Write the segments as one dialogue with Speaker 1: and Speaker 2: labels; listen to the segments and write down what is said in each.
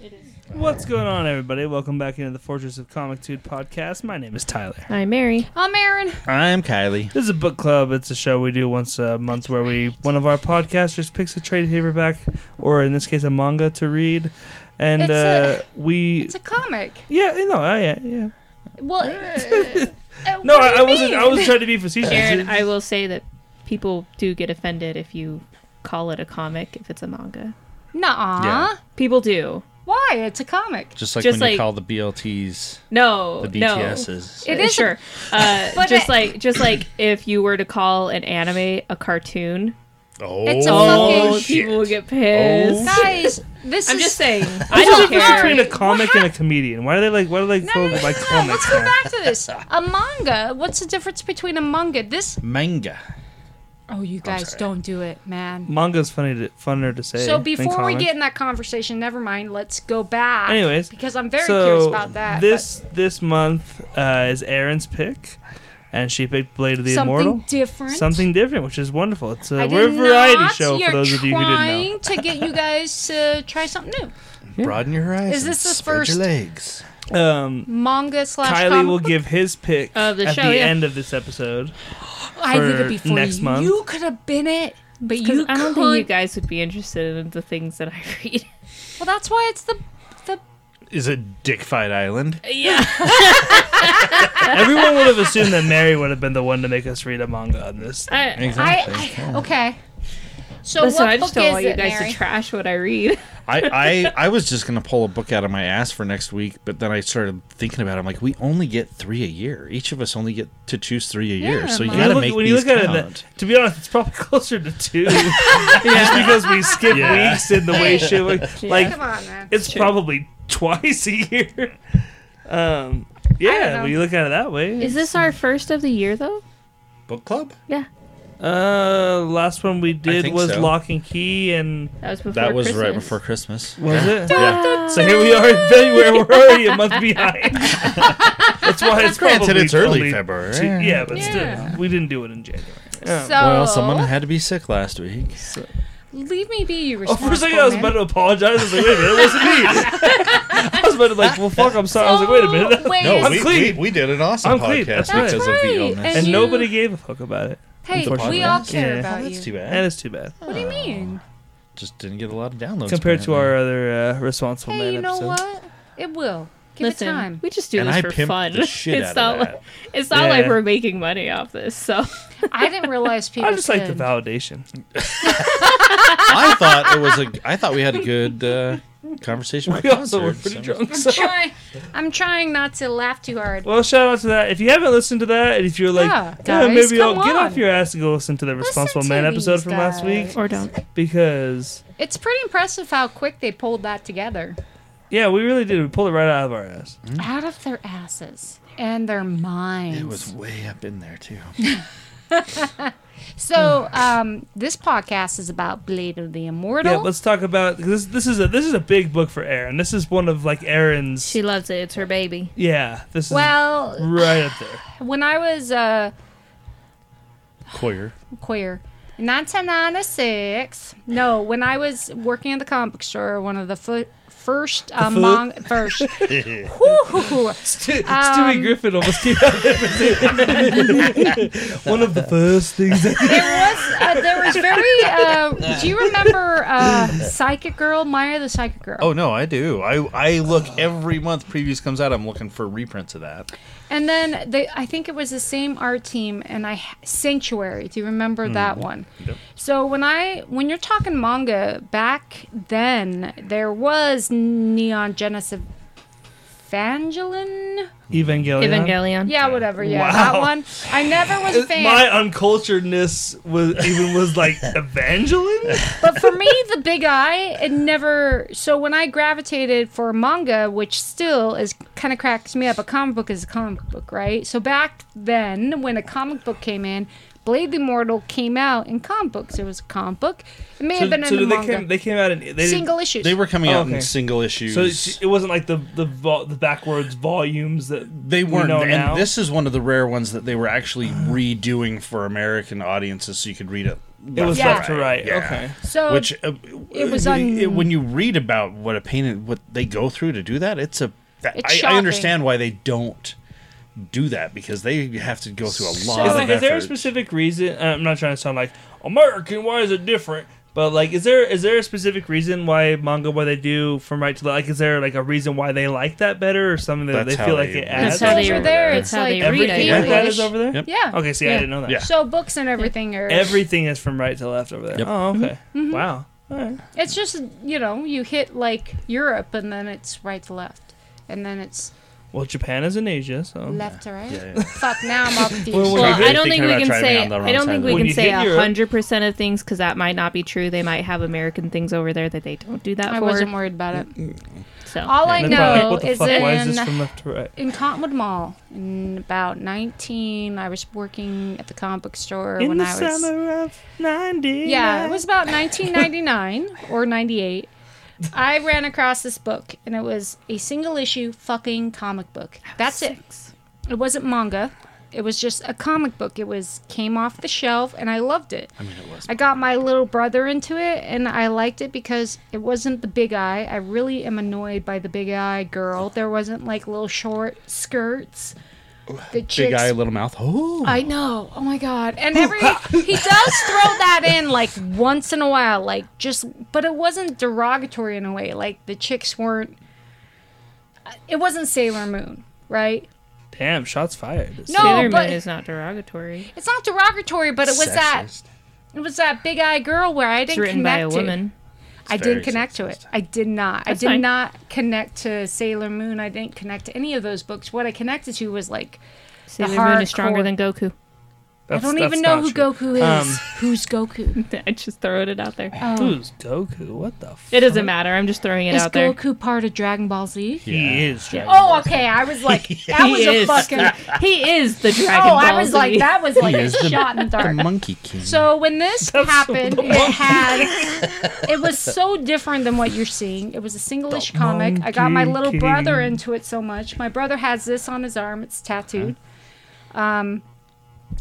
Speaker 1: It is.
Speaker 2: What's going on, everybody? Welcome back into the Fortress of Comictude podcast. My name is Tyler.
Speaker 3: I'm Mary.
Speaker 1: I'm Aaron.
Speaker 4: I'm Kylie.
Speaker 2: This is a book club. It's a show we do once a month where we one of our podcasters picks a trade paperback, or in this case, a manga to read, and
Speaker 1: It's
Speaker 2: uh,
Speaker 1: a-
Speaker 2: we
Speaker 1: It's a comic.
Speaker 2: yeah, you know, I, yeah, yeah.
Speaker 1: Well, uh,
Speaker 2: No, I,
Speaker 1: what do you
Speaker 2: I wasn't.
Speaker 1: mean?
Speaker 2: I wasn't trying to be facetious.
Speaker 3: Aaron, I will say that people do get offended if you call it a comic if it's a manga.
Speaker 1: Nuh-uh.
Speaker 4: Yeah.
Speaker 3: People do.
Speaker 1: Why? It's a comic.
Speaker 4: Just like
Speaker 3: Just
Speaker 4: when
Speaker 3: like-
Speaker 4: you call the BLTs
Speaker 3: No,
Speaker 4: the
Speaker 3: no.
Speaker 4: BTSs.
Speaker 1: It is a-
Speaker 3: sure. Uh,
Speaker 1: But
Speaker 3: just
Speaker 1: it-
Speaker 3: like just like if you were to call an anime a cartoon,
Speaker 4: Oh,
Speaker 1: It's a
Speaker 3: oh,
Speaker 1: fucking-
Speaker 3: people will get pissed.
Speaker 4: Oh,
Speaker 1: Guys, this
Speaker 3: I'm
Speaker 1: is
Speaker 3: just saying. I
Speaker 2: What's the
Speaker 3: don't
Speaker 2: difference
Speaker 3: care.
Speaker 2: between a
Speaker 1: What
Speaker 2: comic and a comedian? Why do they like? Why do they
Speaker 1: No,
Speaker 2: call
Speaker 1: no,
Speaker 2: it
Speaker 1: no,
Speaker 2: like
Speaker 1: no, no.
Speaker 2: comics?
Speaker 1: Let's go
Speaker 2: now?
Speaker 1: back to this. A manga. What's the difference between a manga? This.
Speaker 4: manga.
Speaker 1: Oh, you guys
Speaker 4: sorry.
Speaker 1: don't do it, man.
Speaker 2: Manga's funny to, funner to say.
Speaker 1: So
Speaker 2: than
Speaker 1: before we
Speaker 2: comic.
Speaker 1: get in that conversation, never mind. Let's go back.
Speaker 2: Anyways,
Speaker 1: because I'm very
Speaker 2: so
Speaker 1: curious about that.
Speaker 2: This this month uh, is Aaron's pick, and she picked Blade of
Speaker 1: but
Speaker 2: the
Speaker 1: something
Speaker 2: Immortal.
Speaker 1: different.
Speaker 2: Something different, which is wonderful. It's a,
Speaker 1: I
Speaker 2: we're a
Speaker 1: did
Speaker 2: variety
Speaker 1: not-
Speaker 2: show
Speaker 1: you're
Speaker 2: for those of you who didn't know.
Speaker 1: trying to get you guys to try something new.
Speaker 4: Broaden your horizons.
Speaker 1: Is this the
Speaker 4: spread your
Speaker 1: first-
Speaker 4: legs.
Speaker 2: Um,
Speaker 1: Manga slash.
Speaker 2: Kylie
Speaker 1: comic
Speaker 2: will
Speaker 1: book
Speaker 2: give his pick
Speaker 3: Of the
Speaker 2: at
Speaker 3: show,
Speaker 2: the
Speaker 3: yeah.
Speaker 2: end of this episode.
Speaker 1: I did
Speaker 2: for
Speaker 1: it before
Speaker 2: next
Speaker 1: you.
Speaker 2: month.
Speaker 1: You could have been it, but you
Speaker 3: Because
Speaker 1: couldn't.
Speaker 3: I don't think you guys would be interested in the things that I read.
Speaker 1: well, that's why it's the the.
Speaker 4: Is it Dick Fight Island?
Speaker 3: yeah.
Speaker 2: Everyone would have assumed that Mary would have been the one to make us read a manga on this.
Speaker 3: I,
Speaker 1: I, I okay. So
Speaker 3: listen,
Speaker 1: what
Speaker 3: I
Speaker 1: book
Speaker 3: just don't
Speaker 1: is
Speaker 3: want you
Speaker 1: it,
Speaker 3: guys
Speaker 1: Mary?
Speaker 3: to trash what I read.
Speaker 4: I, I, I was just gonna pull a book out of my ass for next week, but then I started thinking about. it. I'm like, we only get three a year. Each of us only get to choose three a year, so you
Speaker 1: man.
Speaker 4: gotta
Speaker 2: When
Speaker 4: make
Speaker 2: when
Speaker 4: these count.
Speaker 2: the- to be honest, it's probably closer to two, just because we skip
Speaker 4: Yeah.
Speaker 2: weeks in the way shit. Like, like
Speaker 1: Come on, man.
Speaker 2: It's probably twice a year. Um, yeah,
Speaker 1: know.
Speaker 2: when you look at it that way.
Speaker 3: Is this our first of the year though?
Speaker 4: Book club.
Speaker 3: Yeah.
Speaker 2: uh, last one we did
Speaker 4: think
Speaker 2: was
Speaker 4: so.
Speaker 2: Lock and Key, and
Speaker 3: That was before
Speaker 4: That was right
Speaker 3: Christmas.
Speaker 4: before Christmas.
Speaker 2: was it?
Speaker 4: Yeah.
Speaker 2: So here we are in February. We're already a month behind. That's why it's
Speaker 4: Granted,
Speaker 2: probably
Speaker 4: it's early
Speaker 2: only
Speaker 4: February.
Speaker 2: two- yeah, but
Speaker 1: Yeah.
Speaker 2: still, we didn't do it in January. Yeah.
Speaker 1: so
Speaker 4: Well,
Speaker 1: Oh.
Speaker 4: someone had to be sick last week.
Speaker 1: leave me be. You
Speaker 2: Oh, for
Speaker 1: responsible.
Speaker 2: a second, I was
Speaker 1: man.
Speaker 2: about to apologize. I was like, wait a minute, it wasn't me. I was about to like, well, fuck, I'm sorry. I was like, wait a minute.
Speaker 1: So, wait,
Speaker 2: I'm
Speaker 4: we,
Speaker 2: clean.
Speaker 4: We, we did an awesome
Speaker 2: I'm clean.
Speaker 4: podcast
Speaker 2: That's right.
Speaker 4: because of
Speaker 1: That's
Speaker 4: the
Speaker 1: right.
Speaker 4: illness.
Speaker 2: and
Speaker 1: you-
Speaker 2: nobody gave a fuck about it.
Speaker 1: hey,
Speaker 4: Unfortunately.
Speaker 1: we all care
Speaker 2: Yeah.
Speaker 1: about
Speaker 4: that's
Speaker 1: you.
Speaker 4: too bad.
Speaker 2: And it's too bad.
Speaker 1: What do you mean?
Speaker 4: Just didn't get a lot of downloads
Speaker 2: compared to
Speaker 4: apparently.
Speaker 2: our other uh, responsible man
Speaker 1: Hey, you know
Speaker 2: episode.
Speaker 1: what? It will. Give
Speaker 3: Listen,
Speaker 1: it time.
Speaker 3: we just do
Speaker 4: And
Speaker 3: this
Speaker 4: I
Speaker 3: for
Speaker 4: pimped
Speaker 3: fun.
Speaker 4: the shit
Speaker 3: it's
Speaker 4: out of
Speaker 3: not
Speaker 4: that.
Speaker 3: like it's not
Speaker 2: Yeah.
Speaker 3: like we're making money off this. So
Speaker 1: I didn't realize people.
Speaker 2: I just like the
Speaker 1: could.
Speaker 2: validation.
Speaker 4: I thought it was a. I thought we had a good uh, conversation. about
Speaker 2: We also were
Speaker 4: concerts.
Speaker 2: pretty
Speaker 4: So-
Speaker 2: drunk.
Speaker 1: I'm
Speaker 2: so-
Speaker 1: trying. I'm trying not to laugh too hard.
Speaker 2: Well, shout out to that. If you haven't listened to that, and if you're like,
Speaker 1: Yeah,
Speaker 2: "Yeah,
Speaker 1: guys,
Speaker 2: maybe I'll
Speaker 1: come
Speaker 2: get off
Speaker 1: on."
Speaker 2: your ass and go listen to the Responsible
Speaker 1: to
Speaker 2: Man
Speaker 1: these
Speaker 2: episode from last
Speaker 1: guys.
Speaker 2: week,
Speaker 3: or don't.
Speaker 2: because
Speaker 1: It's pretty impressive how quick they pulled that together.
Speaker 2: yeah, we really did. We pulled it right out of our ass.
Speaker 1: Out of their asses and their minds.
Speaker 4: It was way up in there too.
Speaker 1: so, um, this podcast is about Blade of the Immortal.
Speaker 2: Yeah, let's talk about 'cause this. This is a this is a big book for Aaron. This is one of like Aaron's.
Speaker 3: She loves it. It's her baby.
Speaker 2: Yeah, this is
Speaker 1: well,
Speaker 2: right up there.
Speaker 1: when I was uh,
Speaker 4: Queer.
Speaker 1: queer, 1996, no, when I was working at the comic book store, one of the fir- first uh,
Speaker 2: foot?
Speaker 1: mong- first. Whew.
Speaker 2: St-
Speaker 1: Um,
Speaker 2: Stewie Griffin almost came out. of it. one of the first things that
Speaker 1: There was uh, there was very. Uh, do you remember uh, Psychic Girl, Maya the Psychic Girl?
Speaker 4: Oh no, I do. I I look every month. Previews comes out. I'm looking for reprints of that.
Speaker 1: And then they, I think it was the same art team, and I Sanctuary. Do you remember
Speaker 2: Hmm.
Speaker 1: that one? So when I when you're talking manga back then, there was Neon Genesis Evangelion.
Speaker 4: Oh,
Speaker 2: Evangelion.
Speaker 3: Evangelion.
Speaker 1: Yeah, whatever. Yeah,
Speaker 2: Wow.
Speaker 1: that one. I never was a fan.
Speaker 2: My unculturedness was even was like Evangeline.
Speaker 1: but for me, the big eye, it never. So when I gravitated for manga, which still is kind of cracks me up, a comic book is a comic book, right? So back then, when a comic book came in, Blade the Immortal came out in comic books. It was a comic book. It may have been in the
Speaker 2: they
Speaker 1: manga.
Speaker 2: came they came out in they didn't-
Speaker 1: Single issues.
Speaker 4: They were coming
Speaker 2: Oh,
Speaker 4: out
Speaker 2: okay.
Speaker 4: in single issues.
Speaker 2: So it's- it wasn't like the the vol the backwards volumes that
Speaker 4: they
Speaker 2: we
Speaker 4: weren't,
Speaker 2: know
Speaker 4: and
Speaker 2: now.
Speaker 4: this is one of the rare ones that they were actually redoing for American audiences, so you could read it
Speaker 2: It was
Speaker 1: Yeah.
Speaker 2: left to right.
Speaker 4: Yeah.
Speaker 2: Okay.
Speaker 1: So
Speaker 4: Which uh,
Speaker 1: Um, it was
Speaker 4: uh,
Speaker 1: un-
Speaker 4: it- when you read about what a pain and what they go through to do that, it's a. That,
Speaker 1: It's
Speaker 4: I, I
Speaker 1: shocking.
Speaker 4: understand why they don't do that because they have to go through a
Speaker 1: So-
Speaker 4: lot
Speaker 2: Is,
Speaker 4: of
Speaker 2: like, is there a
Speaker 4: effort.
Speaker 2: specific reason? uh, I'm not trying to sound like American. Why is it different? But like, is there is there a specific reason why manga why they do from right to left? Like, is there like a reason why they like that better or something that
Speaker 4: That's
Speaker 2: they
Speaker 4: how
Speaker 2: feel like
Speaker 4: they-
Speaker 2: it adds?
Speaker 3: That's
Speaker 1: That's how
Speaker 3: how
Speaker 1: over
Speaker 3: they-
Speaker 1: there.
Speaker 3: that's
Speaker 1: It's
Speaker 3: how
Speaker 1: like
Speaker 3: they read it.
Speaker 1: everything
Speaker 2: Like that is
Speaker 1: English.
Speaker 2: over there.
Speaker 4: Yep.
Speaker 1: Yeah.
Speaker 2: Okay, see, I
Speaker 3: Yeah.
Speaker 2: didn't know that.
Speaker 4: Yeah.
Speaker 1: So books and everything are
Speaker 2: Everything is from right to left over there.
Speaker 4: Yep.
Speaker 2: Oh, okay.
Speaker 1: Mm-hmm.
Speaker 2: Wow. All right.
Speaker 1: It's just you know you hit like Europe and then it's right to left, and then it's
Speaker 2: Well, Japan is in Asia, so
Speaker 1: left to right.
Speaker 4: Yeah, yeah.
Speaker 1: Fuck, now I'm all confused.
Speaker 2: Well, when
Speaker 3: Well,
Speaker 2: you're
Speaker 3: I don't
Speaker 4: thinking
Speaker 3: think we
Speaker 4: about
Speaker 3: can
Speaker 4: driving
Speaker 3: say
Speaker 4: on the wrong
Speaker 3: I don't
Speaker 4: side
Speaker 3: think
Speaker 4: of
Speaker 3: we
Speaker 2: the- When
Speaker 3: can
Speaker 2: you
Speaker 3: say
Speaker 2: hit Europe-
Speaker 3: hundred percent of things because that might not be true. They might have American things over there that they don't do that
Speaker 1: I
Speaker 3: for.
Speaker 1: wasn't worried about it.
Speaker 3: so
Speaker 1: All I
Speaker 2: And then I'm like,
Speaker 1: know
Speaker 2: what the
Speaker 1: is
Speaker 2: fuck? Why is
Speaker 1: in
Speaker 2: this from left to right?
Speaker 1: in Cottonwood Mall in about 19. I was working at the comic book store
Speaker 2: In
Speaker 1: when
Speaker 2: the
Speaker 1: I was.
Speaker 2: summer of ninety.
Speaker 1: Yeah, it was about 1999 or 98. I ran across this book, and it was a single issue fucking comic book. That's it. It wasn't manga. It was just a comic book. It was came off the shelf, and I loved it. I mean, it was. I got my little brother into it, and I liked it because it wasn't the big eye. I really am annoyed by the big eye girl. There wasn't like little short skirts. The
Speaker 4: Big
Speaker 1: chicks
Speaker 4: eye, little mouth. Oh,
Speaker 1: I know. Oh my god. And every he does throw that in like once in a while, like just but it wasn't derogatory in a way. Like the chicks weren't it wasn't Sailor Moon, right?
Speaker 2: Damn, shots fired.
Speaker 1: No,
Speaker 3: Sailor Moon
Speaker 1: but
Speaker 3: is not derogatory.
Speaker 1: it's not derogatory, but it was that
Speaker 4: Sexist.
Speaker 1: it was that big eye girl where I
Speaker 3: It's
Speaker 1: didn't
Speaker 3: written by
Speaker 1: connect
Speaker 3: a
Speaker 1: to.
Speaker 3: woman.
Speaker 1: I
Speaker 4: very
Speaker 1: didn't connect to it. I did not. I
Speaker 3: That's
Speaker 1: did
Speaker 3: fine.
Speaker 1: not connect to Sailor Moon. I didn't connect to any of those books. What I connected to was like
Speaker 3: Sailor
Speaker 1: hardcore-
Speaker 3: Moon is stronger than Goku.
Speaker 1: I don't even know who Goku is.
Speaker 2: Um,
Speaker 1: Who's Goku?
Speaker 3: I just throwing it out there.
Speaker 2: Who's Goku? What the?
Speaker 3: It doesn't matter. I'm just throwing it
Speaker 1: Is
Speaker 3: out there.
Speaker 1: Goku part of Dragon Ball Z?
Speaker 2: He is. Dragon Ball.
Speaker 1: Oh, okay. I was like, that was
Speaker 3: he
Speaker 1: a
Speaker 3: is.
Speaker 1: fucking.
Speaker 3: he is the Dragon
Speaker 1: Oh,
Speaker 3: Ball
Speaker 1: I was
Speaker 3: Z.
Speaker 1: like, that was like a
Speaker 4: is the-
Speaker 1: shot in the
Speaker 4: the
Speaker 1: dark.
Speaker 4: monkey king.
Speaker 1: So when this happened, it had it was so different than what you're seeing. It was a single-ish comic. I got my
Speaker 2: Monkey
Speaker 1: little brother
Speaker 2: King.
Speaker 1: into it so much. My brother has this on his arm. It's tattooed. Um,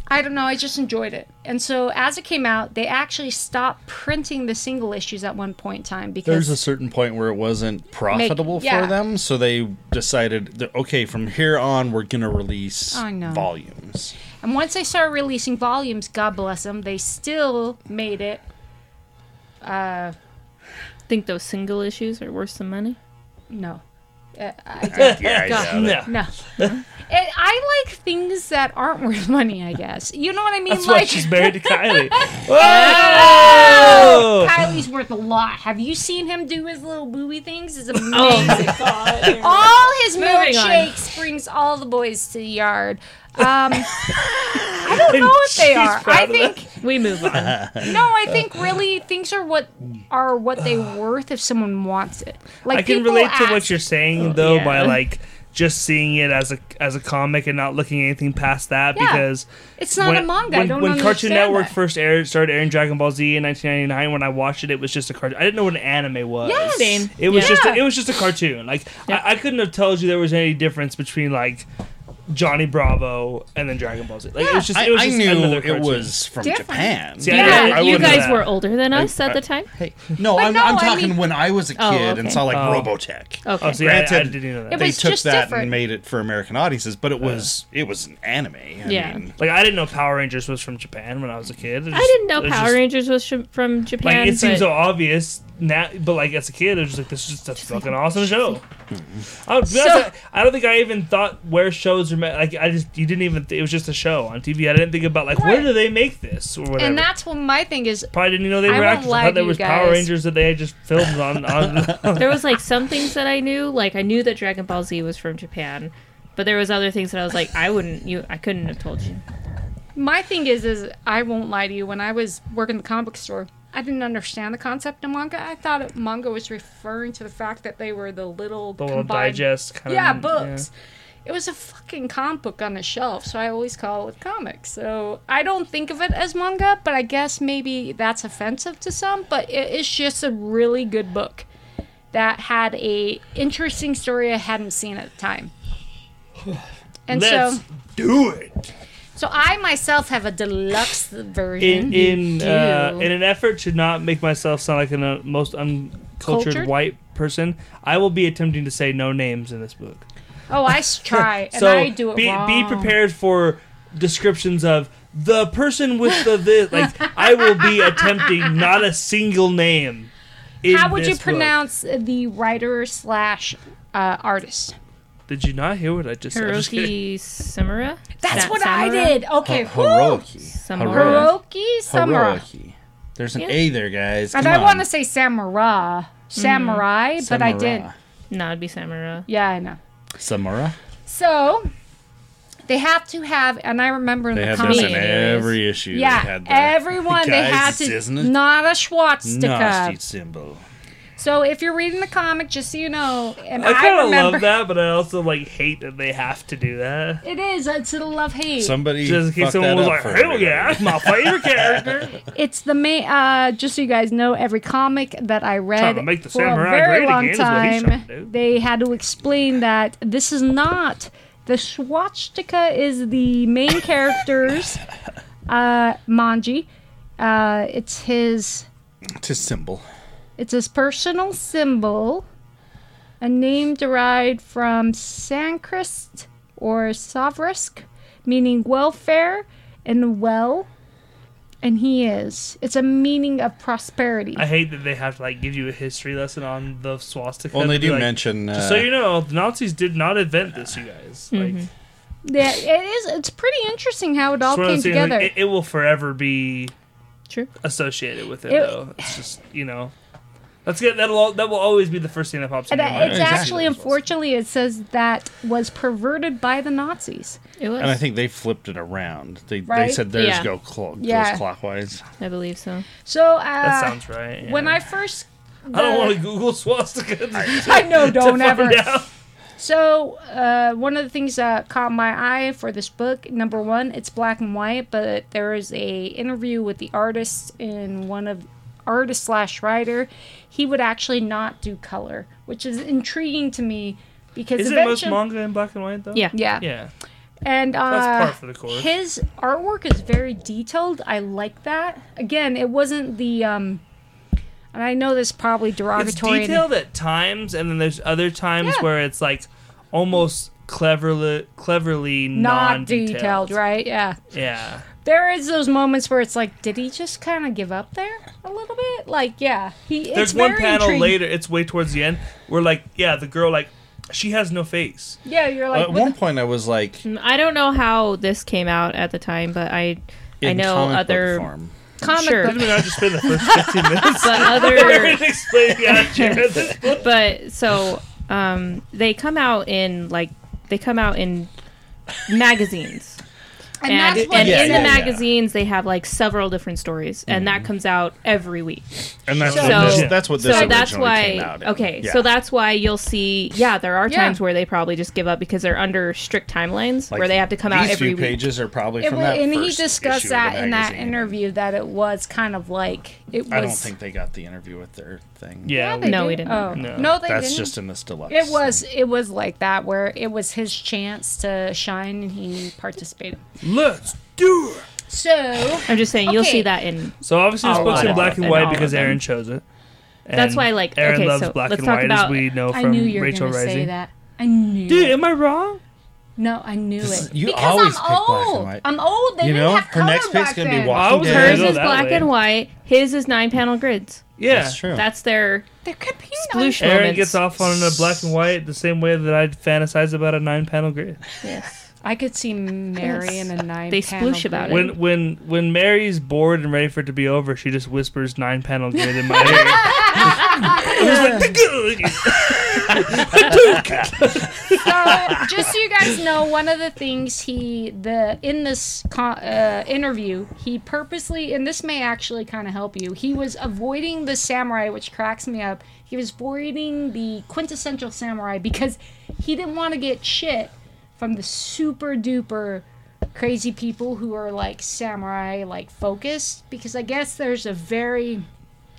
Speaker 1: I don't know. I just enjoyed it. And so as it came out, they actually stopped printing the single issues at one point in time because
Speaker 4: There's a certain point where it wasn't profitable
Speaker 1: yeah.
Speaker 4: for them, so they decided, that, okay, from here on, we're gonna release
Speaker 1: I know.
Speaker 4: volumes.
Speaker 1: And once they started releasing volumes, God bless them, they still made it. Uh,
Speaker 3: think those single issues are worth some money.
Speaker 1: no. Uh, I,
Speaker 4: Yeah, I
Speaker 1: God,
Speaker 4: doubt it.
Speaker 1: no. I- I like things that aren't worth money, I guess. You know what I mean?
Speaker 2: That's why
Speaker 1: like,
Speaker 2: she's married to Kylie. Whoa!
Speaker 1: Kylie's worth a lot. Have you seen him do his little booby things? It's amazing.
Speaker 3: Oh God.
Speaker 1: all his
Speaker 3: Moving on.
Speaker 1: milkshakes brings all the boys to the yard. Um, I don't know if they
Speaker 2: She's
Speaker 1: are.
Speaker 2: proud
Speaker 1: I
Speaker 2: of that.
Speaker 1: think
Speaker 3: we move on.
Speaker 1: No, I think really things are what are what they worth if someone wants it. Like
Speaker 2: I can
Speaker 1: people
Speaker 2: relate to what
Speaker 1: ask- Oh,
Speaker 2: you're saying though by
Speaker 3: yeah.
Speaker 2: like just seeing it as a as a comic and not looking anything past that
Speaker 1: Yeah.
Speaker 2: because
Speaker 1: It's not a manga. I
Speaker 2: When,
Speaker 1: don't
Speaker 2: when Cartoon
Speaker 1: understand
Speaker 2: Network
Speaker 1: that.
Speaker 2: first aired started airing Dragon Ball Z in 1999, when I watched it, it was just a cartoon. I didn't know what an anime was.
Speaker 1: Yes.
Speaker 3: Same.
Speaker 2: It was
Speaker 3: Yeah.
Speaker 2: just a,
Speaker 1: Yeah.
Speaker 2: it was just a cartoon. Like
Speaker 3: Yeah.
Speaker 2: I, I couldn't have told you there was any difference between like Johnny Bravo and then Dragon Ball Z. Like it was just
Speaker 4: I,
Speaker 2: it was
Speaker 4: I
Speaker 2: just
Speaker 4: knew
Speaker 2: another
Speaker 4: it
Speaker 2: cartoon.
Speaker 4: was from
Speaker 1: Different.
Speaker 4: Japan.
Speaker 2: See, I
Speaker 3: You
Speaker 2: Yeah,
Speaker 3: guys,
Speaker 2: I
Speaker 3: you
Speaker 2: wouldn't know
Speaker 3: guys
Speaker 2: that.
Speaker 3: were older than us
Speaker 4: I-
Speaker 3: at the time.
Speaker 4: Hey, no, I'm,
Speaker 1: no,
Speaker 4: I'm
Speaker 1: I
Speaker 4: talking
Speaker 1: mean-
Speaker 4: when I was a kid
Speaker 3: Oh,
Speaker 4: and
Speaker 3: okay.
Speaker 4: saw like
Speaker 2: Oh.
Speaker 4: Robotech.
Speaker 2: Oh,
Speaker 3: Okay.
Speaker 2: see, I, I
Speaker 4: Granted-
Speaker 2: didn't Uh. know that.
Speaker 1: It
Speaker 4: They
Speaker 1: was
Speaker 4: took
Speaker 1: just
Speaker 4: that
Speaker 1: different.
Speaker 4: and made it for American audiences, but it was it was an anime. I
Speaker 3: Yeah.
Speaker 4: mean,
Speaker 2: Like I didn't know Power Rangers was from Japan when I was a kid. It
Speaker 3: I
Speaker 2: just-
Speaker 3: didn't
Speaker 2: it
Speaker 3: know
Speaker 2: was
Speaker 3: Power
Speaker 2: just-
Speaker 3: Rangers was sh- from
Speaker 2: Like
Speaker 3: Japan.
Speaker 2: it seems
Speaker 3: but
Speaker 2: so obvious now, but like as a kid, I was just like, "This is just a fucking awesome show." I'll be honest, i I don't think I even thought where shows were. ma- Like I just you didn't even. Th- it was just a show on TV. I didn't think about like where
Speaker 1: Right.
Speaker 2: do they make this or whatever.
Speaker 1: And that's what my thing is.
Speaker 2: Probably didn't even know they
Speaker 1: I
Speaker 2: were
Speaker 1: won't
Speaker 2: actors.
Speaker 1: lie
Speaker 2: I thought
Speaker 1: to
Speaker 2: there
Speaker 1: you
Speaker 2: was Power
Speaker 1: guys.
Speaker 2: Rangers that they had just filmed on. on
Speaker 3: there was like some things that I knew, like I knew that Dragon Ball Z was from Japan, but there was other things that I was like, I wouldn't, you, I couldn't have told you.
Speaker 1: My thing is, is I won't lie to you. When I was working at the comic book store, I didn't understand the concept of manga. I thought it, manga was referring to the fact that they were the little
Speaker 2: the little
Speaker 1: combined-
Speaker 2: digest kind
Speaker 1: Yeah,
Speaker 2: of
Speaker 1: books. It was a fucking comic book on the shelf, so I always call it comics. So I don't think of it as manga, but I guess maybe that's offensive to some. But it is just a really good book that had a interesting story I hadn't seen at the time. And
Speaker 2: Let's
Speaker 1: so
Speaker 2: do it.
Speaker 1: So I myself have a deluxe version.
Speaker 2: in in uh,
Speaker 1: do.
Speaker 2: in an effort to not make myself sound like the uh, most uncultured
Speaker 1: Cultured?
Speaker 2: white person, I will be attempting to say no names in this book.
Speaker 1: oh, I s- try and
Speaker 2: so
Speaker 1: I do it
Speaker 2: be,
Speaker 1: wrong.
Speaker 2: be prepared for descriptions of the person with the this. Like I will be attempting not a single name. in
Speaker 1: How would you
Speaker 2: this book.
Speaker 1: pronounce the writer slash uh, artist?
Speaker 2: Did you not hear what I just said? I'm just kidding.
Speaker 3: Hiroki Samura.
Speaker 1: That's
Speaker 3: Sa-
Speaker 1: what I
Speaker 3: Samura?
Speaker 1: did. Okay, who?
Speaker 3: Samura.
Speaker 1: Hiroki Samura.
Speaker 4: Hiroki. There's an A there, guys.
Speaker 1: And
Speaker 4: Come
Speaker 1: I
Speaker 4: on.
Speaker 1: want to say samurai, samurai, but I didn't.
Speaker 3: No, it'd be Samura.
Speaker 1: Yeah, I know.
Speaker 4: Samura.
Speaker 1: So they have to have, and I remember in
Speaker 4: They
Speaker 1: the
Speaker 4: had
Speaker 1: comic.
Speaker 4: this in every issue.
Speaker 1: yeah,
Speaker 4: they had the
Speaker 1: everyone they had
Speaker 4: guys,
Speaker 1: to
Speaker 4: isn't it?
Speaker 1: not a swastika.
Speaker 4: nasty symbol.
Speaker 1: So if you're reading the comic, just so you know, and
Speaker 2: I
Speaker 1: I,
Speaker 2: kind of
Speaker 1: remember
Speaker 2: love that, but I also like hate that they have to do that.
Speaker 1: it is. It's a love hate.
Speaker 4: Somebody
Speaker 2: Just in case
Speaker 4: fucked that
Speaker 2: someone was
Speaker 4: up
Speaker 2: like,
Speaker 4: for
Speaker 2: "Hell
Speaker 4: everybody.
Speaker 2: yeah, that's my favorite character."
Speaker 1: it's the main. Uh, just so you guys know, every comic that I
Speaker 2: Trying
Speaker 1: read
Speaker 2: to make the
Speaker 1: for a
Speaker 2: samurai
Speaker 1: very
Speaker 2: great
Speaker 1: long
Speaker 2: again is what he's trying to do.
Speaker 1: time, they had to explain that this is not the swastika is the main character's uh, manji. Uh, it's his.
Speaker 4: It's a symbol.
Speaker 1: It's his personal symbol, a name derived from Sanskrit or Savrisk, meaning welfare and well. And he is. It's a meaning of prosperity.
Speaker 2: I hate that they have to like give you a history lesson on the swastika.
Speaker 4: Well, and they
Speaker 2: They'd be
Speaker 4: do
Speaker 2: like,
Speaker 4: mention. Uh,
Speaker 2: Just so you know, the Nazis did not invent this, you guys.
Speaker 1: Mm-hmm.
Speaker 2: Like, it's
Speaker 1: yeah, it is. It's pretty interesting how it all
Speaker 2: one of
Speaker 1: came
Speaker 2: those things, like,
Speaker 1: together.
Speaker 2: it, it will forever be
Speaker 3: True.
Speaker 2: associated with it,
Speaker 1: It-
Speaker 2: though. It's just you know, that's good. That'll al- that will always be the first thing that pops
Speaker 1: And
Speaker 2: into
Speaker 1: I-
Speaker 2: my
Speaker 1: it's
Speaker 2: head.
Speaker 4: Exactly.
Speaker 1: actually, unfortunately, it says that was perverted by the Nazis.
Speaker 3: It was.
Speaker 4: and
Speaker 3: I,
Speaker 4: I think they flipped it around. They
Speaker 1: Right?
Speaker 4: they said theirs
Speaker 3: Yeah.
Speaker 4: go clo-
Speaker 1: Yeah.
Speaker 4: goes clockwise.
Speaker 3: believe so.
Speaker 1: So uh,
Speaker 2: That sounds right. yeah.
Speaker 1: when I first,
Speaker 2: I don't
Speaker 1: the-
Speaker 2: want to Google swastika. to
Speaker 1: I know, don't
Speaker 2: find
Speaker 1: ever.
Speaker 2: out.
Speaker 1: So, uh, one of the things that caught my eye for this book, number one, it's black and white, but there is a interview with the artist in one of artist slash writer. He would actually not do color, which is intriguing to me because
Speaker 2: Is it most
Speaker 1: eventually,
Speaker 2: manga in black and white though?
Speaker 3: Yeah.
Speaker 1: yeah,
Speaker 2: Yeah.
Speaker 1: and uh,
Speaker 2: That's par for the course.
Speaker 1: his artwork is very detailed. I like that. Again, it wasn't the, um, and I know this is probably
Speaker 2: It's
Speaker 1: derogatory. and-
Speaker 2: detailed at times, and then there's other times
Speaker 1: Yeah.
Speaker 2: where it's like almost cleverly cleverly
Speaker 1: not
Speaker 2: non-detailed.
Speaker 1: detailed, right? Yeah.
Speaker 2: Yeah.
Speaker 1: there is those moments where it's like, did he just kind of give up there a little bit? Like, yeah, he.
Speaker 2: There's
Speaker 1: it's
Speaker 2: one
Speaker 1: very
Speaker 2: panel
Speaker 1: intriguing.
Speaker 2: later. It's way towards the end where like yeah, the girl like she has no face.
Speaker 1: Yeah, you're like,
Speaker 4: At
Speaker 1: what
Speaker 4: Uh, one
Speaker 1: the-
Speaker 4: point, I was like,
Speaker 3: I don't know how this came out at the time, but I I
Speaker 4: in
Speaker 3: know
Speaker 4: comic book
Speaker 3: other
Speaker 4: form.
Speaker 1: comic
Speaker 3: sure.
Speaker 2: I mean, I just spent the first 15 minutes
Speaker 3: but other
Speaker 2: explaining how to share this book.
Speaker 3: but so um they come out in like they come out in magazines.
Speaker 1: and,
Speaker 3: And,
Speaker 1: that's
Speaker 3: and,
Speaker 1: what
Speaker 4: Yeah,
Speaker 3: in
Speaker 4: yeah,
Speaker 3: the
Speaker 4: yeah.
Speaker 3: magazines, they have like several different stories, and that comes out every week.
Speaker 4: and that's
Speaker 1: So-
Speaker 4: what
Speaker 3: So-
Speaker 4: this, that's what this
Speaker 3: so
Speaker 4: originally
Speaker 3: that's why
Speaker 4: came out. in.
Speaker 3: okay
Speaker 4: Yeah.
Speaker 3: so that's why you'll see yeah there are
Speaker 1: Yeah.
Speaker 3: times where they probably just give up because they're under strict timelines
Speaker 4: Like,
Speaker 3: where they have to come out
Speaker 4: these
Speaker 3: every
Speaker 4: few
Speaker 3: week
Speaker 4: pages are probably
Speaker 1: It
Speaker 4: from
Speaker 1: wa-
Speaker 4: that.
Speaker 1: and he
Speaker 4: first issue
Speaker 1: discussed
Speaker 4: of
Speaker 1: that
Speaker 4: the
Speaker 1: in that
Speaker 4: magazine.
Speaker 1: interview that it was kind of like it was.
Speaker 4: I don't think they got the interview with their thing.
Speaker 2: Yeah.
Speaker 1: Yeah, they
Speaker 3: No, we
Speaker 1: did.
Speaker 3: didn't.
Speaker 1: Oh.
Speaker 2: No.
Speaker 1: No. they
Speaker 4: that's
Speaker 1: didn't.
Speaker 4: just in this deluxe.
Speaker 1: it was it was like that where it was his chance to shine and he participated.
Speaker 2: Let's do it.
Speaker 1: So
Speaker 3: i'm just saying you'll
Speaker 1: Okay.
Speaker 3: see that in
Speaker 2: So obviously this
Speaker 3: All
Speaker 2: book's in
Speaker 3: of them.
Speaker 2: black and
Speaker 3: And all
Speaker 2: white
Speaker 3: of
Speaker 2: because
Speaker 3: them.
Speaker 2: Aaron chose it.
Speaker 3: That's
Speaker 2: And
Speaker 3: why, like,
Speaker 2: Aaron
Speaker 3: okay,
Speaker 2: loves
Speaker 3: so
Speaker 2: black
Speaker 3: let's
Speaker 2: and
Speaker 3: talk
Speaker 2: white as
Speaker 3: about-
Speaker 2: we know
Speaker 1: I
Speaker 2: from
Speaker 1: knew you were
Speaker 2: Rachel
Speaker 1: going to say
Speaker 2: Rising.
Speaker 1: that. I knew.
Speaker 2: Dude, am I wrong?
Speaker 1: No, I knew it.
Speaker 4: you
Speaker 1: because
Speaker 4: always pick
Speaker 1: I'm
Speaker 4: black and
Speaker 1: old.
Speaker 4: white.
Speaker 1: I'm old. They
Speaker 4: You
Speaker 1: didn't
Speaker 4: know,
Speaker 1: have
Speaker 4: her
Speaker 1: color
Speaker 4: next
Speaker 1: back
Speaker 4: bit's gonna be
Speaker 1: then.
Speaker 2: I
Speaker 4: Walking
Speaker 2: was
Speaker 4: Dead.
Speaker 3: hers
Speaker 2: go
Speaker 3: is
Speaker 2: that
Speaker 3: black
Speaker 2: way.
Speaker 3: and white his is nine panel grids
Speaker 2: Yeah.
Speaker 4: That's true.
Speaker 3: that's their
Speaker 1: There could be no
Speaker 3: sploosh
Speaker 2: Aaron
Speaker 3: moments.
Speaker 2: gets off on a black and white the same way that I fantasize about a nine panel grid.
Speaker 3: Yes.
Speaker 1: I could see Mary in a nine.
Speaker 3: They
Speaker 1: panel
Speaker 3: sploosh about
Speaker 1: grid.
Speaker 3: it.
Speaker 2: When when when Mary's bored and ready for it to be over, she just whispers nine panel grid in my ear. It's like,
Speaker 1: So, just so you guys know, one of the things he the in this con- uh, interview he purposely and this may actually kind of help you. He was avoiding the samurai, which cracks me up. He was avoiding the quintessential samurai because he didn't want to get shit from the super duper crazy people who are like samurai like focused because I guess there's a very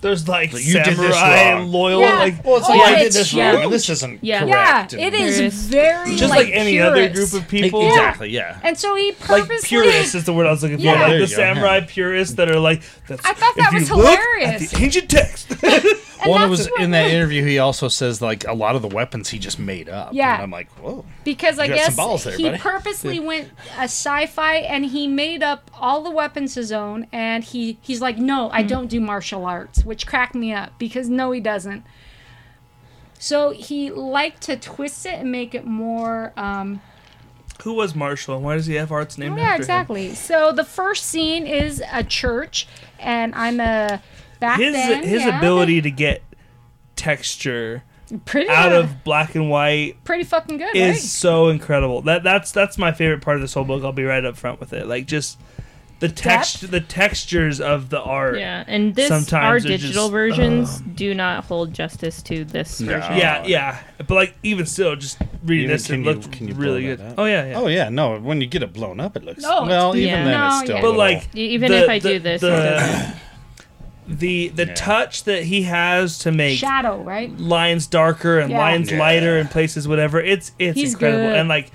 Speaker 2: There's like
Speaker 4: Like, you did this
Speaker 2: samurai
Speaker 4: wrong.
Speaker 2: loyal,
Speaker 1: Yeah.
Speaker 2: like
Speaker 5: Well, it's like
Speaker 1: Oh,
Speaker 5: I did
Speaker 1: it's
Speaker 5: this
Speaker 1: huge.
Speaker 5: wrong, and this isn't
Speaker 3: Yeah.
Speaker 1: Yeah,
Speaker 5: correct.
Speaker 1: it
Speaker 5: and-
Speaker 1: is
Speaker 3: Purist.
Speaker 1: very
Speaker 2: just like, any other group
Speaker 1: purist.
Speaker 2: of people.
Speaker 4: Exactly, yeah.
Speaker 1: And so he
Speaker 2: Like
Speaker 1: purposely.
Speaker 2: purists is the word I was looking for.
Speaker 1: Yeah.
Speaker 2: Like
Speaker 4: There
Speaker 2: the
Speaker 4: you go.
Speaker 2: samurai purists that are like. That's,
Speaker 1: I thought
Speaker 2: if
Speaker 1: that
Speaker 2: you
Speaker 1: was
Speaker 2: look at
Speaker 1: hilarious.
Speaker 2: the ancient text.
Speaker 1: and
Speaker 5: Well, and it
Speaker 1: that's
Speaker 5: was
Speaker 1: what-
Speaker 5: in that interview. He also says like a lot of the weapons he just made up.
Speaker 1: Yeah.
Speaker 5: and I'm like, whoa.
Speaker 1: Because I
Speaker 5: You got some
Speaker 1: guess
Speaker 5: balls there,
Speaker 1: he
Speaker 5: buddy.
Speaker 1: purposely went a sci-fi and he made up all the weapons his own and he he's like, "No,
Speaker 2: Hmm.
Speaker 1: I don't do martial arts," which cracked me up because no he doesn't. So he liked to twist it and make it more um
Speaker 2: Who was Marshall and why does he have arts named
Speaker 1: yeah,
Speaker 2: after
Speaker 1: exactly. So the first scene is a church and I'm a back
Speaker 2: him? His
Speaker 1: then,
Speaker 2: his
Speaker 1: yeah,
Speaker 2: ability to get texture
Speaker 1: pretty
Speaker 2: out of black and white
Speaker 1: pretty fucking good,
Speaker 2: is
Speaker 1: right?
Speaker 2: so incredible. That that's that's my favorite part of this whole book. I'll be right up front with it. Like just the text the textures of the art.
Speaker 3: Yeah, and this
Speaker 2: Sometimes
Speaker 3: our
Speaker 2: they're
Speaker 3: digital
Speaker 2: just, um,
Speaker 3: versions do not hold justice to this
Speaker 5: No.
Speaker 3: version.
Speaker 2: Yeah, yeah. But like even still just reading
Speaker 4: Oh, Even
Speaker 2: this
Speaker 4: can
Speaker 2: it
Speaker 4: you-
Speaker 2: looked
Speaker 4: can you blow
Speaker 2: really
Speaker 4: that
Speaker 2: good.
Speaker 4: up?
Speaker 2: Oh yeah, yeah.
Speaker 5: Oh yeah, no. When you get it blown up, it looks.
Speaker 1: No, it's-
Speaker 5: well, even
Speaker 3: Yeah.
Speaker 5: then, it's
Speaker 1: No,
Speaker 5: still.
Speaker 1: yeah.
Speaker 5: a
Speaker 2: but
Speaker 5: little-
Speaker 2: like
Speaker 3: E- even
Speaker 2: the-
Speaker 3: if I
Speaker 2: the-
Speaker 3: do this, it
Speaker 2: the
Speaker 3: doesn't.
Speaker 2: the, the
Speaker 4: Yeah.
Speaker 2: touch that he has to make
Speaker 1: Shadow, right?
Speaker 2: lines darker and
Speaker 1: Yeah.
Speaker 2: lines
Speaker 4: Yeah.
Speaker 2: lighter and places whatever. It's it's
Speaker 1: He's
Speaker 2: incredible
Speaker 1: good.
Speaker 2: and like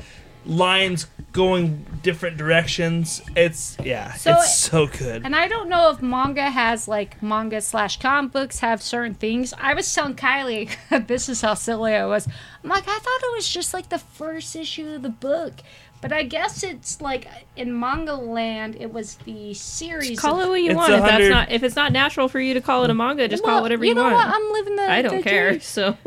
Speaker 2: lines going different directions. It's yeah,
Speaker 1: So
Speaker 2: it's
Speaker 1: it-
Speaker 2: so good.
Speaker 1: And I don't know if manga has like manga slash comic books have certain things. I was telling Kylie, this is how silly I was. I'm like, I thought it was just like the first issue of the book. But I guess it's like in manga land, it was the series.
Speaker 3: Call it
Speaker 1: of-
Speaker 3: what you
Speaker 2: It's
Speaker 3: want.
Speaker 2: a
Speaker 3: If that's
Speaker 2: hundred-
Speaker 3: not if it's not natural for you to call it a manga, just call
Speaker 1: Well,
Speaker 3: it whatever
Speaker 1: you,
Speaker 3: you,
Speaker 1: know
Speaker 3: want.
Speaker 1: What? I'm living the.
Speaker 3: I
Speaker 1: the
Speaker 3: don't care.
Speaker 1: dream.
Speaker 3: So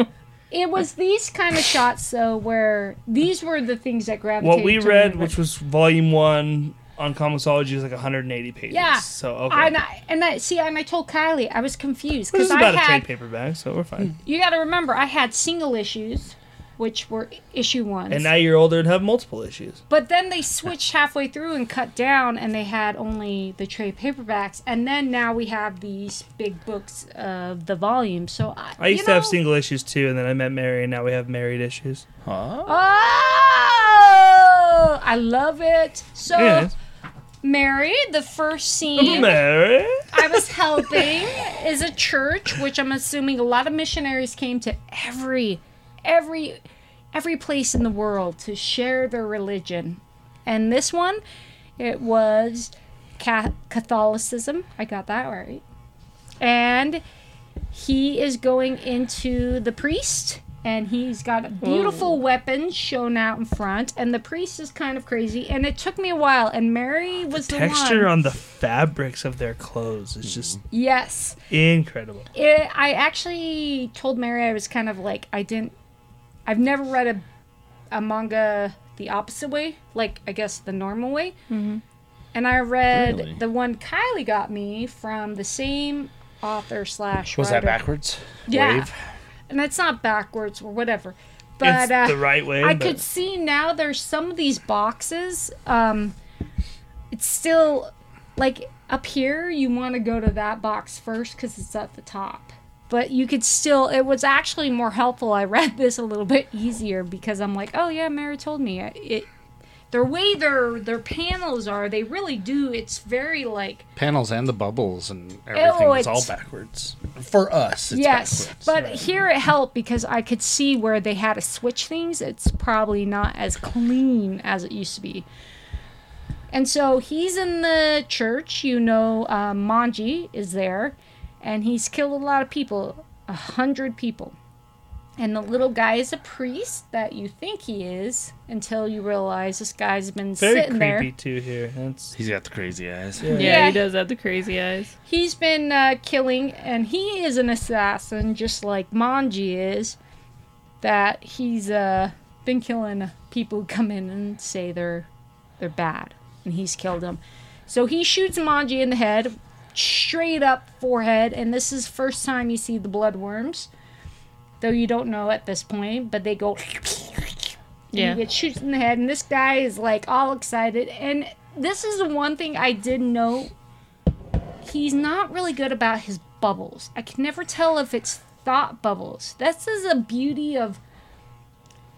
Speaker 1: It was these kind of shots, though, where these were the things that gravitated.
Speaker 2: What we
Speaker 1: to me.
Speaker 2: read, which was volume one on Comicsology, is like 180 pages.
Speaker 1: Yeah.
Speaker 2: So okay.
Speaker 1: And I, and I see, and I told Kylie I was confused
Speaker 2: this is
Speaker 1: because I
Speaker 2: about a
Speaker 1: had Hmm.
Speaker 2: trade paperback, so we're fine.
Speaker 1: You got to remember, I had single issues, which were issue ones.
Speaker 2: And now you're older and have multiple issues.
Speaker 1: but then they switched halfway through and cut down, and they had only the trade paperbacks. And then now we have these big books of the volume. So I,
Speaker 2: I used
Speaker 1: you
Speaker 2: to have
Speaker 1: know-
Speaker 2: single issues too, and then I met Mary, and now we have married issues.
Speaker 5: Huh?
Speaker 1: Oh, I love it. So
Speaker 2: Yeah.
Speaker 1: Mary, the first scene
Speaker 2: Mary.
Speaker 1: I was helping is a church, which I'm assuming a lot of missionaries came to every, every, every place in the world to share their religion. And this one, it was ca- Catholicism. I got that right. And he is going into the priest. And he's got a beautiful weapons shown out in front, and the priest is kind of crazy. And it took me a while. And Mary was the,
Speaker 2: Texture
Speaker 1: one.
Speaker 2: on the fabrics of their clothes is just
Speaker 1: yes,
Speaker 2: incredible.
Speaker 1: it, I actually told Mary I was kind of like I didn't. I've never read a, a manga the opposite way, like I guess the normal way. Mm-hmm. And I read
Speaker 4: Really?
Speaker 1: the one Kylie got me from the same author slash.
Speaker 5: Was that
Speaker 1: writer.
Speaker 5: backwards?
Speaker 1: Yeah,
Speaker 5: Wave?
Speaker 1: and it's not backwards or whatever. But
Speaker 2: it's
Speaker 1: uh,
Speaker 2: the right way.
Speaker 1: I
Speaker 2: but-
Speaker 1: could see now there's some of these boxes. Um, it's still like up here, you want to go to that box first because it's at the top. But you could still, it was actually more helpful. I read this a little bit easier because I'm like, oh yeah, Mary told me. It, it their way their their panels are, they really do. It's very like
Speaker 5: Panels and the bubbles and everything is all
Speaker 1: it's-
Speaker 5: backwards. For us, it's
Speaker 1: yes,
Speaker 5: backwards.
Speaker 1: but here it helped because I could see where they had to switch things. It's probably not as clean as it used to be. And so he's in the church. You know, uh, Manji is there, and he's killed a lot of people, a hundred people. And the little guy is a priest that you think he is until you realize this guy's been
Speaker 2: very
Speaker 1: sitting
Speaker 2: creepy
Speaker 1: there.
Speaker 2: too here. That's
Speaker 5: He's got the crazy eyes.
Speaker 3: yeah,
Speaker 1: Yeah.
Speaker 3: he does have the crazy eyes.
Speaker 1: he's been uh, killing, and he is an assassin, just like Manji is. That he's uh, been killing people who come in and say they're they're bad, and he's killed them. So he shoots Manji in the head, straight up forehead, and this is first time you see the bloodworms. Though you don't know at this point, but they go
Speaker 3: Yeah,
Speaker 1: he gets shoots in the head, and this guy is like all excited. And this is the one thing I did know. He's not really good about his bubbles. I can never tell if it's thought bubbles. This is a beauty of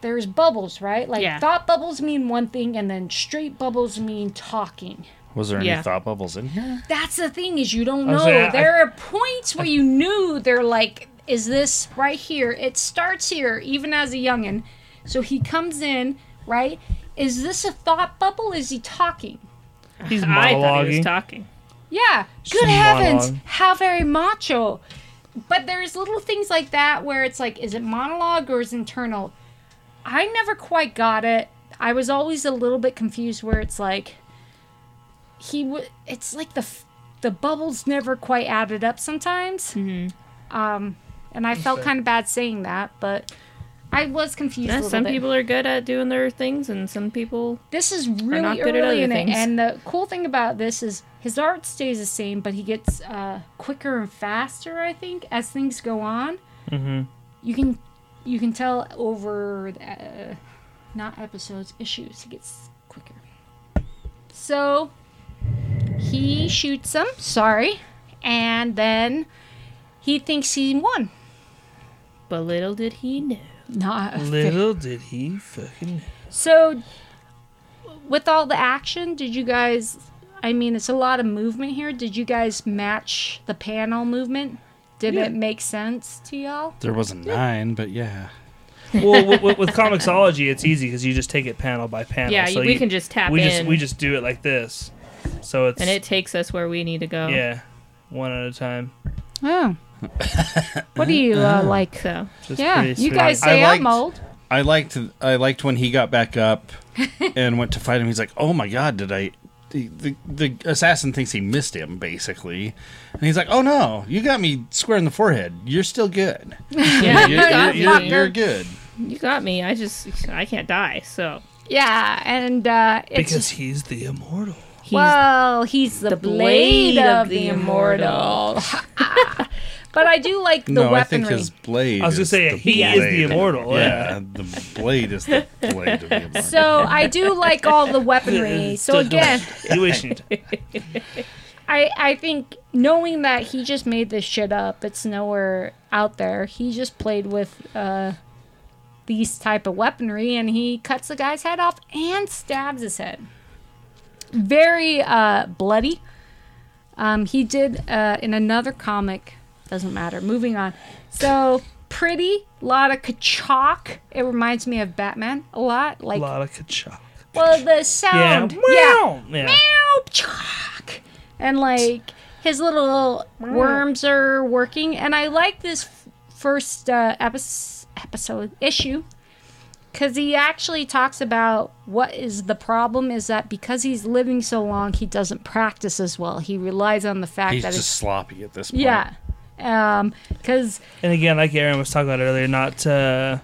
Speaker 1: there's bubbles, right? Like
Speaker 3: Yeah.
Speaker 1: thought bubbles mean one thing, and then straight bubbles mean talking.
Speaker 4: Was there any
Speaker 3: Yeah.
Speaker 4: thought bubbles in here?
Speaker 1: That's the thing is you don't
Speaker 2: I'm
Speaker 1: know.
Speaker 2: saying, I-
Speaker 1: there are points where you knew they're like, is this right here? It starts here, even as a youngin. So he comes in, right? Is this a thought bubble? Is he talking?
Speaker 2: He's
Speaker 3: I thought he
Speaker 2: monologuing.
Speaker 3: was talking.
Speaker 1: Yeah.
Speaker 2: a
Speaker 1: Good heavens,
Speaker 2: monologue.
Speaker 1: how very macho. But there's little things like that where it's like, is it monologue or is it internal? I never quite got it. I was always a little bit confused where it's like, he w- it's like the f- the bubbles never quite added up sometimes. Mm-hmm. Um, and I felt kind of bad saying that, but I was confused. a
Speaker 3: Yeah,
Speaker 1: little
Speaker 3: some
Speaker 1: bit.
Speaker 3: people are good at doing their things, and some people
Speaker 1: This is
Speaker 3: not
Speaker 1: really
Speaker 3: good at
Speaker 1: early
Speaker 3: other
Speaker 1: in it,
Speaker 3: things.
Speaker 1: and the cool thing about this is his art stays the same, but he gets uh, quicker and faster. I think as things go on, mm-hmm. you can you can tell over the, uh, not episodes issues. He gets quicker. So he shoots him. Sorry, and then he thinks he won.
Speaker 3: but little did he know.
Speaker 1: Not a
Speaker 2: Little did he fucking.
Speaker 1: So, with all the action, did you guys? I mean, it's a lot of movement here. Did you guys match the panel movement? Did it make sense to y'all?
Speaker 4: There wasn't nine, but yeah.
Speaker 2: Well, with, with, with comicsology, it's easy because you just take it panel by panel.
Speaker 3: Yeah,
Speaker 2: so
Speaker 3: we
Speaker 2: you-
Speaker 3: can just tap
Speaker 2: we
Speaker 3: in,
Speaker 2: just we just do it like this. So it's
Speaker 3: and it takes us where we need to go.
Speaker 2: yeah, one at a time.
Speaker 1: Oh. what do you uh, like?
Speaker 3: So
Speaker 2: Just
Speaker 1: Yeah,
Speaker 2: pretty
Speaker 1: you
Speaker 2: sweet.
Speaker 1: guys
Speaker 5: I
Speaker 1: say I'm
Speaker 5: liked-
Speaker 1: old.
Speaker 4: I liked I liked when he got back up and went to fight him. He's like, "Oh my god, did I?" The, the, the assassin thinks he missed him basically, and he's like, "Oh no, you got me square in the forehead. You're still good.
Speaker 3: yeah, you
Speaker 4: You're,
Speaker 3: got
Speaker 4: you're-
Speaker 3: me.
Speaker 4: you're good."
Speaker 3: You got me. I just I can't die. So
Speaker 1: Yeah, and uh, it's
Speaker 2: because he's the immortal.
Speaker 3: he's
Speaker 1: well, he's the,
Speaker 3: the
Speaker 1: blade,
Speaker 3: blade
Speaker 1: of
Speaker 3: of
Speaker 1: the
Speaker 3: the
Speaker 1: immortal. but I do like the
Speaker 4: no, I
Speaker 1: weaponry.
Speaker 4: think his blade.
Speaker 2: I was gonna
Speaker 4: is
Speaker 2: say
Speaker 4: the
Speaker 2: he is the
Speaker 4: blade.
Speaker 2: immortal. Yeah.
Speaker 4: Yeah, the blade is the blade of the immortal.
Speaker 1: So I do like all the weaponry. So again,
Speaker 2: you isn't.
Speaker 1: I I think knowing that he just made this shit up, it's nowhere out there. He just played with uh these type of weaponry and he cuts the guy's head off and stabs his head. Very uh bloody. Um he did uh in another comic, doesn't matter. Moving on. So pretty lot of chalk. It reminds me of Batman a lot.
Speaker 2: A
Speaker 1: Like
Speaker 2: lot of kachak.
Speaker 1: well the
Speaker 2: Yeah.
Speaker 1: sound.
Speaker 2: Meow. Yeah.
Speaker 1: Meow, chalk. And like his little worms are working. And I like this f- first uh, epis episode issue because he actually talks about what is the problem is that because he's living so long, he doesn't practice as well. He relies on the fact
Speaker 4: he's
Speaker 1: that
Speaker 4: just sloppy at this
Speaker 1: it's.
Speaker 4: point.
Speaker 1: Yeah. Um, Because
Speaker 2: And again, like Aaron was talking about earlier, not uh,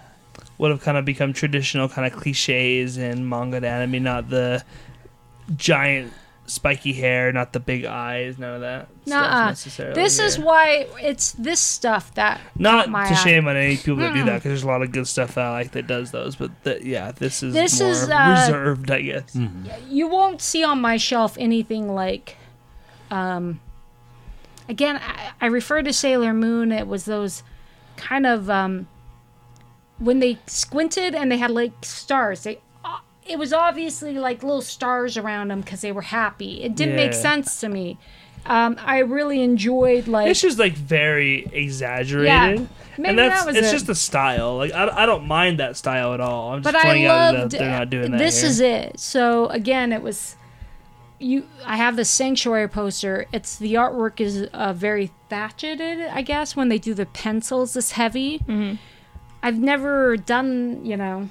Speaker 2: what have kind of become traditional kind of cliches in manga to anime, not the giant spiky hair, not the big eyes, none of that
Speaker 1: Nuh-uh.
Speaker 2: stuff
Speaker 4: Oh,
Speaker 2: necessarily.
Speaker 1: this is
Speaker 2: yeah.
Speaker 1: why it's this stuff that.
Speaker 2: not
Speaker 1: my uh,
Speaker 2: to
Speaker 1: eye.
Speaker 2: shame on any people that do that because there's a lot of good stuff that I like that does those, but that yeah, this is
Speaker 1: This
Speaker 2: more
Speaker 1: is, uh,
Speaker 2: reserved, I guess.
Speaker 1: you won't see on my shelf anything like um again I, I refer to sailor moon it was those kind of um when they squinted and they had like stars they uh, it was obviously like little stars around them because they were happy it didn't make
Speaker 2: Yeah.
Speaker 1: sense to me um i really enjoyed like
Speaker 2: It's just like very exaggerated.
Speaker 1: maybe
Speaker 2: and that's
Speaker 1: that was
Speaker 2: it's
Speaker 1: it.
Speaker 2: just the style. Like I, I don't mind that style at all. I'm just
Speaker 1: but I
Speaker 2: pointing out
Speaker 1: loved uh,
Speaker 2: that they're not doing that.
Speaker 1: this
Speaker 2: here.
Speaker 1: is it. So again, it was you. I have the sanctuary poster. It's the artwork is uh, very thatcheted, I guess. When they do the pencils, this heavy.
Speaker 2: Mm-hmm.
Speaker 1: I've never done, you know,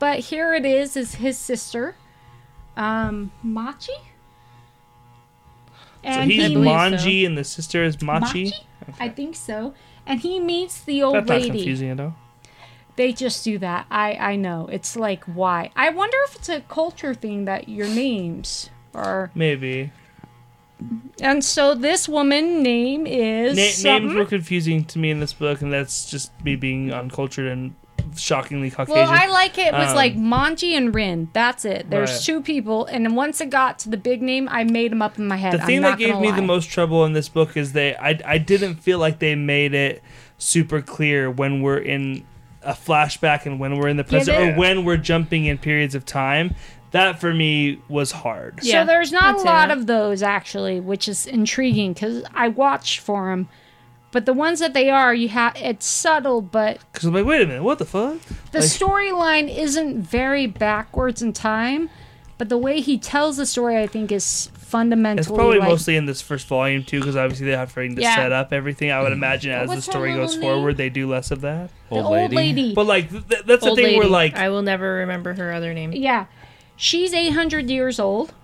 Speaker 1: but here it is. Is his sister, um, Machi?
Speaker 2: So
Speaker 1: And
Speaker 2: he's
Speaker 1: he
Speaker 3: believe
Speaker 2: Manji and the sister is Machi.
Speaker 1: Machi? I think so. And he meets the old
Speaker 2: That's not
Speaker 1: lady.
Speaker 2: confusing at all.
Speaker 1: They just do that. I I know. It's like why? I wonder if it's a culture thing that your names are.
Speaker 2: Maybe.
Speaker 1: And so this woman name is
Speaker 2: Na-
Speaker 1: something-
Speaker 2: names were confusing to me in this book, and that's just me being uncultured and shockingly Caucasian.
Speaker 1: Well, I like it. It was
Speaker 2: Um,
Speaker 1: like Monji and Rin. That's it. There's
Speaker 2: Right.
Speaker 1: two people, and then once it got to the big name, I made them up in my head.
Speaker 2: the thing
Speaker 1: I'm
Speaker 2: that
Speaker 1: not
Speaker 2: gave
Speaker 1: gonna
Speaker 2: me
Speaker 1: lie.
Speaker 2: the most trouble in this book is they I, I didn't feel like they made it super clear when we're in a flashback and when we're in the present
Speaker 1: they-
Speaker 2: or when we're jumping in periods of time that for me was hard.
Speaker 3: Yeah,
Speaker 1: so there's not a
Speaker 3: I'd say
Speaker 1: lot
Speaker 3: that.
Speaker 1: of those actually, which is intriguing because I watched for them. But the ones that they are, you have it's subtle, but
Speaker 2: Because I'm like, wait a minute, what the fuck?
Speaker 1: the
Speaker 2: Like-
Speaker 1: storyline isn't very backwards in time. But the way he tells the story, I think, is fundamentally
Speaker 2: It's probably
Speaker 1: like,
Speaker 2: mostly in this first volume too, because obviously they're having to
Speaker 1: Yeah.
Speaker 2: set up everything. I would imagine as
Speaker 1: What's
Speaker 2: the
Speaker 1: her
Speaker 2: story
Speaker 1: little
Speaker 2: goes
Speaker 1: name?
Speaker 2: forward, they do less of that.
Speaker 1: the old lady.
Speaker 2: But like, th- th- that's the
Speaker 3: Old
Speaker 2: thing
Speaker 3: lady.
Speaker 2: where like,
Speaker 3: I will never remember her other name.
Speaker 1: Yeah. She's 800 years old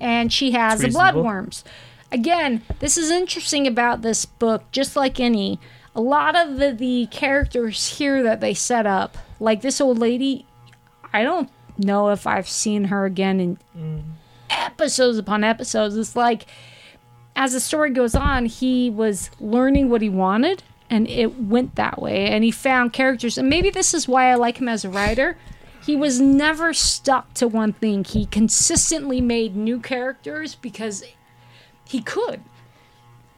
Speaker 1: and she has the
Speaker 2: It's reasonable.
Speaker 1: bloodworms. Again, this is interesting about this book, just like any. A lot of the, the characters here that they set up, like this old lady, I don't know if I've seen her again in episodes upon episodes. It's like as the story goes on, he was learning what he wanted and it went that way and he found characters and maybe this is why I like him as a writer. He was never stuck to one thing. He consistently made new characters because he could.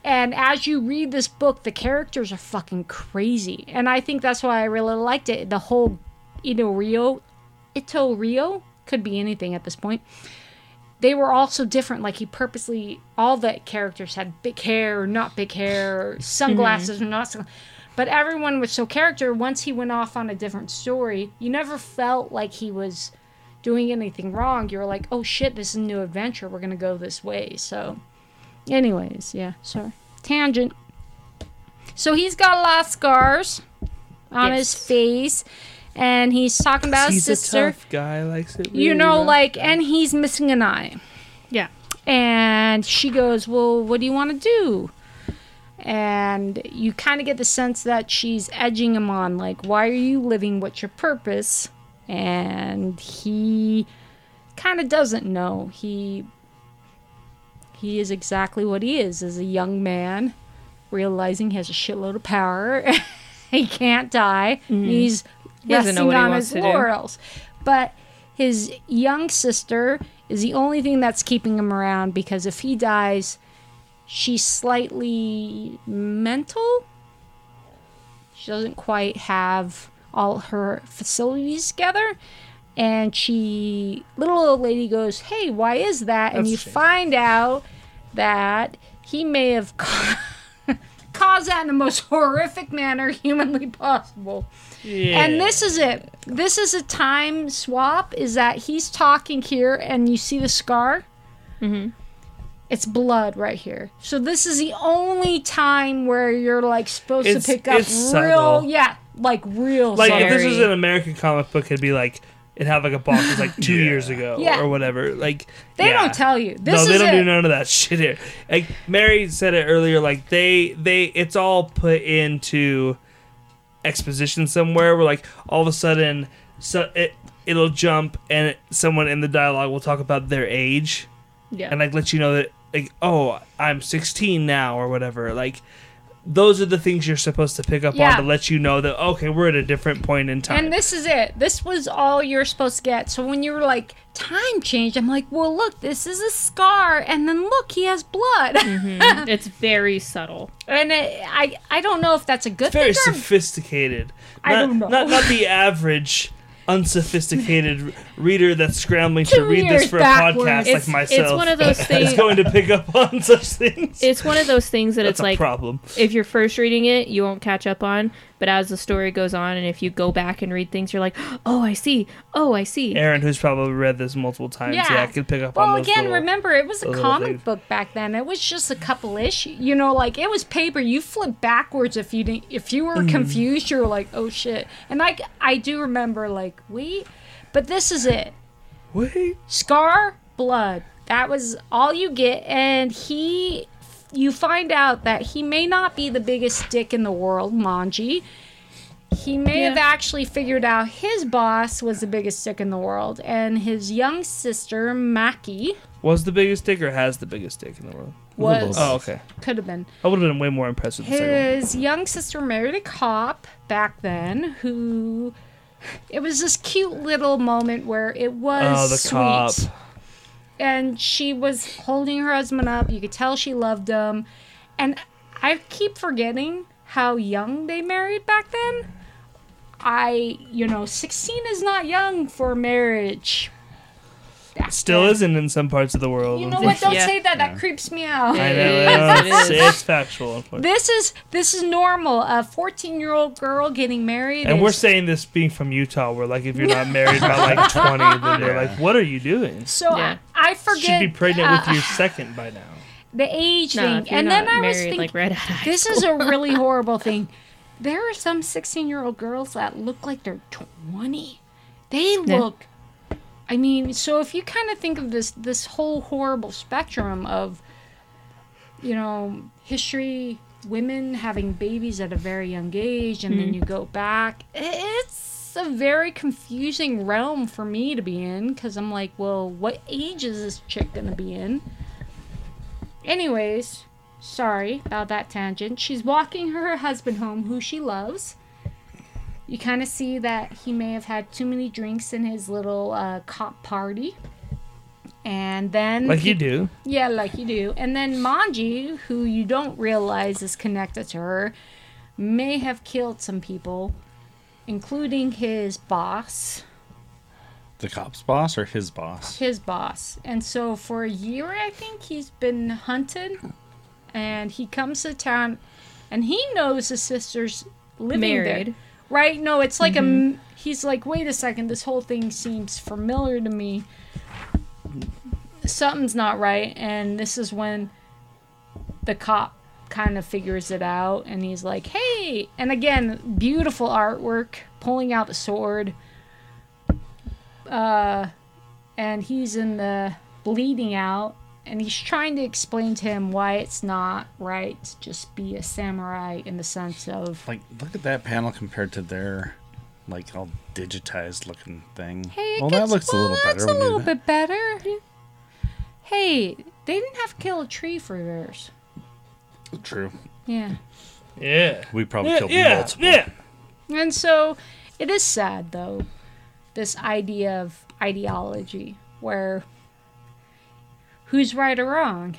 Speaker 1: And as you read this book, the characters are fucking crazy. And I think that's why I really liked it. The whole Ito Rio, Ito Rio could be anything at this point they were all so different. Like he purposely, all the characters had big hair or not big hair, or sunglasses or not sunglasses. But everyone was so character. Once he went off on a different story, you never felt like he was doing anything wrong. You were like, oh shit, this is a new adventure. We're gonna go this way. So, anyways, yeah, sorry, tangent. So he's got a lot of scars on
Speaker 3: Yes.
Speaker 1: his face, and he's talking about his
Speaker 2: he's
Speaker 1: sister.
Speaker 2: a tough guy. Likes it.
Speaker 1: you
Speaker 2: really
Speaker 1: know,
Speaker 2: rough.
Speaker 1: like, and he's missing an eye.
Speaker 3: Yeah.
Speaker 1: And she goes, Well, what do you want to do? And you kind of get the sense that she's edging him on, like, Why are you living? What's your purpose? And he kind of doesn't know. He he is exactly what he is as a young man realizing he has a shitload of power he can't die he's
Speaker 3: Mm. He doesn't know
Speaker 1: resting
Speaker 3: what he
Speaker 1: on
Speaker 3: wants
Speaker 1: his
Speaker 3: to do.
Speaker 1: laurels but his young sister is the only thing that's keeping him around because if he dies she's slightly mental she doesn't quite have all her facilities together and she little old lady goes hey why is that and
Speaker 2: That's
Speaker 1: you
Speaker 2: shame.
Speaker 1: find out that he may have ca- caused that in the most horrific manner humanly possible
Speaker 2: Yeah.
Speaker 1: and this is it this is a time swap is that he's talking here and you see the scar it's blood right here. So this is the only time where you're like supposed
Speaker 2: It's-
Speaker 1: to pick up real,
Speaker 2: it's subtle.
Speaker 1: yeah, like real.
Speaker 2: like
Speaker 1: subtle.
Speaker 2: if this was
Speaker 3: Very-
Speaker 2: an American comic book, it'd be like it'd have like a box that's like two years ago
Speaker 1: Yeah.
Speaker 2: or whatever. Like
Speaker 1: they
Speaker 2: yeah.
Speaker 1: don't tell you. This
Speaker 2: no, they
Speaker 1: is
Speaker 2: don't
Speaker 1: it.
Speaker 2: do none of that shit here. Like Mary said it earlier, like they they it's all put into exposition somewhere where like all of a sudden so it it'll jump and it, someone in the dialogue will talk about their age
Speaker 3: Yeah.
Speaker 2: and like let you know that like oh I'm 16 now or whatever like those are the things you're supposed to pick up
Speaker 1: Yeah.
Speaker 2: on to let you know that okay we're at a different point in time
Speaker 1: And this is it. This was all you're supposed to get. So when you were like, time change, I'm like, well, look, this is a scar, and then look, he has blood.
Speaker 2: Hmm.
Speaker 3: it's very subtle.
Speaker 1: and it, I, I don't know if that's a good
Speaker 2: very
Speaker 1: thing. Or,
Speaker 2: sophisticated.
Speaker 1: I
Speaker 2: not,
Speaker 1: don't know.
Speaker 2: Not, not the average unsophisticated reader that's scrambling to
Speaker 1: Two
Speaker 2: read this
Speaker 1: years
Speaker 2: for
Speaker 1: backwards.
Speaker 2: a podcast
Speaker 1: It's-
Speaker 2: like myself.
Speaker 3: It's one of those
Speaker 2: is
Speaker 3: things.
Speaker 2: going to pick up on such things.
Speaker 3: It's one of those things that
Speaker 2: That's
Speaker 3: it's
Speaker 2: a
Speaker 3: like
Speaker 2: problem.
Speaker 3: if you're first reading it, you won't catch up on. But as the story goes on, and if you go back and read things, you're like, oh, I see. Oh, I see.
Speaker 2: Aaron, who's probably read this multiple times, yeah,
Speaker 1: Yeah.
Speaker 2: could pick up on
Speaker 1: well,
Speaker 2: those
Speaker 1: again,
Speaker 2: little-
Speaker 1: remember it was a
Speaker 2: those little
Speaker 1: comic
Speaker 2: things.
Speaker 1: book back then. It was just a couple issues. You know, like it was paper. You flip backwards if you didn't. If you were
Speaker 2: Mm.
Speaker 1: confused, you were like, oh shit. And I, I do remember like, wait, but this is it.
Speaker 2: Wait,
Speaker 1: scar blood that was all you get and he you find out that he may not be the biggest dick in the world manji he may have actually figured out his boss was the biggest dick in the world and his young sister maki
Speaker 2: was the biggest dick or has the biggest dick in the world?
Speaker 1: was
Speaker 2: Oh, okay.
Speaker 1: could have been
Speaker 2: I would have been way more impressed with the second one.
Speaker 1: his young sister married a cop back then who it was this cute little moment where it was
Speaker 2: Oh, the
Speaker 1: sweet
Speaker 2: cop.
Speaker 1: and she was holding her husband up. You could tell she loved him. And I keep forgetting how young they married back then. I, you know, 16 is not young for marriage. factor.
Speaker 2: Still isn't in some parts of the world.
Speaker 1: You know what? Don't
Speaker 3: Yeah.
Speaker 1: say that. That creeps me out.
Speaker 2: I know.
Speaker 3: It
Speaker 2: I know,
Speaker 3: is,
Speaker 2: it's,
Speaker 3: it
Speaker 2: it's factual, unfortunately.
Speaker 1: This is this is normal. A 14 year old girl getting married.
Speaker 2: And we're
Speaker 1: is-
Speaker 2: saying this being from Utah, where like if you're not married by like 20, then they're like, "What are you doing?
Speaker 1: so
Speaker 3: Yeah.
Speaker 1: I, I
Speaker 2: You Should
Speaker 1: forget
Speaker 2: be pregnant
Speaker 1: uh,
Speaker 2: with your second by now."
Speaker 1: the age
Speaker 3: No,
Speaker 1: thing.
Speaker 3: if you're
Speaker 1: And then
Speaker 3: not
Speaker 1: I was
Speaker 3: married,
Speaker 1: thinking,
Speaker 3: like right out of high
Speaker 1: this is a really horrible thing. There are some 16 year old girls that look like they're 20. They look. I mean, so if you kind of think of this this whole horrible spectrum of, you know, history, women having babies at a very young age, and then you go back, i- it's a very confusing realm for me to be in because I'm like, well, what age is this chick gonna be in? Anyways, Sorry about that tangent. She's walking her husband home, who she loves. You kind of see that he may have had too many drinks in his little uh, cop party. And then.
Speaker 2: Like you do.
Speaker 1: Yeah, like you do. And then Manji, who you don't realize is connected to her, may have killed some people, including his boss.
Speaker 4: The cop's boss or his boss?
Speaker 1: His boss. And so for a year, I think he's been hunted. And he comes to town and he knows his sister's living there.
Speaker 3: Married.
Speaker 1: Right? No, it's like a m a. He's like, wait a second, this whole thing seems familiar to me. Something's not right. And this is when the cop kind of figures it out and he's like, hey. And again, beautiful artwork, pulling out the sword. Uh, and he's in the bleeding out and he's trying to explain to him why it's not right to just be a samurai in the sense of
Speaker 4: Like, look at that panel compared to their, like, all digitized looking thing.
Speaker 1: hey it
Speaker 4: well, that
Speaker 1: gets-
Speaker 4: looks
Speaker 1: well,
Speaker 4: a little better.
Speaker 1: that's
Speaker 4: when
Speaker 1: a
Speaker 4: you do
Speaker 1: little
Speaker 4: that.
Speaker 1: bit better hey they didn't have to kill a tree for theirs
Speaker 4: True.
Speaker 1: yeah
Speaker 2: Yeah.
Speaker 4: We probably
Speaker 2: Yeah.
Speaker 4: killed
Speaker 2: Yeah.
Speaker 4: multiple.
Speaker 2: yeah.
Speaker 1: and so it is sad though this idea of ideology where who's right or wrong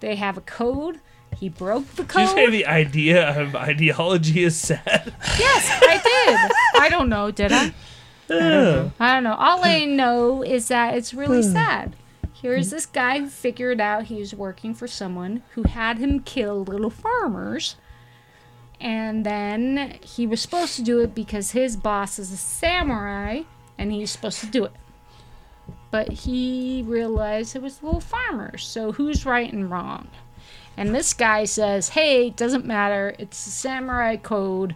Speaker 1: they have a code he broke the
Speaker 2: Did
Speaker 1: code
Speaker 2: you say the idea of ideology is sad?
Speaker 1: Yes, I did. I don't know, did I? I don't know. All I know is that it's really sad. Here's this guy who figured out he was working for someone who had him kill little farmers. And then he was supposed to do it because his boss is a samurai and he's supposed to do it. But he realized it was little farmers. So who's right and wrong? And this guy says, hey, it doesn't matter. It's the samurai code,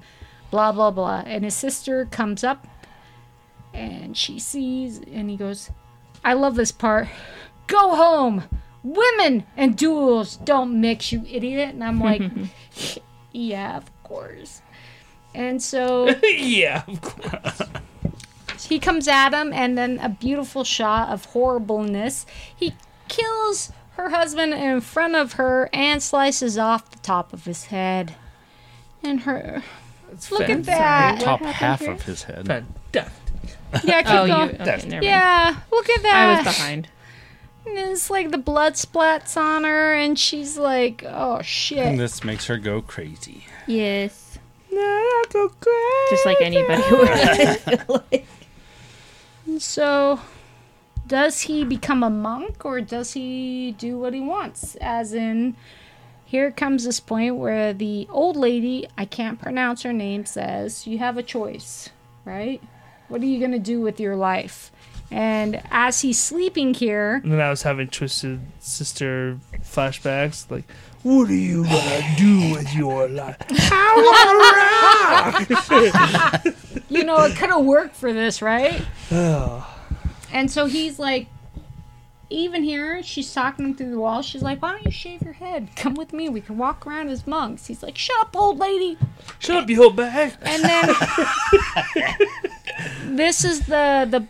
Speaker 1: blah, blah, blah. And his sister comes up and she sees, and he goes, I love this part. Go home. Women and duels don't mix, you idiot. And I'm like, yeah, of course. And so
Speaker 2: yeah, of course.
Speaker 1: he comes at him, and then a beautiful shot of horribleness. He kills her husband in front of her and slices off the top of his head. And her. Look at that.
Speaker 4: Top half of his head.
Speaker 1: Yeah, keep
Speaker 3: Oh, you.
Speaker 1: going.
Speaker 3: Okay, never mind.
Speaker 1: Yeah, look at that.
Speaker 3: I was behind.
Speaker 1: And it's like the blood splats on her, and she's like, oh
Speaker 4: And
Speaker 1: shit.
Speaker 4: this makes her go crazy.
Speaker 3: Yes.
Speaker 2: okay.
Speaker 3: Just like anybody would.
Speaker 1: So, does he become a monk or does he do what he wants? As in, here comes this point where the old lady, I can't pronounce her name, says, You have a choice, right? What are you going to do with your life? And as he's sleeping here,
Speaker 2: And then I was having twisted sister flashbacks, like, "What are you gonna do with your life?"
Speaker 1: you know, it could have worked for this, right?
Speaker 2: Oh,
Speaker 1: And so he's like, even here, she's talking him through the wall. She's like, "Why don't you shave your head? Come with me. We can walk around as monks." He's like, "Shut up, old lady."
Speaker 2: shut up, you whole bag.
Speaker 1: And then this is the the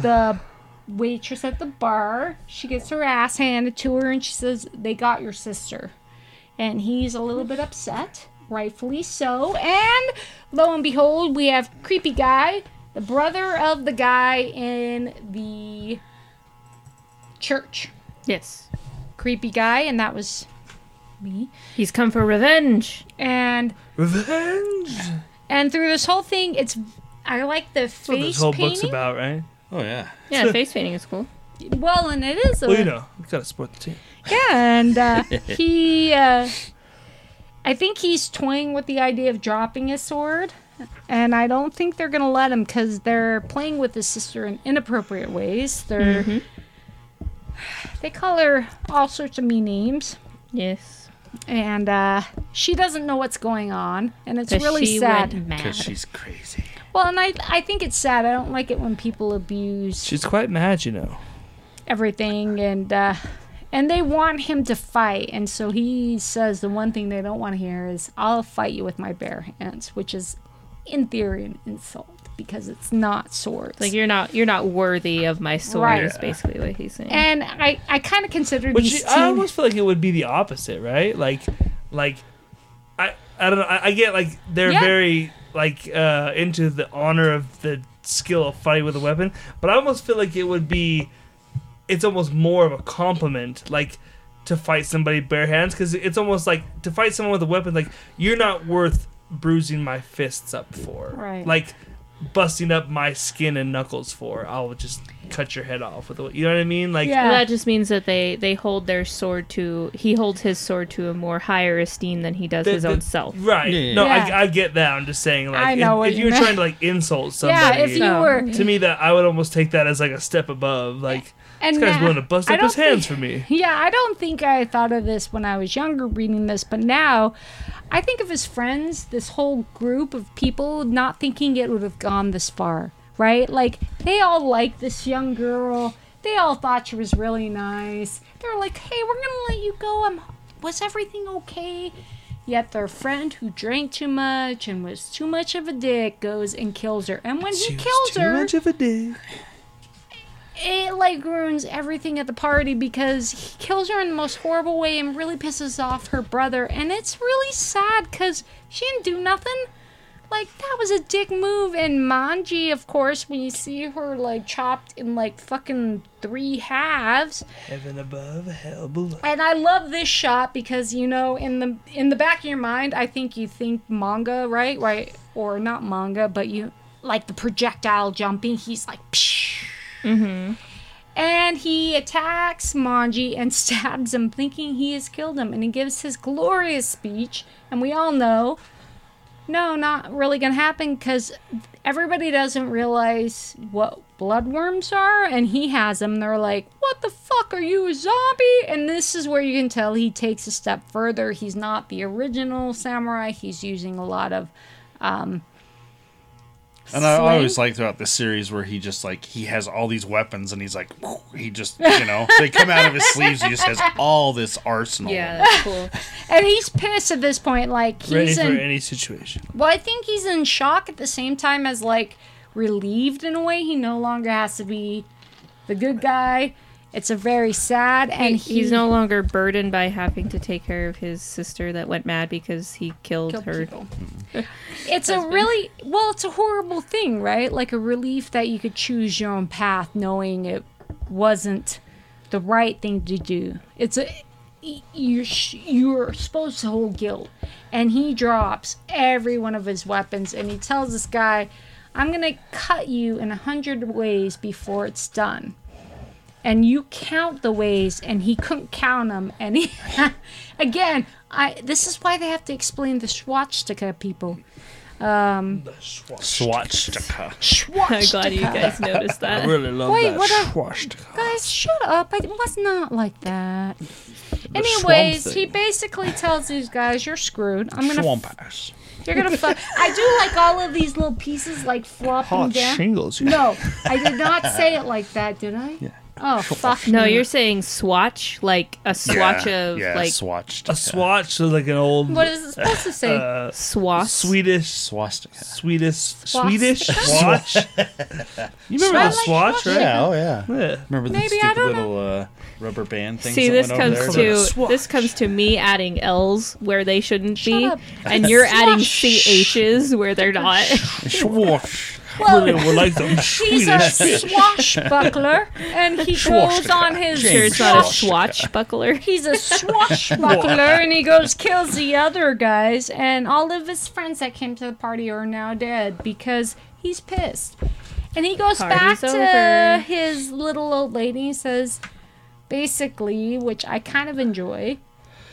Speaker 1: the waitress at the bar. She gets her ass handed to her, and she says, "They got your sister." And he's a little bit upset, rightfully so. And lo and behold, we have creepy guy, the brother of the guy in the church.
Speaker 3: yes.
Speaker 1: Creepy guy, and that was me.
Speaker 3: He's come for revenge.
Speaker 1: And
Speaker 2: Revenge.
Speaker 1: And through this whole thing, it's I like the
Speaker 2: That's what this
Speaker 1: face
Speaker 2: whole book's
Speaker 1: painting.
Speaker 2: about, right?
Speaker 4: Oh, yeah.
Speaker 3: Yeah, face painting is cool.
Speaker 1: Well, and it is. A,
Speaker 2: Well, you know, you gotta support the team.
Speaker 1: Yeah, and uh, he, uh, I think he's toying with the idea of dropping his sword, and I don't think they're gonna let him because they're playing with his sister in inappropriate ways. They're
Speaker 2: Mm-hmm.
Speaker 1: they call her all sorts of mean names,
Speaker 3: Yes.
Speaker 1: and uh, she doesn't know what's going on, and it's
Speaker 3: 'Cause
Speaker 1: really
Speaker 3: she
Speaker 1: sad.
Speaker 3: Went mad.
Speaker 4: Because she's crazy.
Speaker 1: Well, and I I think it's sad. I don't like it when people abuse
Speaker 2: She's quite mad, you know.
Speaker 1: everything and uh and they want him to fight and so he says the one thing they don't want to hear is i'll fight you with my bare hands which is in theory an insult because it's not swords
Speaker 3: Like you're not you're not worthy of my sword.
Speaker 1: Right.
Speaker 3: Is basically what he's saying.
Speaker 1: and i i kind of considered
Speaker 2: Which
Speaker 1: these two
Speaker 2: I almost feel like it would be the opposite, right? Like, like I I don't know. I, I get like they're
Speaker 1: Yeah.
Speaker 2: very like uh into the honor of the skill of fighting with a weapon, but I almost feel like it would be it's almost more of a compliment, like to fight somebody bare hands, because it's almost like to fight someone with a weapon, like you're not worth bruising my fists up for,
Speaker 1: Right.
Speaker 2: Like busting up my skin and knuckles for. I'll just cut your head off with, a, you know what I mean? Like,
Speaker 1: Yeah.
Speaker 3: Well, that just means that they they hold their sword to he holds his sword to a more higher esteem than he does
Speaker 2: the-
Speaker 3: his own
Speaker 2: the-
Speaker 3: self.
Speaker 2: Right.
Speaker 4: Yeah, yeah,
Speaker 2: No,
Speaker 1: yeah.
Speaker 2: I, I get that. I'm just saying, like,
Speaker 1: I know what
Speaker 2: if, if you
Speaker 1: you
Speaker 2: were
Speaker 1: meant.
Speaker 2: trying to like insult somebody,
Speaker 1: yeah if you
Speaker 3: Oh.
Speaker 1: were
Speaker 2: to me, that I would almost take that as like a step above. Like,
Speaker 1: and
Speaker 2: this guy's
Speaker 1: now-
Speaker 2: willing to bust
Speaker 1: I
Speaker 2: up his
Speaker 1: don't
Speaker 2: hands
Speaker 1: think-
Speaker 2: for me.
Speaker 1: yeah i don't think i thought of this when i was younger reading this but now i think of his friends this whole group of people not thinking it would have gone this far right like they all liked this young girl they all thought she was really nice they're like hey we're gonna let you go um was everything okay yet their friend who drank too much and was too much of a dick goes and kills her and when he
Speaker 2: was
Speaker 1: kills
Speaker 2: too
Speaker 1: her
Speaker 2: much of a dick.
Speaker 1: it like ruins everything at the party because he kills her in the most horrible way and really pisses off her brother and it's really sad because she didn't do nothing like that was a dick move and manji of course when you see her like chopped in like fucking three halves
Speaker 2: Heaven above, hell below.
Speaker 1: and I love this shot because you know in the in the back of your mind I think you think manga right right or not manga but you like the projectile jumping he's like psh. and he attacks Manji and stabs him thinking he has killed him and he gives his glorious speech and we all know no not really gonna happen because everybody doesn't realize what bloodworms are and he has them they're like what the fuck are you a zombie and this is where you can tell he takes a step further he's not the original samurai he's using a lot of um
Speaker 4: And I
Speaker 1: slang.
Speaker 4: always like throughout this series where he just like he has all these weapons and he's like he just you know they come out of his sleeves. He just has all this arsenal.
Speaker 3: Yeah, that's cool.
Speaker 1: and he's pissed at this point like
Speaker 2: Ready
Speaker 1: he's
Speaker 2: for
Speaker 1: in
Speaker 2: any situation.
Speaker 1: Well, I think he's in shock at the same time as like relieved in a way. He no longer has to be the good guy. It's a very sad and he,
Speaker 3: he's no longer burdened by having to take care of his sister that went mad because he killed,
Speaker 1: killed
Speaker 3: her.
Speaker 1: people. it's a really well, it's a horrible thing, right? Like a relief that you could choose your own path, knowing it wasn't the right thing to do. It's a you're sh- you're supposed to hold guilt, and he drops every one of his weapons, and he tells this guy, "I'm gonna cut you in a hundred ways before it's done." and you count the ways and he couldn't count them and he again i this is why they have to explain the swastika people um
Speaker 4: Swastika.
Speaker 3: I'm
Speaker 1: swastika
Speaker 3: glad you guys noticed
Speaker 2: I
Speaker 3: that.
Speaker 2: really love
Speaker 1: Wait,
Speaker 2: that
Speaker 1: what a-
Speaker 2: swastika.
Speaker 1: guys shut up it was not like that
Speaker 2: The
Speaker 1: anyways
Speaker 2: swamp
Speaker 1: he
Speaker 2: thing.
Speaker 1: basically tells these guys you're screwed i'm gonna
Speaker 4: Swamp ass.
Speaker 1: you're gonna fuck i do like all of these little pieces like flopping
Speaker 2: Hot
Speaker 1: down
Speaker 2: shingles. you-
Speaker 1: no i did not say it like that did i yeah. oh fuck
Speaker 3: No,
Speaker 1: me.
Speaker 3: you're saying swatch like a swatch of
Speaker 4: yeah,
Speaker 3: like
Speaker 4: swatched.
Speaker 2: A swatch is like an old
Speaker 1: what is it supposed to say
Speaker 2: uh,
Speaker 3: swath.
Speaker 2: Swedish,
Speaker 4: swastika.
Speaker 2: Swedish, Swedish swatch. you remember the
Speaker 1: I like
Speaker 2: swatch, right?
Speaker 4: Yeah, oh yeah.
Speaker 2: Yeah.
Speaker 4: Remember the
Speaker 1: Maybe I
Speaker 4: stupid
Speaker 1: don't
Speaker 4: little uh, rubber band thing?
Speaker 3: See,
Speaker 4: that
Speaker 3: this
Speaker 4: went over
Speaker 3: comes
Speaker 4: there?
Speaker 3: to
Speaker 2: Swatch.
Speaker 3: this comes to me adding L's where they shouldn't be,
Speaker 1: up.
Speaker 3: and you're adding
Speaker 1: Swash.
Speaker 3: ch's where they're not.
Speaker 4: Swash.
Speaker 1: Well,
Speaker 2: They were like them
Speaker 1: He's a swashbuckler, and he goes on his
Speaker 3: Sure, it's not a
Speaker 1: swash-
Speaker 3: swashbuckler.
Speaker 1: He's a swashbuckler, and he goes kills the other guys, and all of his friends that came to the party are now dead because he's pissed. And he goes
Speaker 3: Party's
Speaker 1: back
Speaker 3: over.
Speaker 1: to his little old lady and says, basically, which I kind of enjoy,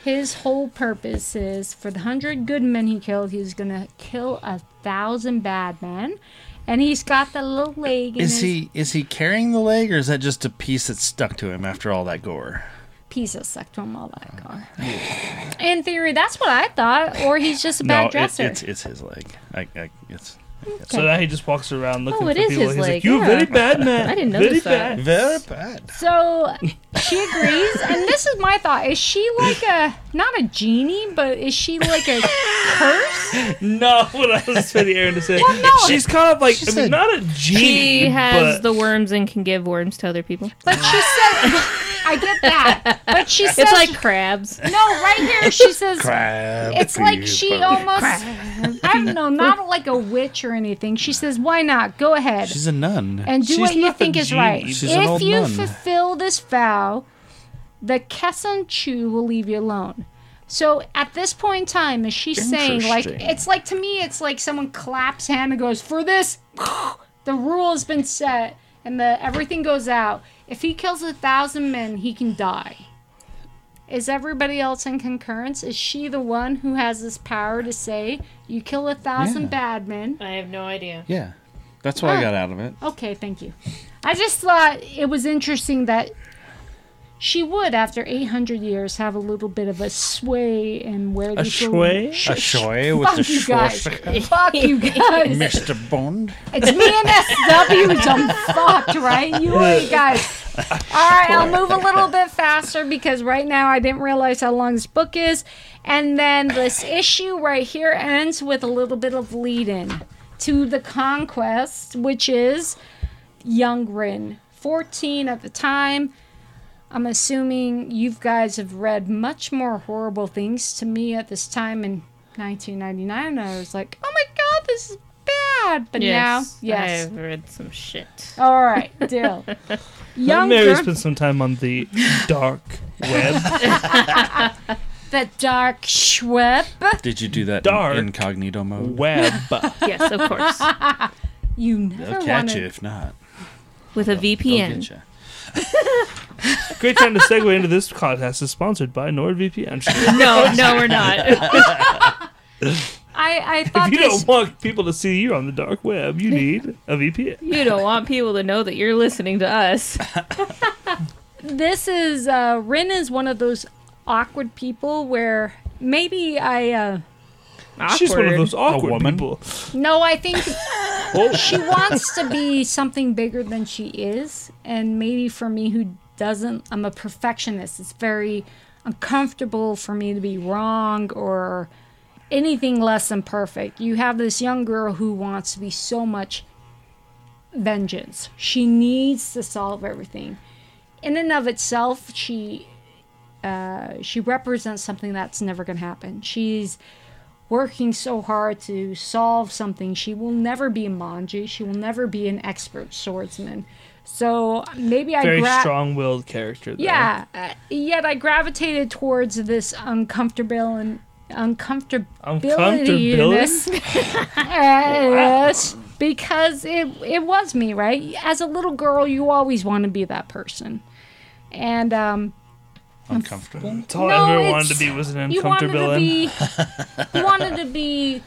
Speaker 1: his whole purpose is for the hundred good men he killed, he's gonna kill a thousand bad men. And he's got the little leg in
Speaker 4: Is
Speaker 1: his
Speaker 4: he is he carrying the leg, or is that just a piece that's stuck to him after all that gore?
Speaker 1: piece of sucked him all that car. In theory, that's what I thought. Or he's just a bad
Speaker 4: no, it-
Speaker 1: dresser.
Speaker 4: it's it's his leg. I, I, it's
Speaker 2: So now he just walks around looking
Speaker 3: Oh, it
Speaker 2: for
Speaker 3: is
Speaker 2: people.
Speaker 3: his
Speaker 2: He's
Speaker 3: leg,
Speaker 2: like, "You
Speaker 3: yeah.
Speaker 2: very bad man.
Speaker 3: I didn't
Speaker 2: Very
Speaker 3: notice that.
Speaker 2: bad."
Speaker 4: very bad.
Speaker 1: So she agrees, and this is my thought: Is she like a not a genie, but is she like a curse?
Speaker 2: No, what I was for the Aaron to say.
Speaker 1: no.
Speaker 2: she's kind of like I
Speaker 4: a-
Speaker 2: mean, not a genie.
Speaker 3: She has
Speaker 2: but
Speaker 3: the worms and can give worms to other people.
Speaker 1: But she said, "I get that," but she says,
Speaker 3: It's like crabs.
Speaker 1: "No, right here." She says,
Speaker 4: Crab
Speaker 1: "It's like she
Speaker 4: people.
Speaker 1: almost." I don't know, not like a witch or anything. She says, "Why not? Go ahead."
Speaker 4: She's a nun.
Speaker 1: and do
Speaker 2: She's
Speaker 1: what you
Speaker 2: not the
Speaker 1: think is
Speaker 2: genie.
Speaker 1: right.
Speaker 2: She's
Speaker 4: an
Speaker 1: if
Speaker 4: old
Speaker 1: you
Speaker 4: nun.
Speaker 1: fulfill this vow, the Kesson Chu will leave you alone. So at this point in time, is she saying like
Speaker 4: Interesting.
Speaker 1: it's like to me, it's like someone claps hand and goes for this. The rule has been set, and the everything goes out. If he kills a thousand men, he can die. Is everybody else in concurrence? Is she the one who has this power to say you kill a thousand
Speaker 4: Yeah.
Speaker 1: bad men?
Speaker 3: I have no idea.
Speaker 4: yeah, that's what
Speaker 1: Oh.
Speaker 4: I got out of it.
Speaker 1: Okay, thank you. I just thought it was interesting that she would, after 800 years, have a little bit of a sway and where
Speaker 2: a
Speaker 1: these
Speaker 2: shway.
Speaker 4: A shoy
Speaker 1: Fuck
Speaker 4: with the
Speaker 1: you guys.
Speaker 4: schwash.
Speaker 1: Fuck you guys.
Speaker 4: Mr. Bond.
Speaker 1: It's me and SWs. I'm fucked, right? You ain't guys. All right, I'll move a little bit faster because right now I didn't realize how long this book is. And then this issue right here ends with a little bit of lead in to the conquest, which is young Rin, 14 at the time. I'm assuming you guys have read much more horrible things to me at this time in 1999. I was like, oh my god, this is bad. But
Speaker 3: Yes,
Speaker 1: now, yes.
Speaker 3: I've read some shit.
Speaker 1: All right, deal. Young
Speaker 2: Mary
Speaker 1: Rin,
Speaker 2: spent some time on the dark web.
Speaker 1: the dark Schweb.
Speaker 4: Did you do that
Speaker 2: Dark.
Speaker 4: in incognito mode?
Speaker 2: web.
Speaker 3: Yes, of course.
Speaker 1: You never
Speaker 4: They'll
Speaker 1: want
Speaker 4: catch you
Speaker 1: to.
Speaker 4: if not.
Speaker 3: With a
Speaker 4: They'll
Speaker 3: VPN.
Speaker 4: get you.
Speaker 2: Great time to segue into this podcast is sponsored by NordVPN. if
Speaker 3: No, no, we're not.
Speaker 1: I, I thought
Speaker 2: you
Speaker 1: this.
Speaker 2: don't want people to see you on the dark web, you need a VPN.
Speaker 3: You don't want people to know that you're listening to us.
Speaker 1: this is uh Rin is one of those awkward people where maybe I uh
Speaker 3: Awkward.
Speaker 2: She's one of those awkward
Speaker 4: woman?
Speaker 2: people.
Speaker 1: no, I think
Speaker 2: Oh,
Speaker 1: she wants to be something bigger than she is and maybe for me who doesn't i'm a perfectionist it's very uncomfortable for me to be wrong or anything less than perfect you have this young girl who wants to be so much vengeance she needs to solve everything in and of itself she uh, she represents something that's never going to happen she's working so hard to solve something. She will never be a manji. She will never be an expert swordsman. So maybe I
Speaker 2: very
Speaker 1: gra-
Speaker 2: strong-willed character. Though.
Speaker 1: Yeah, uh, yet I gravitated towards this uncomfortable and uncomfortability. yes, because it it was me, right? As a little girl, you always want to be that person, and um,
Speaker 4: Uncomfortable.
Speaker 2: That's all
Speaker 1: No,
Speaker 2: I ever wanted
Speaker 1: it's-
Speaker 2: to be was an
Speaker 1: you wanted to
Speaker 2: uncomfortable.
Speaker 1: be you wanted to be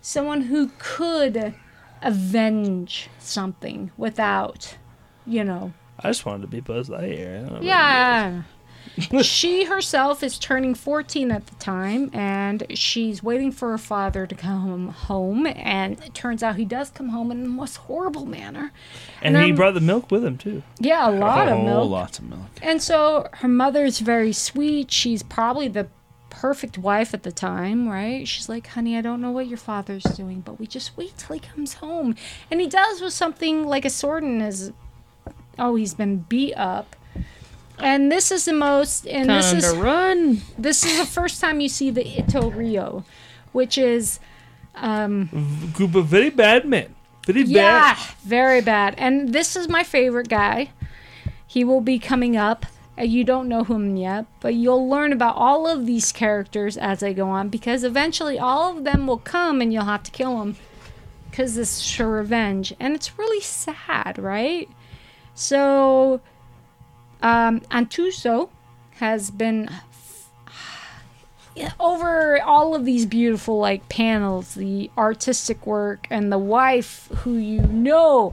Speaker 1: someone who could avenge something without you know
Speaker 2: I just wanted to be Buzz Lightyear. I don't know.
Speaker 1: yeah she herself is turning 14 at the time and she's waiting for her father to come home and it turns out he does come home in the most horrible manner
Speaker 2: And,
Speaker 1: And
Speaker 2: he
Speaker 1: I'm-
Speaker 2: brought the milk with him too.
Speaker 1: yeah a lot of milk
Speaker 4: lots of milk.
Speaker 1: And so her mother's very sweet. She's probably the perfect wife at the time, right? She's like, honey, I don't know what your father's doing, but we just wait till he comes home. And he does with something like a sword in his. Oh, he's been beat up. And this is the most. And
Speaker 3: Time
Speaker 1: this is
Speaker 3: to run.
Speaker 1: this is the first time you see the Ito Rio, which is
Speaker 2: Group of very bad men. Very
Speaker 1: Yeah,
Speaker 2: bad.
Speaker 1: very bad. And this is my favorite guy. He will be coming up. Uh, You don't know him yet, but you'll learn about all of these characters as they go on because eventually all of them will come and you'll have to kill them. because this is her revenge, and it's really sad, right? So, um, Antuso has been over all of these beautiful like panels, the artistic work, and the wife who you know.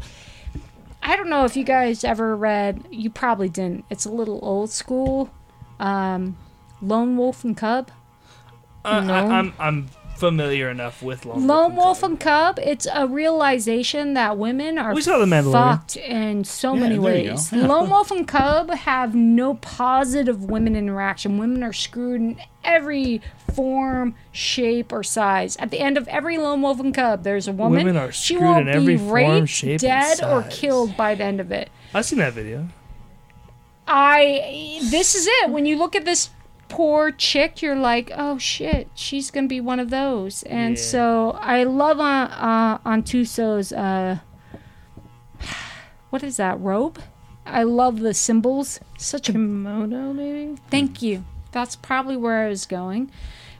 Speaker 1: I don't know if you guys ever read. You probably didn't. It's a little old school. Um, Lone Wolf and Cub.
Speaker 2: Uh,
Speaker 1: No.
Speaker 2: I, I'm I'm familiar enough with Lone,
Speaker 1: Lone Wolf
Speaker 2: Cub.
Speaker 1: and Cub, it's a realization that women are
Speaker 2: We saw The Mandalorian.
Speaker 1: fucked in so many
Speaker 4: there you
Speaker 1: ways.
Speaker 4: go. Yeah.
Speaker 1: Lone Wolf and Cub have no positive women interaction. Women are screwed in every form, shape, or size. At the end of every Lone Wolf and Cub, there's a woman.
Speaker 2: Women are
Speaker 1: she
Speaker 2: screwed
Speaker 1: will
Speaker 2: in every
Speaker 1: be
Speaker 2: form,
Speaker 1: raped,
Speaker 2: shape, and
Speaker 1: dead, or
Speaker 2: size.
Speaker 1: killed by the end of it.
Speaker 2: I've seen that video.
Speaker 1: I this is it. When you look at this poor chick, you're like, oh shit, she's gonna be one of those. And
Speaker 2: Yeah.
Speaker 1: so I love uh, uh, Antuso's uh, what is that robe? I love the symbols. Such a
Speaker 3: Kimono, maybe?
Speaker 1: Thank you. That's probably where I was going.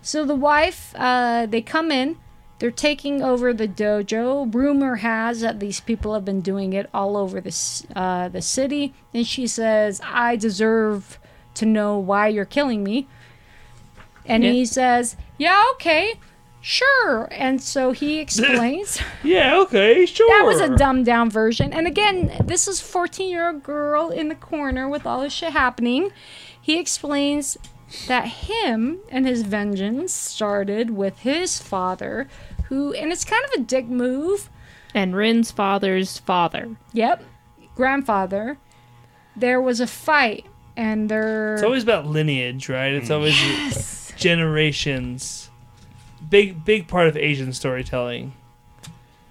Speaker 1: So the wife, uh, they come in. They're taking over the dojo. Rumor has that these people have been doing it all over the c- uh, the city. And she says, "I deserve to know why you're killing me." And
Speaker 3: Yeah.
Speaker 1: he says, "Yeah, okay, sure." And so he explains.
Speaker 2: Yeah. Okay. Sure.
Speaker 1: That was a dumbed down version. And again, this is 14 year old girl in the corner with all this shit happening. He explains that him and his vengeance started with his father, who, and it's kind of a dick move.
Speaker 3: And Rin's father's father.
Speaker 1: Yep, grandfather. There was a fight, and there.
Speaker 2: It's always about lineage, right? It's always generations. Big big part of Asian storytelling.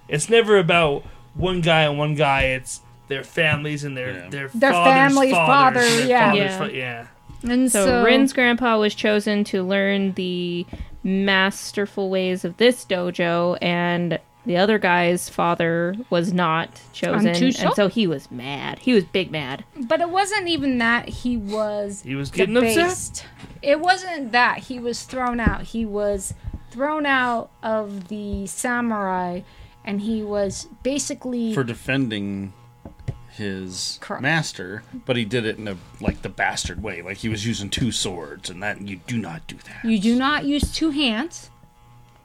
Speaker 2: It's never about one guy and one guy. It's their families and their
Speaker 4: Yeah.
Speaker 2: their
Speaker 1: Their
Speaker 2: father's
Speaker 1: family's
Speaker 2: fathers and
Speaker 1: father,
Speaker 2: their
Speaker 1: yeah.
Speaker 2: father's
Speaker 3: Yeah.
Speaker 2: fa- yeah.
Speaker 1: and
Speaker 3: So,
Speaker 1: so,
Speaker 3: Rin's grandpa was chosen to learn the masterful ways of this dojo, and the other guy's father was not chosen. And
Speaker 1: Antusha?
Speaker 3: so he was mad. He was big mad.
Speaker 1: But it wasn't even that he was.
Speaker 2: He was getting
Speaker 1: debased. It wasn't that he was thrown out. He was thrown out of the samurai, and he was basically
Speaker 4: for defending his
Speaker 1: Correct.
Speaker 4: master, but he did it in a like the bastard way, like he was using two swords, and that you do not do that.
Speaker 1: you do not use two hands,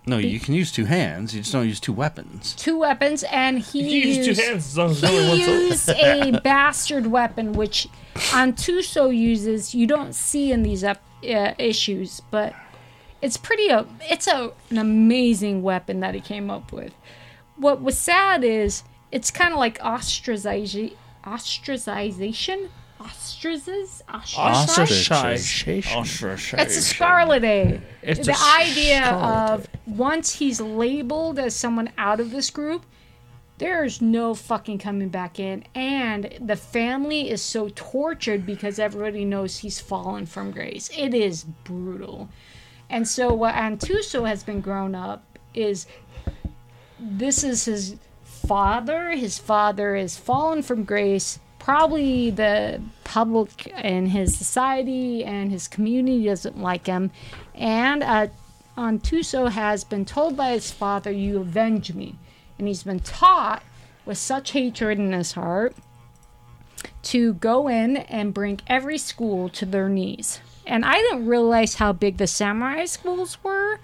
Speaker 4: no, you can use two hands, you just don't use two weapons.
Speaker 1: two weapons, and he
Speaker 2: You use
Speaker 1: used,
Speaker 2: two hands as long as only one
Speaker 1: He
Speaker 2: sword.
Speaker 1: used a bastard weapon, which Antuso uses. You don't see in these up, uh, issues, but it's pretty. A, it's a, an amazing weapon that he came up with. What was sad is it's kind of like ostracization. Ostracization. Ostraces. Ostracize. It's a Scarlet A.
Speaker 2: It's
Speaker 1: the
Speaker 2: a
Speaker 1: idea
Speaker 2: Scarlet
Speaker 1: of once he's labeled as someone out of this group, there's no fucking coming back in. And the family is so tortured because everybody knows he's fallen from grace. It is brutal. And so what Antuso has been grown up is this is his father. His father is fallen from grace. Probably the public and his society and his community doesn't like him. And uh, Antuso has been told by his father, You avenge me. And he's been taught with such hatred in his heart to go in and bring every school to their knees. And I didn't realize how big the samurai schools were.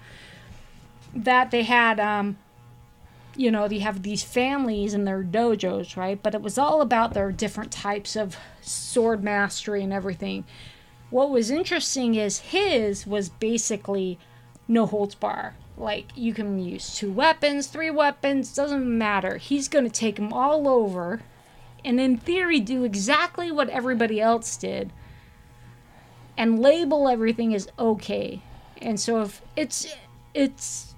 Speaker 1: That they had, um, you know, they have these families and their dojos, right? But it was all about their different types of sword mastery and everything. What was interesting is his was basically no holds bar. Like you can use two weapons, three weapons, doesn't matter. He's going to take them all over and in theory do exactly what everybody else did and label everything as okay. And so if it's it's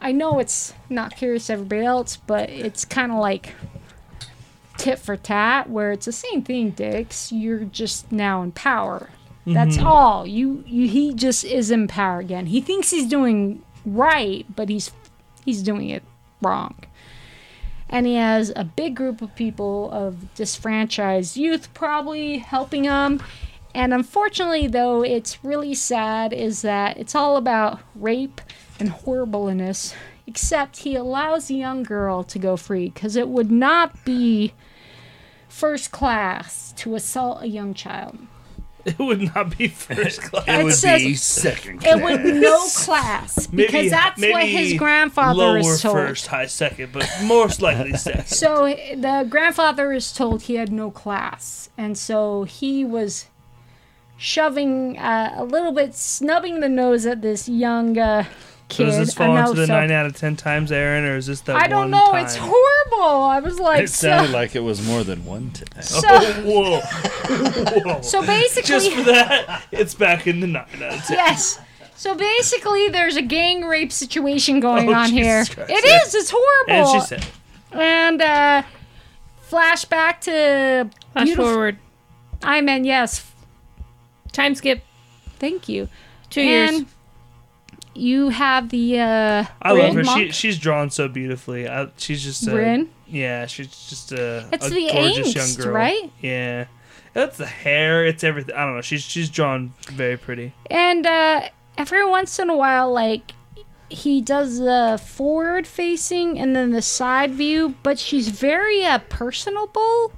Speaker 1: I know it's not curious to everybody else, but it's kind of like tit for tat where it's the same thing, dicks. You're just now in power. That's all. You, you he just is in power again. He thinks he's doing right, but he's he's doing it wrong and he has a big group of people of disfranchised youth probably helping him and unfortunately though it's really sad is that it's all about rape and horribleness except he allows the young girl to go free because it would not be first class to assault a young child.
Speaker 2: It would not be first class.
Speaker 1: It, says
Speaker 4: second.
Speaker 1: it would no class because that's what his grandfather
Speaker 2: lower
Speaker 1: is told.
Speaker 2: first, high second, but most likely second.
Speaker 1: So the grandfather is told he had no class, and so he was shoving uh, a little bit, snubbing the nose at this young uh,
Speaker 2: So
Speaker 1: kid.
Speaker 2: does this fall
Speaker 1: I
Speaker 2: into
Speaker 1: know,
Speaker 2: the
Speaker 1: so-
Speaker 2: nine out of ten times, Aaron, or is this the
Speaker 1: I
Speaker 2: one
Speaker 1: don't know.
Speaker 2: Time?
Speaker 1: It's horrible. I was like,
Speaker 5: It
Speaker 1: so,
Speaker 5: sounded like it was more than one time.
Speaker 1: so,
Speaker 2: Whoa! Whoa!
Speaker 1: so
Speaker 2: Just
Speaker 1: basically,
Speaker 2: for that, it's back in the nine out of ten.
Speaker 1: yes. So basically, there's a gang rape situation going
Speaker 2: Oh,
Speaker 1: on here.
Speaker 2: Jesus Christ.
Speaker 1: It is. It's
Speaker 2: And
Speaker 1: horrible.
Speaker 2: she said,
Speaker 1: And, uh, flashback to
Speaker 3: Flash
Speaker 1: beautiful.
Speaker 3: forward.
Speaker 1: I mean, yes.
Speaker 3: Time skip.
Speaker 1: Thank you.
Speaker 3: Two years.
Speaker 1: And You have the uh
Speaker 2: "I love
Speaker 1: old
Speaker 2: her. She,
Speaker 1: monk,
Speaker 2: she's drawn so beautifully. I, she's just a,
Speaker 1: Brynn?
Speaker 2: Yeah, she's just a,
Speaker 1: It's
Speaker 2: a
Speaker 1: the
Speaker 2: gorgeous
Speaker 1: angst,
Speaker 2: young girl,
Speaker 1: right?
Speaker 2: Yeah, that's the hair. It's everything. I don't know. She's she's drawn very pretty.
Speaker 1: and uh every once in a while like he does the forward facing and then the side view, but she's very uh, personable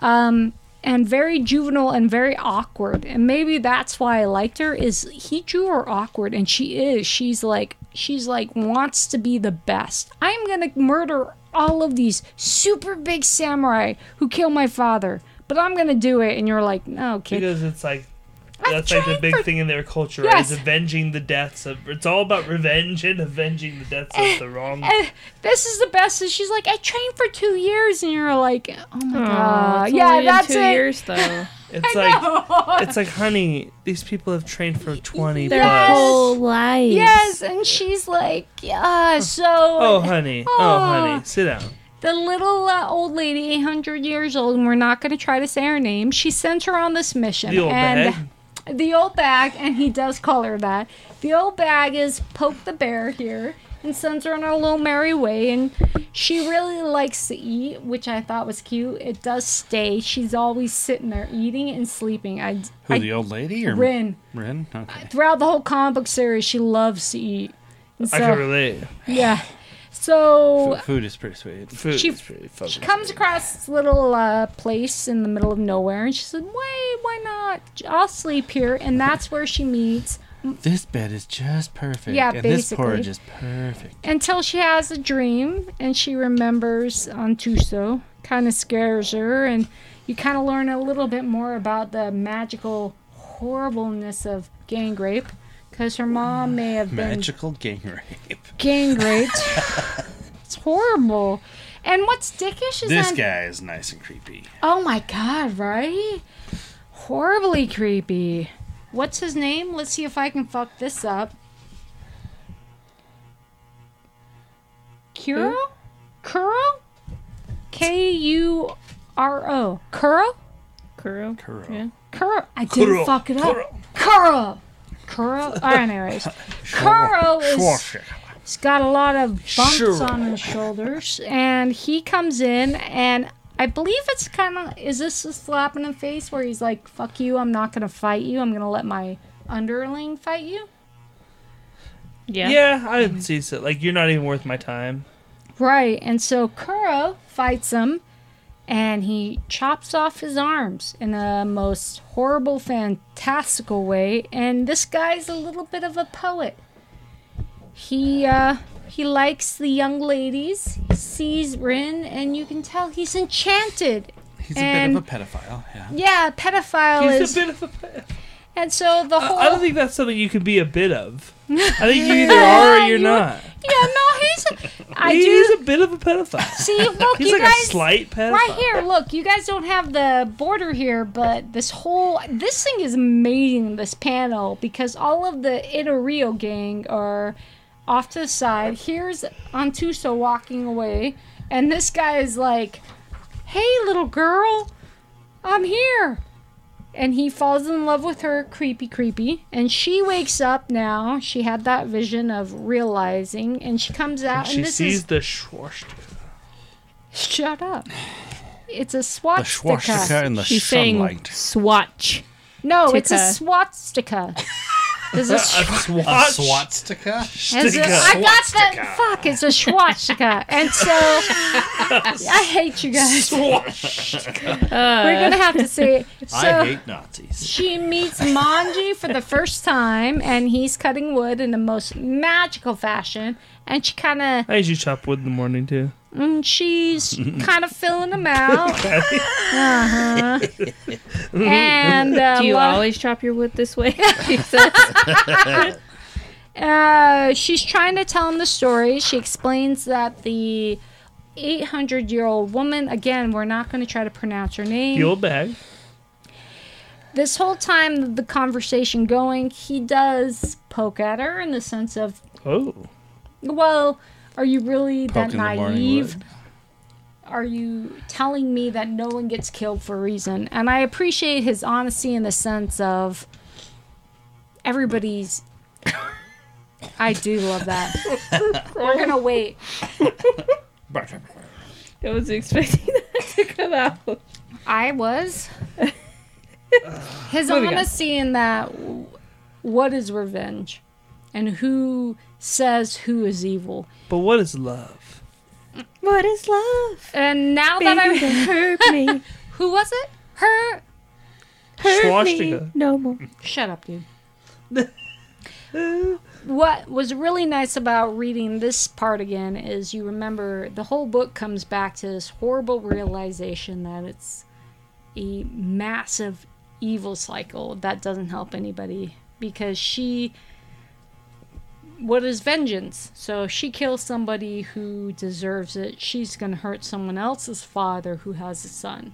Speaker 1: um and very juvenile and very awkward. And maybe that's why I liked her is he drew her awkward and she is. She's like she's like wants to be the best. I'm going to murder all of these super big samurai who kill my father, but I'm going to do it and you're like, "No, kid,
Speaker 2: because it's like
Speaker 1: I've
Speaker 2: that's like the
Speaker 1: tried
Speaker 2: big
Speaker 1: for-
Speaker 2: thing in their culture
Speaker 1: Yes.
Speaker 2: is avenging the deaths of it's all about revenge and avenging the deaths of the wrong
Speaker 1: eh, this is the best. And she's like, I trained for two years, and you're like, oh my god,
Speaker 3: it's only
Speaker 1: yeah,
Speaker 3: in
Speaker 1: that's
Speaker 3: two
Speaker 1: it.
Speaker 3: years though.
Speaker 2: it's like it's like honey these people have trained for 20
Speaker 3: Their
Speaker 2: plus
Speaker 3: whole life.
Speaker 1: Yes, and she's like, yeah. So
Speaker 2: oh honey oh
Speaker 1: Ah.
Speaker 2: honey sit down
Speaker 1: the little uh, old lady, 800 years old, and we're not going to try to say her name. She sends her on this mission,
Speaker 2: the old
Speaker 1: and
Speaker 2: bag
Speaker 1: the old bag, and he does call her that. The old bag is poke the bear here and sends her on her little merry way. And she really likes to eat, which I thought was cute. It does stay. She's always sitting there eating and sleeping. I,
Speaker 4: Who,
Speaker 1: I
Speaker 2: um,
Speaker 4: the old lady or
Speaker 1: Rin
Speaker 4: Rin? Okay.
Speaker 1: throughout the whole comic book series, she loves to eat. And
Speaker 2: i can
Speaker 1: So,
Speaker 2: relate
Speaker 1: yeah. So
Speaker 4: F- food is pretty sweet.
Speaker 2: food
Speaker 1: She-
Speaker 2: is pretty fucking
Speaker 1: she comes across this little uh, place in the middle of nowhere, and she said, "Wait, why not? I'll sleep here." And that's where she meets
Speaker 4: This bed is just perfect.
Speaker 1: Yeah,
Speaker 4: and this
Speaker 1: basically.
Speaker 4: porridge is perfect.
Speaker 1: until she has a dream and she remembers Antuso. Kind of scares her, and you kind of learn a little bit more about the magical horribleness of gang rape. Because her mom may have been
Speaker 4: Magical gang rape.
Speaker 1: gang raped. it's horrible. And what's dickish is
Speaker 4: This
Speaker 1: on-
Speaker 4: guy is nice and creepy.
Speaker 1: Oh my god, right? Horribly creepy. What's his name? Let's see if I can fuck this up. Kuro? Kuro? K U R O. Kuro?
Speaker 3: Kuro.
Speaker 4: Kuro.
Speaker 3: Yeah.
Speaker 1: Kuro. I didn't
Speaker 2: Kuro,
Speaker 1: fuck it up. Kuro. Kuro. All right, anyways.
Speaker 4: Oh,
Speaker 1: Kuro is He's got a lot of bumps
Speaker 2: Sure.
Speaker 1: on his shoulders, and he comes in, and I believe it's kind of is this a slap in the face where he's like, "Fuck you! I'm not gonna fight you. I'm gonna let my underling fight you."
Speaker 3: Yeah.
Speaker 2: yeah i didn't see so like you're not even worth my time
Speaker 1: Right, and so Kuro fights him, and he chops off his arms in a most horrible, fantastical way. And this guy's a little bit of a poet. He uh, he likes the young ladies. He sees Rin, and you can tell he's enchanted.
Speaker 4: He's
Speaker 1: And-
Speaker 4: a bit of a pedophile. Yeah.
Speaker 1: Yeah, pedophile
Speaker 2: he's
Speaker 1: is,
Speaker 2: a bit of a
Speaker 1: and so the whole
Speaker 2: i don't think that's something you can be a bit of i think you either are or you're
Speaker 1: You-
Speaker 2: not
Speaker 1: yeah, no, he's a, I
Speaker 2: he's
Speaker 1: do
Speaker 2: a bit of a pedophile
Speaker 1: see. Look,
Speaker 2: he's
Speaker 1: you
Speaker 2: like
Speaker 1: guys,
Speaker 2: a slight pedophile
Speaker 1: right here look you guys don't have the border here but this whole this thing is amazing this panel because all of the Itario gang are off to the side here's Antuso walking away and this guy is like hey little girl I'm here and he falls in love with her creepy creepy and she wakes up now she had that vision of realizing and she comes out and,
Speaker 2: She
Speaker 1: this
Speaker 2: sees
Speaker 1: is
Speaker 2: the Schwarz.
Speaker 1: Shut up. It's a
Speaker 4: The
Speaker 1: swastika.
Speaker 4: swastika in the
Speaker 3: She's saying
Speaker 4: sunlight.
Speaker 3: swatch.
Speaker 1: No, it's a
Speaker 3: Tika.
Speaker 1: swastika. There's a, sh-
Speaker 2: Swat-
Speaker 4: swastika.
Speaker 1: there's a
Speaker 2: Swastika.
Speaker 1: I got that. Fuck, it's a swastika. And so, I hate you guys. We're gonna have to say. So,
Speaker 4: I hate Nazis.
Speaker 1: She meets Manji for the first time, and he's cutting wood in the most magical fashion. And she kind of,
Speaker 2: I usually chop wood in the morning too.
Speaker 1: mm, she's kind of filling him out. Uh-huh. And uh,
Speaker 3: Do you
Speaker 1: lo-
Speaker 3: always chop your wood this way?
Speaker 1: uh, she's trying to tell him the story. She explains that the 800 year old woman, again, we're not going to try to pronounce her name.
Speaker 2: The old bag.
Speaker 1: this whole time, the conversation going, he does poke at her in the sense of
Speaker 2: Oh,
Speaker 1: Well, are you really
Speaker 4: Poke
Speaker 1: that
Speaker 4: in the morning
Speaker 1: naive? Are you telling me that no one gets killed for a reason? And I appreciate his honesty in the sense of everybody's. I do love that. We're gonna wait.
Speaker 3: I was expecting that to come out.
Speaker 1: I was. His
Speaker 3: Moving on.
Speaker 1: honesty in that. w- What is revenge, and who says who is evil?
Speaker 2: but what is love?
Speaker 3: What is love?
Speaker 1: And now that
Speaker 3: Baby,
Speaker 1: I,
Speaker 3: don't hurt me.
Speaker 1: who was it? Her
Speaker 3: Hurt me
Speaker 2: Swastika.
Speaker 3: no more.
Speaker 1: Shut up, dude. what was really nice about reading this part again is you remember the whole book comes back to this horrible realization that it's a massive evil cycle that doesn't help anybody because she what is vengeance so if she kills somebody who deserves it she's going to hurt someone else's father who has a son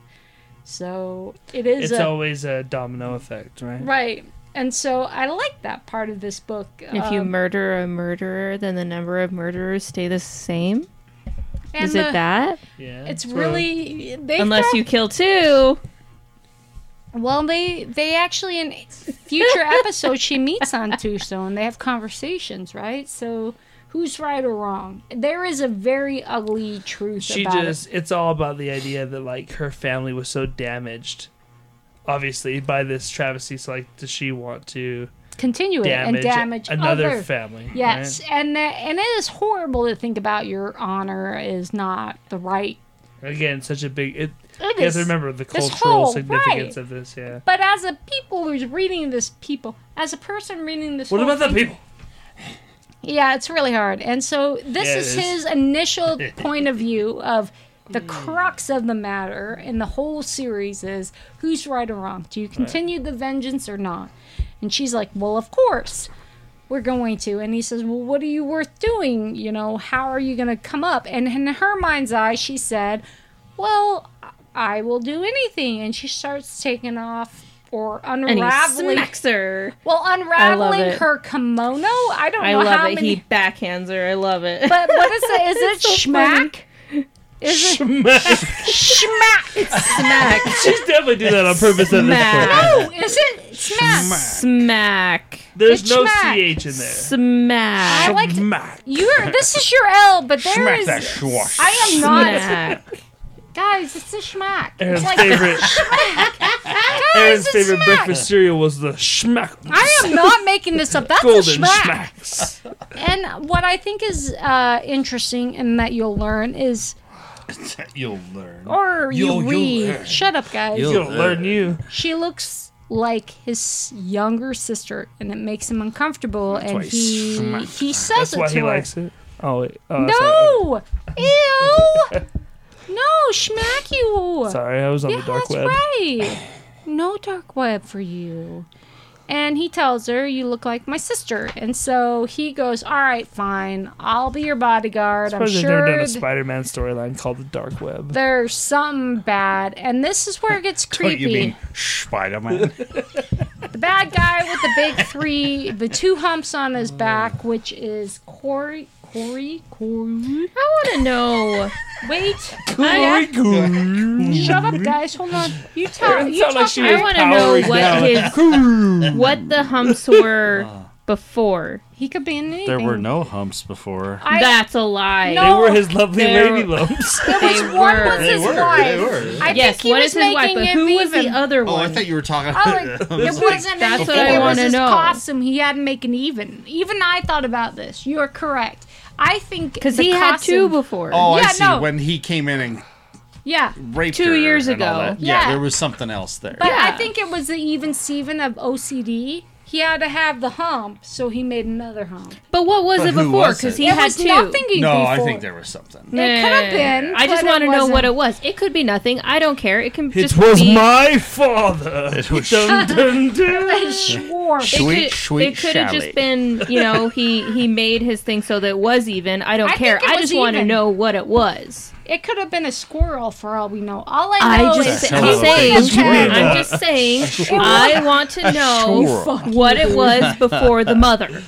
Speaker 1: so it is
Speaker 2: It's
Speaker 1: a,
Speaker 2: always a domino effect, right?
Speaker 1: Right. And so I like that part of this book.
Speaker 3: If you
Speaker 1: um,
Speaker 3: murder a murderer, then the number of murderers stay the same.
Speaker 1: and
Speaker 3: is
Speaker 1: the-
Speaker 3: it that?
Speaker 2: Yeah.
Speaker 1: It's
Speaker 2: so-
Speaker 1: really they
Speaker 3: Unless
Speaker 1: throw-
Speaker 3: you kill two.
Speaker 1: well they they actually in future episodes she meets on Tuso and they have conversations right so who's right or wrong there is a very ugly truth
Speaker 2: she
Speaker 1: about
Speaker 2: just it's all about the idea that like her family was so damaged obviously by this travesty so like does she want to
Speaker 1: it continue it
Speaker 2: damage,
Speaker 1: and damage
Speaker 2: another
Speaker 1: other
Speaker 2: family
Speaker 1: yes and uh, and it is horrible to think about your honor is not the right
Speaker 2: right? again such a big it
Speaker 1: It
Speaker 2: you have to
Speaker 1: is-
Speaker 2: remember the
Speaker 1: this
Speaker 2: cultural
Speaker 1: whole-
Speaker 2: significance
Speaker 1: right.
Speaker 2: of this yeah
Speaker 1: but as a people who's reading this people as a person reading this
Speaker 2: what
Speaker 1: whole
Speaker 2: about the
Speaker 1: thing-
Speaker 2: people
Speaker 1: Yeah, it's really hard. And so this
Speaker 2: Yeah, it
Speaker 1: is
Speaker 2: is.
Speaker 1: his initial point of view of the crux of the matter in the whole series is who's right or wrong? Do you continue the vengeance or not? And she's like, "Well, of course." We're going to. And he says, Well, what are you worth doing? You know, how are you going to come up? And in her mind's eye, she said, Well, I will do anything. And she starts taking off or
Speaker 3: And
Speaker 1: unraveling.
Speaker 3: he smacks her.
Speaker 1: Well, unraveling
Speaker 3: it.
Speaker 1: her kimono. I don't
Speaker 3: I
Speaker 1: know how
Speaker 3: love it.
Speaker 1: many.
Speaker 3: He backhands her. I love it.
Speaker 1: But what is it? Is it schmack? Is it schmack?
Speaker 3: smack.
Speaker 2: she's definitely doing that on purpose at this point
Speaker 3: Smack.
Speaker 1: No, is it smack?
Speaker 3: Smack.
Speaker 2: there's
Speaker 1: It's
Speaker 2: no
Speaker 1: smack.
Speaker 2: ch in there
Speaker 1: I
Speaker 3: Smack.
Speaker 1: like to,
Speaker 2: Smack.
Speaker 1: you're. This is your L, but there is.
Speaker 4: schwash.
Speaker 1: I am not,
Speaker 3: Smack.
Speaker 1: guys. It's a schmack. It's
Speaker 2: Aaron's
Speaker 1: like
Speaker 2: favorite
Speaker 1: guys,
Speaker 2: Aaron's
Speaker 1: it's
Speaker 2: favorite
Speaker 1: schmack.
Speaker 2: breakfast cereal was the schmack
Speaker 1: I am not making this up. That's a
Speaker 2: golden
Speaker 1: schmack.
Speaker 2: schmacks.
Speaker 1: And what I think is uh, interesting and that you'll learn is,
Speaker 4: You'll learn.
Speaker 1: or you
Speaker 4: You'll- you'll
Speaker 1: read.
Speaker 4: learn.
Speaker 1: Shut up, guys.
Speaker 4: You'll-
Speaker 2: You don't learn you.
Speaker 1: she looks like his younger sister, and it makes him uncomfortable. and
Speaker 4: why he's
Speaker 1: he
Speaker 4: smart.
Speaker 1: he says
Speaker 2: That's
Speaker 1: it
Speaker 2: why
Speaker 1: to
Speaker 2: he
Speaker 1: her.
Speaker 2: likes it. Oh wait. Oh, sorry.
Speaker 1: no, ew, no, smack you.
Speaker 2: Sorry, I was on
Speaker 1: yeah,
Speaker 2: the dark
Speaker 1: that's
Speaker 2: web.
Speaker 1: right. No dark web for you. And he tells her, "You look like my sister." And so he goes, "All right, fine. I'll be your bodyguard. I'm
Speaker 2: Probably they've never
Speaker 1: sure."
Speaker 2: done a
Speaker 1: th-
Speaker 2: Spider-Man storyline called the Dark Web.
Speaker 1: There's something bad, and this is where it gets
Speaker 4: Don't
Speaker 1: creepy.
Speaker 4: you mean Spider Man?
Speaker 1: The bad guy with the big three, the two humps on his back, which is Corey. Corey? Corey?
Speaker 3: I want to know.
Speaker 1: Wait. Oh,
Speaker 3: I,
Speaker 1: Shut up, guys. Hold on. You tell. You
Speaker 2: sound
Speaker 1: talk.
Speaker 2: like she
Speaker 3: I
Speaker 2: is
Speaker 3: want to know
Speaker 2: powering down.
Speaker 3: what his what the humps were before.
Speaker 1: He could be in anything.
Speaker 4: There were no humps before.
Speaker 1: I,
Speaker 3: That's a lie.
Speaker 1: No.
Speaker 2: They were his lovely
Speaker 3: They're-
Speaker 2: lady lumps.
Speaker 1: There was
Speaker 3: They
Speaker 1: one
Speaker 3: were.
Speaker 1: was
Speaker 3: They
Speaker 1: his
Speaker 4: were,
Speaker 1: wife.
Speaker 4: they were.
Speaker 1: I
Speaker 3: yes,
Speaker 1: think he
Speaker 3: what
Speaker 1: was
Speaker 3: is his wife?
Speaker 1: making
Speaker 3: But
Speaker 1: it
Speaker 3: who was the
Speaker 1: even.
Speaker 3: other
Speaker 5: Oh,
Speaker 3: one?
Speaker 5: I thought you were talking.
Speaker 1: I like, it wasn't
Speaker 3: that's
Speaker 1: anything.
Speaker 3: what I
Speaker 1: it was
Speaker 3: wanna
Speaker 1: his
Speaker 3: know.
Speaker 1: costume he had to make an even. Even I thought about this. You're correct. I think
Speaker 3: Because
Speaker 1: the
Speaker 3: he had two
Speaker 1: costume-
Speaker 3: before.
Speaker 5: oh, I
Speaker 1: Yeah,
Speaker 5: see.
Speaker 1: no.
Speaker 5: When he came in and
Speaker 1: Yeah,
Speaker 5: raped
Speaker 3: Two
Speaker 5: her
Speaker 3: years
Speaker 5: and all
Speaker 3: ago.
Speaker 5: that. Yeah,
Speaker 1: Yeah.
Speaker 5: there was something else there.
Speaker 1: but I
Speaker 3: Yeah.
Speaker 1: think it was the even Steven of OCD. He had to have the hump, so he made another hump.
Speaker 3: But what was
Speaker 5: But
Speaker 3: it
Speaker 5: who
Speaker 3: before?
Speaker 5: was
Speaker 3: Because
Speaker 5: it?
Speaker 3: he
Speaker 1: it
Speaker 3: had
Speaker 1: was
Speaker 3: two.
Speaker 1: nothing he
Speaker 5: no,
Speaker 1: before.
Speaker 5: I think there was something.
Speaker 1: It could have been.
Speaker 3: I just
Speaker 1: but
Speaker 3: want to know what
Speaker 1: wasn't.
Speaker 3: it was. It could be nothing. I don't care. It can
Speaker 2: It
Speaker 3: just
Speaker 2: was
Speaker 3: be.
Speaker 2: my father. Dun, dun, dun.
Speaker 1: Schwarm.
Speaker 3: It
Speaker 5: Sweet,
Speaker 3: could-
Speaker 5: sweet
Speaker 3: it could have
Speaker 5: chalet.
Speaker 3: just been, you know, he he made his thing so that it was even. I don't
Speaker 1: I
Speaker 3: care.
Speaker 1: think it
Speaker 3: I
Speaker 1: was
Speaker 3: just want to
Speaker 1: even.
Speaker 3: know what it was.
Speaker 1: It could have been a squirrel for all we know. All I
Speaker 3: I
Speaker 1: know
Speaker 3: just
Speaker 1: is
Speaker 5: hell
Speaker 3: I'm
Speaker 5: of a
Speaker 3: saying
Speaker 2: thing.
Speaker 3: I'm just saying I want to know
Speaker 5: Sure.
Speaker 3: what it was before the mother.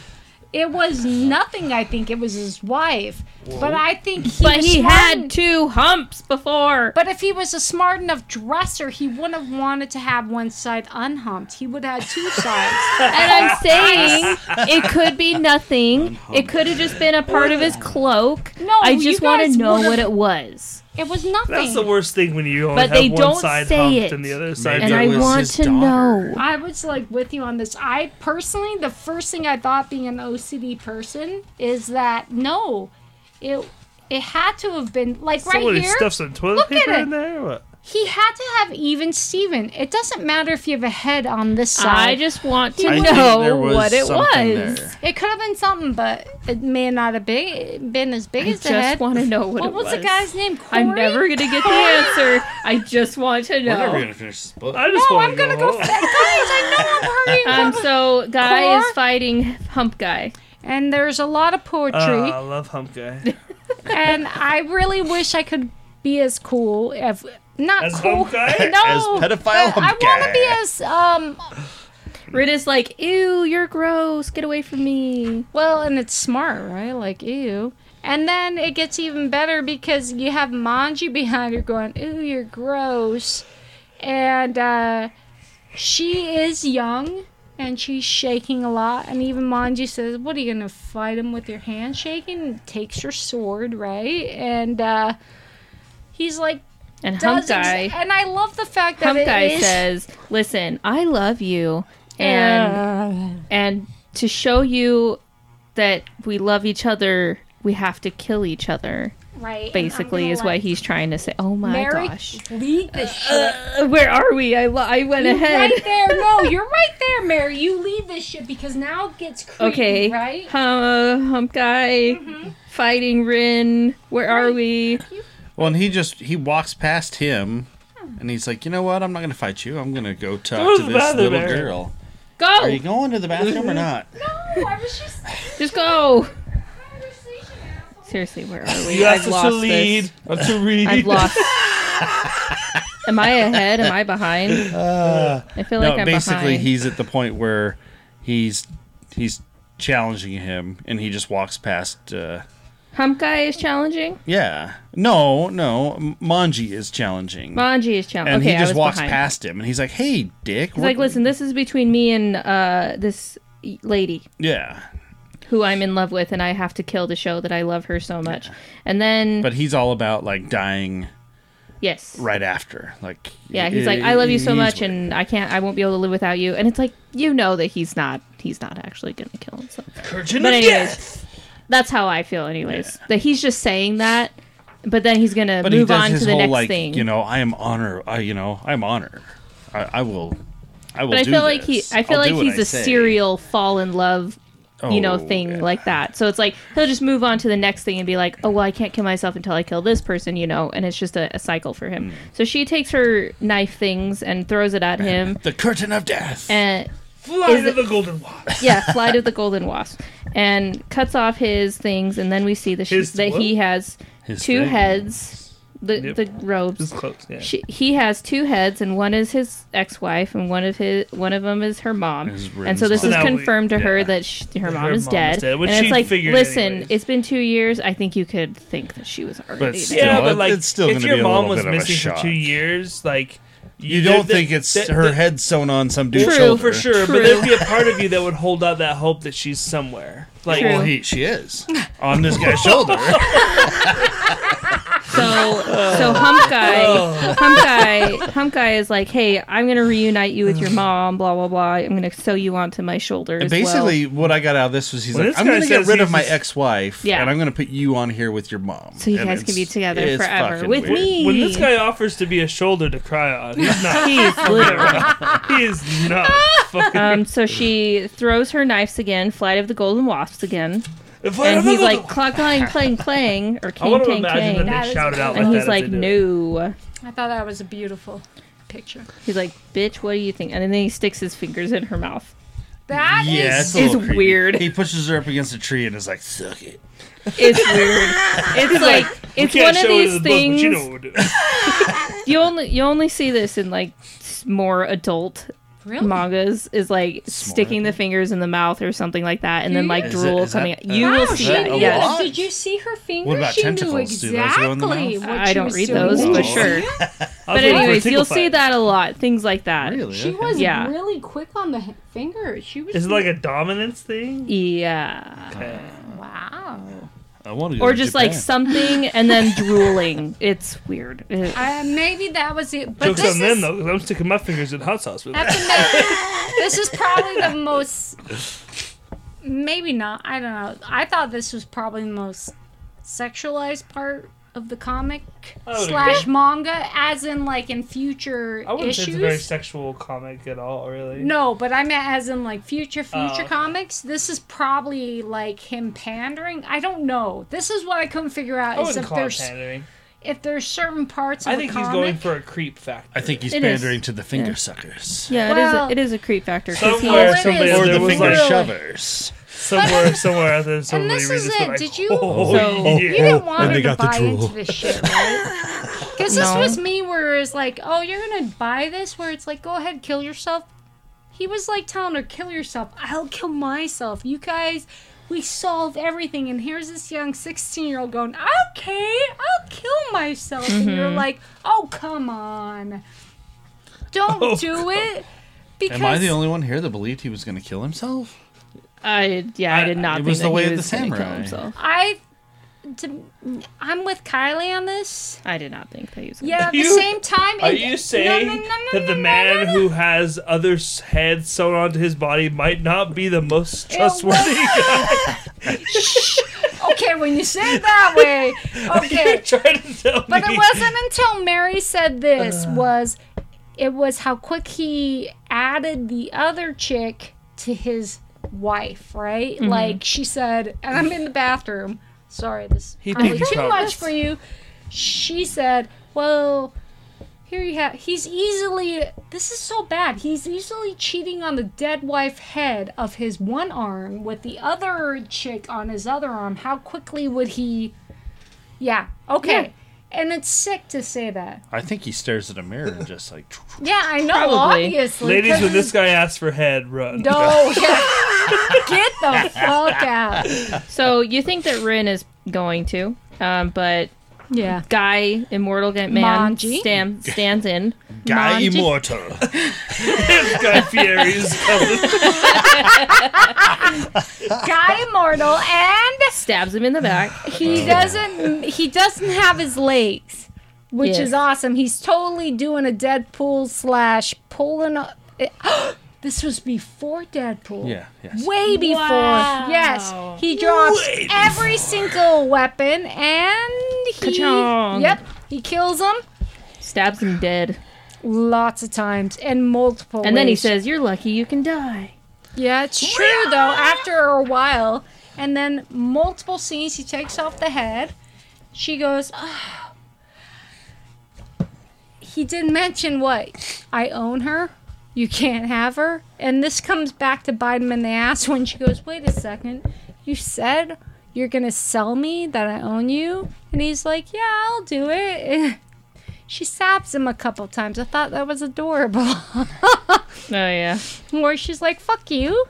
Speaker 1: it was nothing. I think it was his wife, but I think he
Speaker 3: But
Speaker 1: was
Speaker 3: he
Speaker 1: smart
Speaker 3: had
Speaker 1: en-
Speaker 3: two humps before.
Speaker 1: But if he was a smart enough dresser, he wouldn't have wanted to have one side unhumped. He would have had two sides.
Speaker 3: And I'm saying it could be nothing. It could have just been a part of his cloak.
Speaker 1: No,
Speaker 3: I
Speaker 1: you
Speaker 3: just want
Speaker 1: guys
Speaker 3: to know
Speaker 1: would've-
Speaker 3: what it was.
Speaker 1: It was nothing.
Speaker 2: That's the worst thing when you only
Speaker 3: But they
Speaker 2: have one
Speaker 3: don't
Speaker 2: side
Speaker 3: say
Speaker 2: humped
Speaker 3: it.
Speaker 2: and the other side.
Speaker 5: Maybe
Speaker 3: And
Speaker 5: it
Speaker 3: I
Speaker 5: was
Speaker 3: want
Speaker 5: his
Speaker 3: to
Speaker 5: daughter.
Speaker 3: know.
Speaker 1: I was like with you on this. I personally, the first thing I thought being an OCD person is that no, it it had to have been like right
Speaker 2: Somebody
Speaker 1: here.
Speaker 2: stuffed some toilet
Speaker 1: Look at
Speaker 2: paper
Speaker 1: it.
Speaker 2: in there. or What?
Speaker 1: He had to have even Steven. It doesn't matter if you have a head on this
Speaker 3: I
Speaker 1: side.
Speaker 3: just want to
Speaker 5: I think there
Speaker 3: know
Speaker 5: was
Speaker 3: what it
Speaker 5: something
Speaker 3: was.
Speaker 5: there.
Speaker 1: it could have been something, but it may not have been, been as big
Speaker 3: I
Speaker 1: as the head.
Speaker 3: just want to know what,
Speaker 1: what
Speaker 3: it was.
Speaker 1: was the guy's name? Corey?
Speaker 3: I'm never gonna get the answer. I just want to
Speaker 5: We're never
Speaker 3: know.
Speaker 5: gonna finish this book.
Speaker 2: I just
Speaker 1: No,
Speaker 2: want
Speaker 1: I'm gonna go.
Speaker 2: home.
Speaker 1: Guys, I know I'm
Speaker 3: Um,
Speaker 1: hurrying.
Speaker 3: so guy
Speaker 1: Cor?
Speaker 3: is fighting hump guy.
Speaker 1: and there's a lot of poetry.
Speaker 2: Ah,
Speaker 3: um,
Speaker 2: I love hump guy.
Speaker 1: and I really wish I could be as cool if not
Speaker 2: As
Speaker 1: cool.
Speaker 2: hump guy?
Speaker 1: No,
Speaker 5: As pedophile
Speaker 1: but I
Speaker 5: hump
Speaker 1: want to
Speaker 5: guy.
Speaker 1: be as um.
Speaker 3: Rid is like, ew, you're gross. Get away from me.
Speaker 1: Well, and it's smart, right? Like ew. And then it gets even better because you have Manji behind her going, "Ooh, you're gross," and uh, she is young and she's shaking a lot. And even Manji says, "What are you gonna fight him with your hand shaking?" And takes her sword, right? And uh, he's like,
Speaker 3: And hump
Speaker 1: does ex-
Speaker 3: guy.
Speaker 1: and I love the fact that
Speaker 3: hump
Speaker 1: it
Speaker 3: guy
Speaker 1: is-
Speaker 3: says, "Listen, I love you, and Uh. and to show you that we love each other, we have to kill each other."
Speaker 1: right, and I'm
Speaker 3: Basically,
Speaker 1: gonna,
Speaker 3: is what
Speaker 1: like,
Speaker 3: he's trying to say. Oh my
Speaker 1: Mary,
Speaker 3: gosh.
Speaker 1: leave this shit.
Speaker 3: Uh, where are we? I, lo- I went ahead.
Speaker 1: Right there, no, you're right there, Mary. You leave this shit because now it gets creepy,
Speaker 3: Okay.
Speaker 1: right? Mm-hmm.
Speaker 3: Hum- hump guy fighting Rin. Where are we?
Speaker 4: Well, and he just he walks past him, and he's like, you know what? I'm not gonna fight you. I'm gonna go talk
Speaker 2: Go to
Speaker 4: to
Speaker 2: the
Speaker 4: this
Speaker 2: bathroom, Mm-hmm.
Speaker 4: little
Speaker 2: Eric."
Speaker 4: girl. Are
Speaker 3: Go.
Speaker 4: you going to the bathroom or not?
Speaker 1: No, Oh, I was just
Speaker 3: Just go.
Speaker 1: conversation.
Speaker 3: Seriously, where are we?
Speaker 2: You
Speaker 3: I've
Speaker 2: asked us
Speaker 3: lost
Speaker 2: to
Speaker 3: this.
Speaker 2: lead. Not to read.
Speaker 3: I've lost. Am I ahead? Am I behind? I feel like
Speaker 4: Uh, no,
Speaker 3: I'm
Speaker 4: basically
Speaker 3: behind.
Speaker 4: he's at the point where he's he's challenging him, and he just walks past. Uh,
Speaker 3: Hump guy is challenging.
Speaker 4: yeah, no, no, M- Manji is challenging,
Speaker 3: Manji is challenging.
Speaker 4: and
Speaker 3: okay,
Speaker 4: he
Speaker 3: I
Speaker 4: just
Speaker 3: was
Speaker 4: walks
Speaker 3: behind.
Speaker 4: past him, and he's like, "Hey, Dick."
Speaker 3: He's like, listen, this is between me and uh, this y- lady
Speaker 4: Yeah,
Speaker 3: who I'm in love with, and I have to kill to show that I love her so much. And then,
Speaker 4: but he's all about like dying
Speaker 3: yes,
Speaker 4: right after. Like,
Speaker 3: yeah, he's like, I love you so much, and I can't, I won't be able to live without you. And it's like, you know that he's not, he's not actually gonna kill himself.
Speaker 2: Curtain
Speaker 3: But
Speaker 2: of
Speaker 3: anyways,
Speaker 2: death.
Speaker 3: that's how I feel, anyways. That he's just saying that, but then he's gonna
Speaker 4: but
Speaker 3: move
Speaker 4: he does
Speaker 3: on
Speaker 4: his
Speaker 3: to the
Speaker 4: whole
Speaker 3: next
Speaker 4: like,
Speaker 3: thing.
Speaker 4: you know, I am honor. I, you know, I'm honor. I, I will. I will.
Speaker 3: but I
Speaker 4: do
Speaker 3: feel like he,
Speaker 4: this.
Speaker 3: I feel
Speaker 4: I'll do
Speaker 3: like
Speaker 4: what
Speaker 3: he's
Speaker 4: I
Speaker 3: a
Speaker 4: say.
Speaker 3: serial fall in love you know
Speaker 4: Oh,
Speaker 3: thing
Speaker 4: yeah.
Speaker 3: like that so it's like he'll just move on to the next thing and be like oh well i can't kill myself until i kill this person you know and it's just a, a cycle for
Speaker 4: Hmm.
Speaker 3: him so she takes her knife things and throws it at him
Speaker 4: The curtain of death.
Speaker 3: and
Speaker 2: Fly
Speaker 3: is
Speaker 2: to
Speaker 3: it-
Speaker 2: the golden wasp.
Speaker 3: yeah fly to the golden wasp and cuts off his things and then we see that, she,
Speaker 2: His
Speaker 3: that he has
Speaker 4: His
Speaker 3: two
Speaker 4: thing.
Speaker 3: heads the,
Speaker 2: Yep.
Speaker 3: the robes
Speaker 2: It's close. Yeah.
Speaker 3: she, he has two heads, and one is his ex-wife, and one of his one of them is her mom.
Speaker 4: Is
Speaker 3: and so this
Speaker 4: Rin's
Speaker 2: mom.
Speaker 3: is
Speaker 2: So now we-
Speaker 3: confirmed to her
Speaker 4: yeah.
Speaker 3: that sh her, mom,
Speaker 2: her
Speaker 3: is,
Speaker 2: mom is
Speaker 3: dead.
Speaker 2: dead, which
Speaker 3: And
Speaker 2: she
Speaker 3: it's like,
Speaker 2: figured
Speaker 3: listen,
Speaker 2: anyways."
Speaker 3: it's been two years. I think you could think that she was already
Speaker 4: But
Speaker 3: dead.
Speaker 4: still-
Speaker 2: yeah, but
Speaker 4: it-
Speaker 2: like,
Speaker 4: it's still
Speaker 2: if
Speaker 4: gonna
Speaker 2: your
Speaker 4: be a
Speaker 2: mom
Speaker 4: little
Speaker 2: was
Speaker 4: bit of a
Speaker 2: missing for
Speaker 4: shock.
Speaker 2: two years, like
Speaker 4: You don't
Speaker 2: there-
Speaker 4: think it's
Speaker 2: there-
Speaker 4: her
Speaker 2: there-
Speaker 4: head sewn on some dude's
Speaker 3: True.
Speaker 4: shoulder.
Speaker 2: for sure,
Speaker 3: True.
Speaker 2: but there'd be a part of you that would hold out that hope that she's somewhere. Like,
Speaker 3: True.
Speaker 4: Well, he, she is on this guy's shoulder.
Speaker 3: So so hump
Speaker 2: Oh.
Speaker 3: guy, hump guy, hump guy is like, hey, I'm gonna reunite you with your mom, blah blah blah. I'm gonna sew you onto my shoulder. as
Speaker 4: Basically, what I got out of this was he's
Speaker 2: Well,
Speaker 4: like,
Speaker 2: this
Speaker 4: I'm
Speaker 2: guy
Speaker 4: going to get
Speaker 2: says
Speaker 4: rid of
Speaker 2: he's
Speaker 4: my
Speaker 2: just-
Speaker 4: ex-wife,
Speaker 3: Yeah.
Speaker 4: and I'm going to put you on here with your mom,
Speaker 3: So you
Speaker 4: And
Speaker 3: guys can
Speaker 4: it's-
Speaker 3: be together
Speaker 4: it's
Speaker 3: forever
Speaker 4: fucking
Speaker 3: with
Speaker 4: weird.
Speaker 3: me.
Speaker 2: when this guy offers to be a shoulder to cry on, he's not.
Speaker 3: Jeez, literally.
Speaker 2: he is not. Fucking,
Speaker 3: Um, so she throws her knives again, Flight of the Golden Wasps again,
Speaker 2: If I-
Speaker 3: and he's like clang clang clang clang or
Speaker 2: I
Speaker 3: clang
Speaker 2: want to
Speaker 3: clang
Speaker 2: imagine that
Speaker 3: clang,
Speaker 1: That
Speaker 2: they
Speaker 1: is
Speaker 2: shouted out like
Speaker 3: and he's
Speaker 2: that.
Speaker 3: like,
Speaker 2: if they do it.
Speaker 3: no.
Speaker 1: I thought that was a beautiful picture.
Speaker 3: He's like, bitch, what do you think? And then he sticks his fingers in her mouth.
Speaker 1: That is
Speaker 4: Yeah, it's, a
Speaker 3: It's
Speaker 4: little creepy.
Speaker 3: weird.
Speaker 4: He pushes her up against a tree and is like, "Suck it."
Speaker 3: It's weird. It's like,
Speaker 2: We
Speaker 3: it's
Speaker 2: can't
Speaker 3: one of
Speaker 2: show it in
Speaker 3: these
Speaker 2: the book, but
Speaker 3: things.
Speaker 2: you
Speaker 3: you,
Speaker 2: know what we'll do.
Speaker 3: only you only see this in like s- more adult
Speaker 1: really
Speaker 3: mangas is like sticking the fingers in the mouth or something like that, and then like
Speaker 4: Is it-
Speaker 3: drool
Speaker 4: is that-
Speaker 3: coming. out.
Speaker 4: uh,
Speaker 3: you
Speaker 1: Wow,
Speaker 3: will
Speaker 1: she
Speaker 3: see
Speaker 4: that a
Speaker 1: knew.
Speaker 3: it. Yes.
Speaker 4: lot?
Speaker 1: Did you see her fingers?
Speaker 4: What about
Speaker 1: she
Speaker 4: tentacles?
Speaker 1: knew
Speaker 4: Do those go in the
Speaker 1: exactly
Speaker 4: mouth?
Speaker 1: what
Speaker 3: I
Speaker 1: she
Speaker 3: don't
Speaker 1: was
Speaker 3: read
Speaker 1: doing.
Speaker 3: those,
Speaker 1: Did
Speaker 3: but
Speaker 1: you
Speaker 3: sure.
Speaker 1: see
Speaker 2: I
Speaker 1: it?
Speaker 2: was
Speaker 3: But
Speaker 2: waiting for
Speaker 3: anyways,
Speaker 2: tickle
Speaker 3: you'll see
Speaker 2: fight.
Speaker 3: that a lot. Things like that.
Speaker 4: Really?
Speaker 1: She
Speaker 4: Okay.
Speaker 1: was
Speaker 3: Yeah.
Speaker 1: really quick on the h- fingers. She was.
Speaker 2: Is it like a dominance thing?
Speaker 3: Yeah.
Speaker 2: Okay.
Speaker 1: wow?
Speaker 4: I want to. Go
Speaker 3: Or
Speaker 4: to
Speaker 3: just
Speaker 4: Japan.
Speaker 3: like something and then drooling. It's weird. It-
Speaker 1: Uh, maybe that was it. But
Speaker 2: Jokes
Speaker 1: this
Speaker 2: on them
Speaker 1: is,
Speaker 2: though, because I'm sticking my fingers in hot sauce with
Speaker 1: that's
Speaker 2: it.
Speaker 1: ama- this is probably the most. Maybe not. I don't know. I thought this was probably the most sexualized part of the comic
Speaker 2: I would
Speaker 1: slash manga, as in like in future
Speaker 2: Oh, I wouldn't
Speaker 1: issues.
Speaker 2: say it's a very sexual comic at all, really.
Speaker 1: No, but I meant as in like future future
Speaker 2: Oh, okay.
Speaker 1: comics. This is probably like him pandering. I don't know. This is what I couldn't figure out
Speaker 2: I
Speaker 1: is
Speaker 2: wouldn't
Speaker 1: if
Speaker 2: call it
Speaker 1: there's
Speaker 2: pandering.
Speaker 1: if there's certain parts of
Speaker 2: I think
Speaker 1: the
Speaker 2: he's
Speaker 1: comic.
Speaker 2: going for a creep factor.
Speaker 4: I think he's
Speaker 3: It is.
Speaker 4: pandering to the finger suckers
Speaker 3: yeah,
Speaker 1: well-
Speaker 3: it is. A, it is a creep factor. 'cause he-
Speaker 1: Oh,
Speaker 2: somewhere,
Speaker 1: it
Speaker 2: somebody
Speaker 1: is.
Speaker 2: out
Speaker 4: or
Speaker 2: there
Speaker 4: the
Speaker 2: was
Speaker 4: finger
Speaker 2: like,
Speaker 1: Really?
Speaker 4: shovers.
Speaker 2: somewhere, somewhere out there, somebody
Speaker 1: this
Speaker 2: reads
Speaker 1: is
Speaker 2: this book
Speaker 1: it.
Speaker 2: like,
Speaker 1: Did you-
Speaker 2: oh,
Speaker 3: So-
Speaker 1: you
Speaker 2: yeah.
Speaker 1: didn't want
Speaker 4: and
Speaker 1: her
Speaker 4: they
Speaker 1: to
Speaker 4: got the
Speaker 1: buy into
Speaker 4: drool.
Speaker 1: this shit, right? Because this
Speaker 3: No.
Speaker 1: was me where it's like, oh, you're gonna buy this, where it's like, go ahead, kill yourself. He was like telling her, kill yourself. I'll kill myself. You guys, we solve everything. And here's this young 16 year old going, okay, I'll kill myself. And you're like, oh, come on. Don't
Speaker 2: Oh,
Speaker 1: do it. Because
Speaker 4: Am I the only one here that believed he was going to kill himself?
Speaker 3: I yeah, I did not.
Speaker 4: it
Speaker 3: think
Speaker 4: was
Speaker 3: that
Speaker 4: the way
Speaker 3: he
Speaker 4: of the
Speaker 3: was gonna kill
Speaker 4: samurai.
Speaker 3: himself.
Speaker 1: I. To, I'm with Kylie on this.
Speaker 3: I did not think that he was. Gonna
Speaker 1: Yeah, at the
Speaker 2: You-
Speaker 1: same time.
Speaker 2: Are
Speaker 1: it-
Speaker 2: you saying
Speaker 1: no, no, no,
Speaker 2: that the
Speaker 1: no, no,
Speaker 2: man
Speaker 1: no, no.
Speaker 2: who has other s- heads sewn onto his body might not be the most trustworthy guy?
Speaker 1: Okay, when you say it that way,
Speaker 2: You're
Speaker 1: okay.
Speaker 2: trying to tell
Speaker 1: But
Speaker 2: me.
Speaker 1: it wasn't until Mary said
Speaker 2: Uh.
Speaker 1: this was it was how quick he added the other chick to his wife, right? Like she said, and I'm in the bathroom. Sorry, this
Speaker 2: He
Speaker 1: is probably
Speaker 2: thinks
Speaker 1: too
Speaker 2: about
Speaker 1: much
Speaker 2: this.
Speaker 1: for you. She said, "Well, here you have. He's easily. This is so bad. He's easily cheating on the dead wife head of his one arm with the other chick on his other arm. How quickly would he? Yeah. Okay. And it's sick to say that.
Speaker 4: I think he stares at a mirror and just like.
Speaker 1: Yeah, I know.
Speaker 3: Probably.
Speaker 1: Obviously,
Speaker 2: Ladies,
Speaker 1: 'cause
Speaker 2: when
Speaker 1: it's-
Speaker 2: this guy asks for head, run.
Speaker 1: No. yeah. Get the fuck out.
Speaker 3: So you think that Rin is going to, um, but
Speaker 1: Yeah.
Speaker 3: guy immortal ga- man
Speaker 1: Manji?
Speaker 3: stam- stands in.
Speaker 4: Guy
Speaker 1: Manji.
Speaker 4: immortal.
Speaker 2: This guy Fieri's coming.
Speaker 1: Guy immortal and
Speaker 3: Stabs him in the back.
Speaker 1: he doesn't he doesn't have his legs which
Speaker 3: Yes.
Speaker 1: is awesome he's totally doing a deadpool slash pulling up this was before deadpool
Speaker 4: yeah. Yes.
Speaker 1: way before
Speaker 3: Wow.
Speaker 1: yes he drops every single weapon and he
Speaker 3: Ka-chong.
Speaker 1: yep he kills them
Speaker 3: Stabs him dead.
Speaker 1: lots of times and multiple
Speaker 3: And then he
Speaker 1: ways.
Speaker 3: says, You're lucky you can die.
Speaker 1: Yeah, it's true though. After a while, and then multiple scenes, he takes off the head. She goes, oh. "He did mention what I own her. You can't have her." And this comes back to bite him in the ass when she goes, "Wait a second, you said you're gonna sell me that I own you," and he's like, "Yeah, I'll do it." She saps him a couple times. I thought that was adorable.
Speaker 3: Oh, yeah.
Speaker 1: where she's like, "Fuck you,"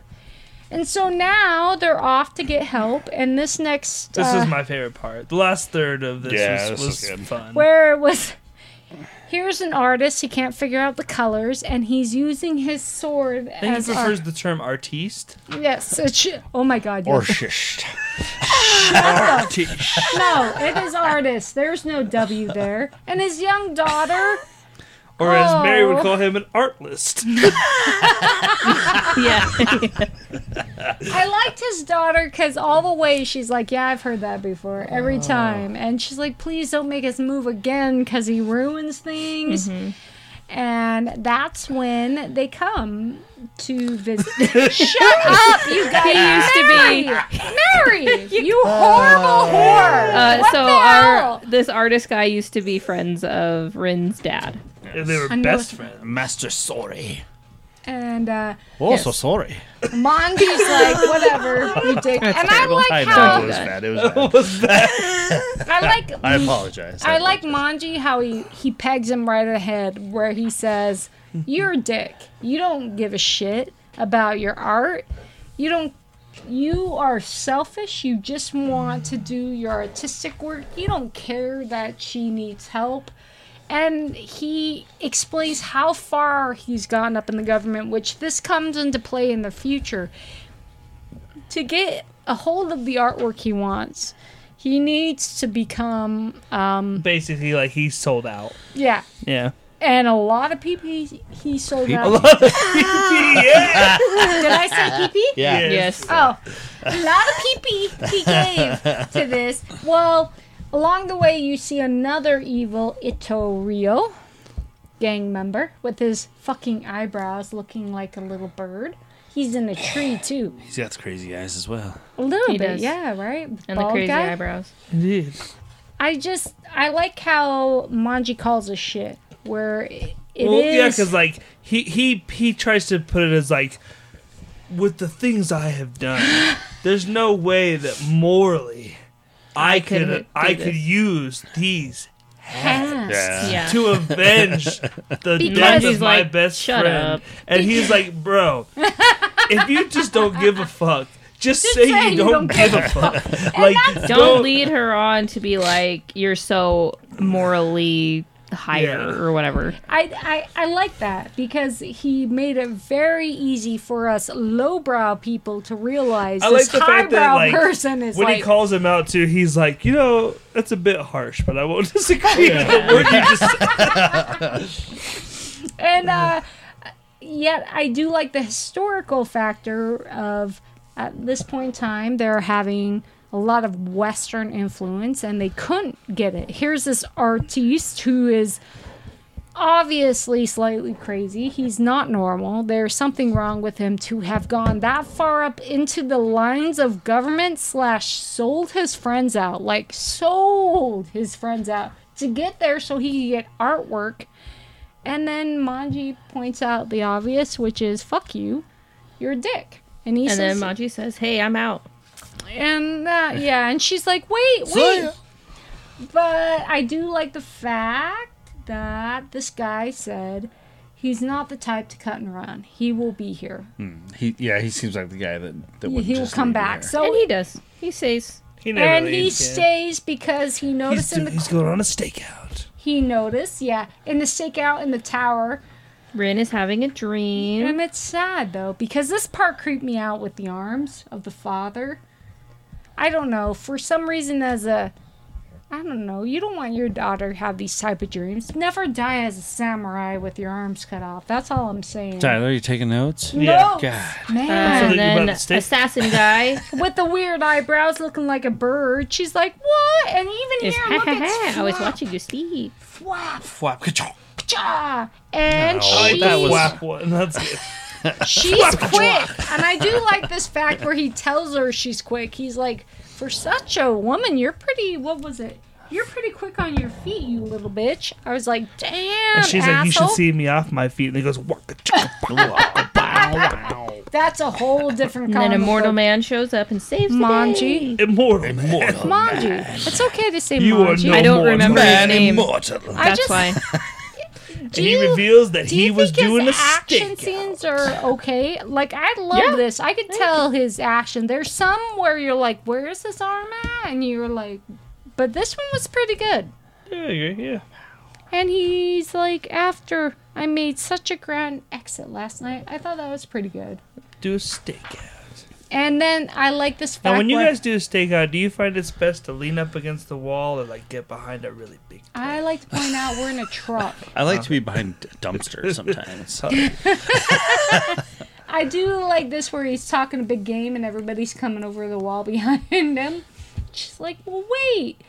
Speaker 1: and so now they're off to get help. And this next,
Speaker 2: This
Speaker 1: uh,
Speaker 2: is my favorite part. The last third of this was,
Speaker 4: Yeah, this was
Speaker 2: was
Speaker 4: good.
Speaker 2: fun.
Speaker 1: where it was. here's an artist. He can't figure out the colors, and he's using his sword
Speaker 2: I think he
Speaker 1: as
Speaker 2: prefers the term artiste.
Speaker 1: art. Yes. It sh- oh my God. yes.
Speaker 4: Orshished.
Speaker 2: Artiste.
Speaker 1: no, it is artist. There's no W there. And his young daughter.
Speaker 2: Or as Mary
Speaker 1: Oh.
Speaker 2: would call him, an artlist.
Speaker 3: yeah.
Speaker 1: I liked his daughter because all the way she's like, "Yeah, I've heard that before every
Speaker 3: Oh.
Speaker 1: time," and she's like, "Please don't make us move again because he ruins things."
Speaker 3: Mm-hmm.
Speaker 1: And that's when they come to visit. Shut up, you guys!
Speaker 3: He used to
Speaker 1: Mary, Mary, you horrible whore!
Speaker 3: Uh,
Speaker 1: what
Speaker 3: so
Speaker 1: the
Speaker 3: our
Speaker 1: hell?
Speaker 3: this artist guy used to be friends of Rin's dad.
Speaker 2: If they were
Speaker 1: I know
Speaker 2: best
Speaker 1: it's-
Speaker 2: friends.
Speaker 4: Master Sorry.
Speaker 1: and uh,
Speaker 4: Oh, so sorry.
Speaker 1: Monty's like, "Whatever, you dick." and
Speaker 3: terrible.
Speaker 1: I
Speaker 4: I
Speaker 1: like
Speaker 4: know it
Speaker 1: how
Speaker 4: was
Speaker 3: God.
Speaker 4: bad. It was bad.
Speaker 1: I like
Speaker 4: I apologize.
Speaker 1: I like Manji how he, he pegs him right ahead where he says, You're a dick. You don't give a shit about your art. You don't you are selfish. You just want to do your artistic work. You don't care that she needs help. And he explains how far he's gone up in the government, which this comes into play in the future. To get a hold of the artwork he wants, he needs to become um,
Speaker 2: Basically, like, he sold out.
Speaker 1: yeah,
Speaker 2: Yeah.
Speaker 1: and a lot of people he, he sold out.
Speaker 2: yeah.
Speaker 1: Did I say pee pee?
Speaker 4: Yeah.
Speaker 3: Yes.
Speaker 1: Oh, a lot of pee pee he gave to this. Well, along the way, you see another evil Ito Rio gang member with his fucking eyebrows looking like a little bird. He's in a tree too.
Speaker 4: He's got crazy eyes as well.
Speaker 1: A little
Speaker 3: He
Speaker 1: bit,
Speaker 3: does.
Speaker 1: yeah, right.
Speaker 3: And the
Speaker 1: Bald
Speaker 3: crazy
Speaker 1: guy.
Speaker 3: eyebrows.
Speaker 2: Indeed.
Speaker 1: I just I like how Manji calls a shit where it, it is.
Speaker 2: well, yeah, because like he he he tries to put it as like with the things I have done, there's no way that morally I,
Speaker 3: couldn't
Speaker 2: could
Speaker 3: do
Speaker 2: I
Speaker 3: this.
Speaker 2: could use these
Speaker 1: Hands.
Speaker 3: Yeah.
Speaker 2: to avenge the death
Speaker 1: Because-
Speaker 2: of my
Speaker 3: He's like,
Speaker 2: best
Speaker 3: "Shut
Speaker 2: friend.
Speaker 3: up."
Speaker 2: And he's like, bro, if you just don't give a fuck, just, say, you don't, give a fuck. like,
Speaker 3: Don't lead her on to be like you're so morally higher
Speaker 2: Yeah.
Speaker 3: or whatever.
Speaker 1: I, I, I like that because he made it very easy for us lowbrow people to realize
Speaker 2: I like
Speaker 1: this
Speaker 2: the fact that
Speaker 1: highbrow
Speaker 2: like
Speaker 1: person is
Speaker 2: when
Speaker 1: like,
Speaker 2: he calls him out too, he's like, you know, that's a bit harsh, but I won't disagree. with the word you just said."
Speaker 1: and uh, yet I do like the historical factor of at this point in time they're having a lot of Western influence and they couldn't get it. Here's this artiste who is obviously slightly crazy. He's not normal. There's something wrong with him to have gone that far up into the lines of government slash sold his friends out, like sold his friends out to get there so he could get artwork. And then Manji points out the obvious, which is fuck you, you're a dick. And he
Speaker 3: And
Speaker 1: says,
Speaker 3: then Maji says, "Hey, I'm out."
Speaker 1: and uh, yeah, and she's like, wait, wait. But I do like the fact that this guy said he's not the type to cut and run. He will be here.
Speaker 4: He, yeah, he seems like the guy that, that would
Speaker 1: he will
Speaker 4: just
Speaker 1: come
Speaker 4: leave
Speaker 1: back.
Speaker 4: there.
Speaker 1: So
Speaker 3: And he does. He stays.
Speaker 2: He never
Speaker 1: and he
Speaker 2: leaves, yeah.
Speaker 1: stays because he
Speaker 2: He's,
Speaker 1: noticed in
Speaker 2: do-
Speaker 1: the
Speaker 2: he's going on a stakeout.
Speaker 1: he noticed, yeah, in the stakeout in the tower.
Speaker 3: Rin is having a dream.
Speaker 1: And it's sad though because this part creeped me out with the arms of the father. I don't know. For some reason, as a, I don't know. You don't want your daughter to have these type of dreams. Never die as a samurai with your arms cut off. That's all I'm saying.
Speaker 4: Tyler, you taking notes?
Speaker 1: No,
Speaker 4: Yeah.
Speaker 1: man,
Speaker 3: and
Speaker 2: Something about
Speaker 3: then
Speaker 2: the stick?
Speaker 3: assassin guy
Speaker 1: with the weird eyebrows, looking like a bird. She's like, what? And even
Speaker 3: is
Speaker 1: here,
Speaker 3: ha
Speaker 1: look,
Speaker 3: ha ha.
Speaker 1: it's
Speaker 3: I was
Speaker 1: flap,
Speaker 3: watching you sleep.
Speaker 1: flap,
Speaker 4: Flap. ka-chonk.
Speaker 1: cha. And she,
Speaker 2: That was whack one. That's good.
Speaker 1: She's quick. And I do like this fact where he tells her she's quick. He's like, for such a woman, you're pretty, what was it? You're pretty quick on your feet, you little bitch. I was like, damn,
Speaker 2: And she's
Speaker 1: asshole.
Speaker 2: like, you should see me off my feet. And he goes, waka chaka waka bow, wow.
Speaker 1: That's a whole different
Speaker 3: And
Speaker 1: kind
Speaker 3: then
Speaker 1: of
Speaker 3: immortal man shows up and saves the day.
Speaker 1: Manji.
Speaker 2: Immortal. Immortal.
Speaker 1: Manji. It's okay to say
Speaker 2: You are
Speaker 1: Manji.
Speaker 2: no
Speaker 3: I don't
Speaker 2: more
Speaker 3: remember his
Speaker 2: man
Speaker 3: name.
Speaker 4: Immortal.
Speaker 1: I
Speaker 3: That's
Speaker 1: just,
Speaker 3: why.
Speaker 1: Do
Speaker 2: And he
Speaker 1: you,
Speaker 2: reveals that
Speaker 1: do you
Speaker 2: he was
Speaker 1: think
Speaker 2: doing a
Speaker 1: his action
Speaker 2: stick.
Speaker 1: scenes are okay? Like, I love
Speaker 3: Yeah.
Speaker 1: this. I could tell his action. There's some where you're like, where is this arm at? And you're like, but this one was pretty good.
Speaker 2: Yeah, yeah, yeah.
Speaker 1: And he's like, after I made such a grand exit last night, I thought that was pretty good.
Speaker 2: Do a stakeout.
Speaker 1: And then I like this fact.
Speaker 2: Now, when you
Speaker 1: where-
Speaker 2: guys do a stakeout, do you find it's best to lean up against the wall or like get behind a really big?
Speaker 1: I like to point out we're in a truck.
Speaker 4: I like to be behind a dumpster sometimes.
Speaker 1: I do like this where he's talking a big game and everybody's coming over the wall behind him. She's like, well, wait.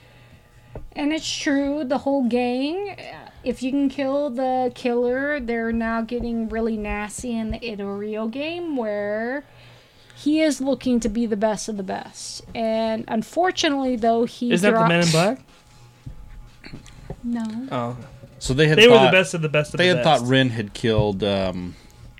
Speaker 1: And it's true, the whole gang, uh, if you can kill the killer, they're now getting really nasty in the Itorio game where he is looking to be the best of the best. And unfortunately, though, he
Speaker 2: Is that the
Speaker 1: dropped-
Speaker 2: Men in Black?
Speaker 1: No.
Speaker 2: Oh,
Speaker 4: So they had
Speaker 2: they
Speaker 4: thought,
Speaker 2: were the best of the best of
Speaker 4: They
Speaker 2: the
Speaker 4: had
Speaker 2: best.
Speaker 4: thought Ren had killed um,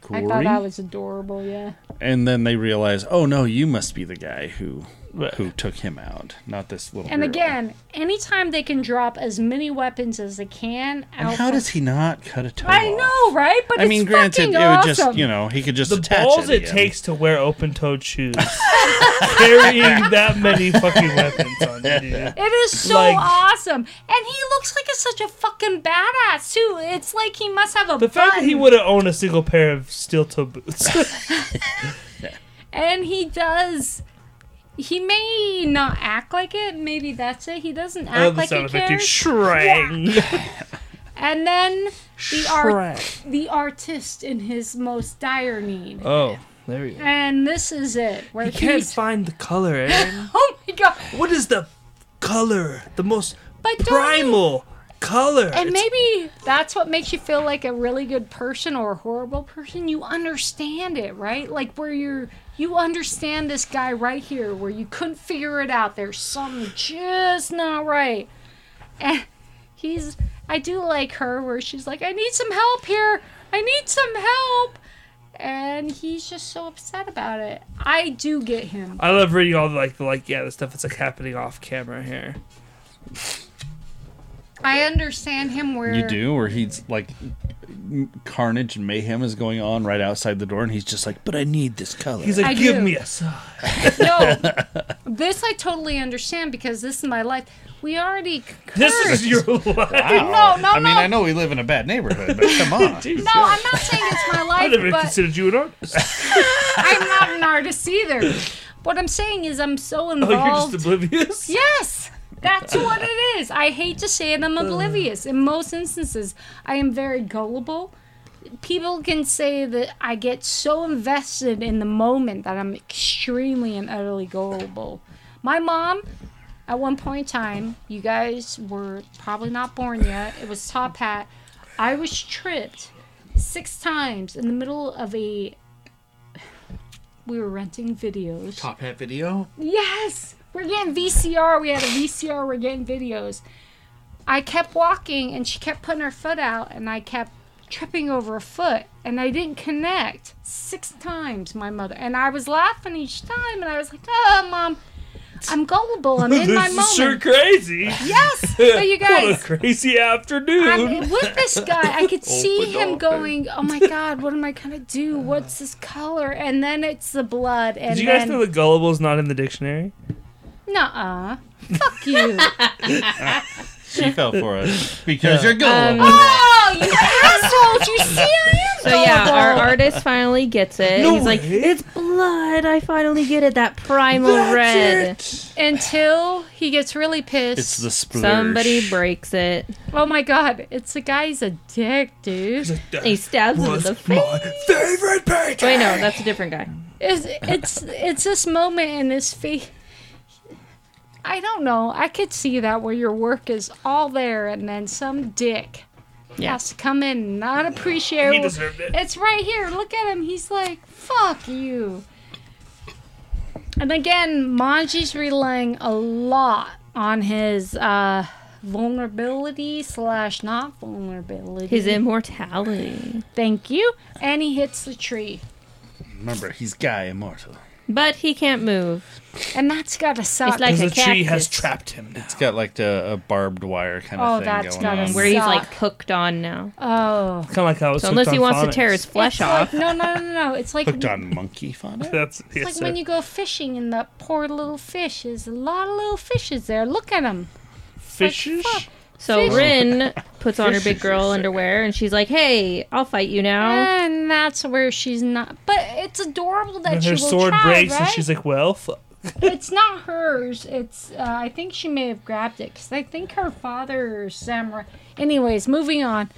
Speaker 1: I thought
Speaker 4: Corey,
Speaker 1: I was adorable, yeah.
Speaker 4: and then they realized, oh no, you must be the guy who
Speaker 2: Right.
Speaker 4: who took him out, not this little.
Speaker 1: And
Speaker 4: girl.
Speaker 1: again, anytime they can drop as many weapons as they can
Speaker 4: And
Speaker 1: out
Speaker 4: how
Speaker 1: from-
Speaker 4: does he not cut a toe?
Speaker 1: I
Speaker 4: off?
Speaker 1: know, right? But
Speaker 4: I
Speaker 1: it's
Speaker 4: mean, granted,
Speaker 1: fucking
Speaker 4: it would
Speaker 1: awesome.
Speaker 4: just you know he could just
Speaker 2: the
Speaker 4: attach
Speaker 2: balls it
Speaker 4: it, again.
Speaker 2: takes to wear open-toed shoes, carrying that many fucking weapons on you, dude.
Speaker 1: It is so
Speaker 2: Like-
Speaker 1: awesome, and he looks like a, such a fucking badass too. It's like he must have a
Speaker 2: The fact that he
Speaker 1: button.
Speaker 2: would have owned a single pair of steel toe boots.
Speaker 1: and he does. He may not act like it. Maybe that's it. He doesn't
Speaker 2: I love
Speaker 1: act
Speaker 2: the
Speaker 1: like
Speaker 2: sound
Speaker 1: he
Speaker 2: effect too.
Speaker 1: cares.
Speaker 2: Shrang.
Speaker 1: and then the art,
Speaker 2: Shrek.
Speaker 1: the artist in his most dire need.
Speaker 2: Oh, there we go.
Speaker 1: and this is it. Where
Speaker 2: You can't
Speaker 1: he's,
Speaker 2: find the color, eh? Aaron.
Speaker 1: Oh my god!
Speaker 2: what is the color? The most
Speaker 1: But don't you-
Speaker 2: primal color.
Speaker 1: And
Speaker 2: It's-
Speaker 1: maybe that's what makes you feel like a really good person or a horrible person. You understand it, right? Like where you're you understand this guy right here where you couldn't figure it out. There's something just not right. And he's I do like her where she's like, I need some help here. I need some help. And he's just so upset about it. I do get him.
Speaker 2: I love reading all the like the like yeah the stuff that's like happening off camera here.
Speaker 1: I understand him where
Speaker 4: You do, where he's like, m- carnage and mayhem is going on right outside the door, and he's just like, "But I need this color."
Speaker 2: He's like,
Speaker 1: I
Speaker 2: give
Speaker 1: do.
Speaker 2: me a sign.
Speaker 1: No, this I totally understand because this is my life. We already concurred.
Speaker 2: This is your life.
Speaker 1: no, no,
Speaker 4: I mean,
Speaker 1: no.
Speaker 4: I know we live in a bad neighborhood, but come on.
Speaker 1: No, I'm not saying it's my
Speaker 2: I never
Speaker 1: life, but
Speaker 2: considered you an artist.
Speaker 1: I'm not an artist either. What I'm saying is I'm so
Speaker 2: Oh,
Speaker 1: involved.
Speaker 2: you're just oblivious.
Speaker 1: Yes, that's what it is. I hate to say it, I'm oblivious. In most instances, I am very gullible. People can say that I get so invested in the moment that I'm extremely and utterly gullible. My mom, at one point in time, you guys were probably not born yet, it was Top Hat. I was tripped six times in the middle of a. We were renting videos.
Speaker 5: Top hat video.
Speaker 1: Yes, we're getting VCR. We had a VCR. We're getting videos. I kept walking, and she kept putting her foot out, and I kept tripping over a foot, and I didn't connect six times. My mother and I was laughing each time, and I was like, "Oh, mom, I'm gullible. I'm in my
Speaker 2: this
Speaker 1: moment."
Speaker 2: is sure crazy.
Speaker 1: yes, but you guys,
Speaker 2: What a crazy afternoon.
Speaker 1: I'm with this guy. I
Speaker 2: Oh
Speaker 1: could see him going, "Oh my God, what am I gonna do? What's this color?" And then it's the blood. And
Speaker 2: Did you
Speaker 1: then,
Speaker 2: guys know that gullible's not in the dictionary?
Speaker 1: Nuh-uh. Fuck you.
Speaker 4: she fell for us because you're
Speaker 3: Um,
Speaker 4: gullible.
Speaker 1: Oh, you assholes! You see, I am
Speaker 3: So yeah,
Speaker 1: gullible.
Speaker 3: our artist finally gets it.
Speaker 2: No
Speaker 3: He's like,
Speaker 2: way.
Speaker 3: "It's blood! I finally get it. That primal red."
Speaker 1: Until he gets really pissed.
Speaker 4: it's the splurge.
Speaker 3: Somebody breaks it.
Speaker 1: oh my god! It's the guy's a dick, dude.
Speaker 3: He stabs him in the face.
Speaker 2: favorite page.
Speaker 3: Wait, no, that's a different guy.
Speaker 1: It's it's, it's this moment in his face. I don't know. I could see that where your work is all there, and then some dick has to come in and not appreciate.
Speaker 2: He deserved it.
Speaker 1: It's right here. Look at him. He's like, fuck you. And again, Manji's relying a lot on his uh, vulnerability slash not vulnerability.
Speaker 3: His immortality.
Speaker 1: Thank you. And he hits the tree.
Speaker 4: Remember, he's guy immortal.
Speaker 3: But he can't move.
Speaker 1: And that's gotta suck.
Speaker 3: It's like
Speaker 2: the
Speaker 3: a
Speaker 2: tree has
Speaker 3: cactus.
Speaker 2: trapped him now.
Speaker 4: It's got like the, a barbed wire kind of
Speaker 1: Oh,
Speaker 4: thing
Speaker 1: that's
Speaker 4: going
Speaker 1: gotta
Speaker 4: on.
Speaker 3: Where he's like
Speaker 1: Suck.
Speaker 3: hooked on now.
Speaker 1: oh.
Speaker 2: Kind of like how it's
Speaker 3: So unless he wants to tear his
Speaker 1: It's
Speaker 3: flesh
Speaker 1: like-
Speaker 3: off,
Speaker 1: no, no, no, no. It's like
Speaker 4: Hooked on monkey fauna.
Speaker 2: That's yes, sir.
Speaker 1: It's like when you go fishing and that poor little fish. There's a lot of little fishes there. Look at them.
Speaker 2: fishes.
Speaker 1: fuck.
Speaker 3: So Rin puts on her big girl underwear and she's like, "Hey, I'll fight you now."
Speaker 1: And that's where she's not. But it's adorable that
Speaker 2: And
Speaker 1: she
Speaker 2: her
Speaker 1: will
Speaker 2: sword
Speaker 1: try,
Speaker 2: breaks,
Speaker 1: right?
Speaker 2: and she's like, "Well, fu-
Speaker 1: it's not hers. It's uh, I think she may have grabbed it because I think her father or samurai. Anyways, moving on,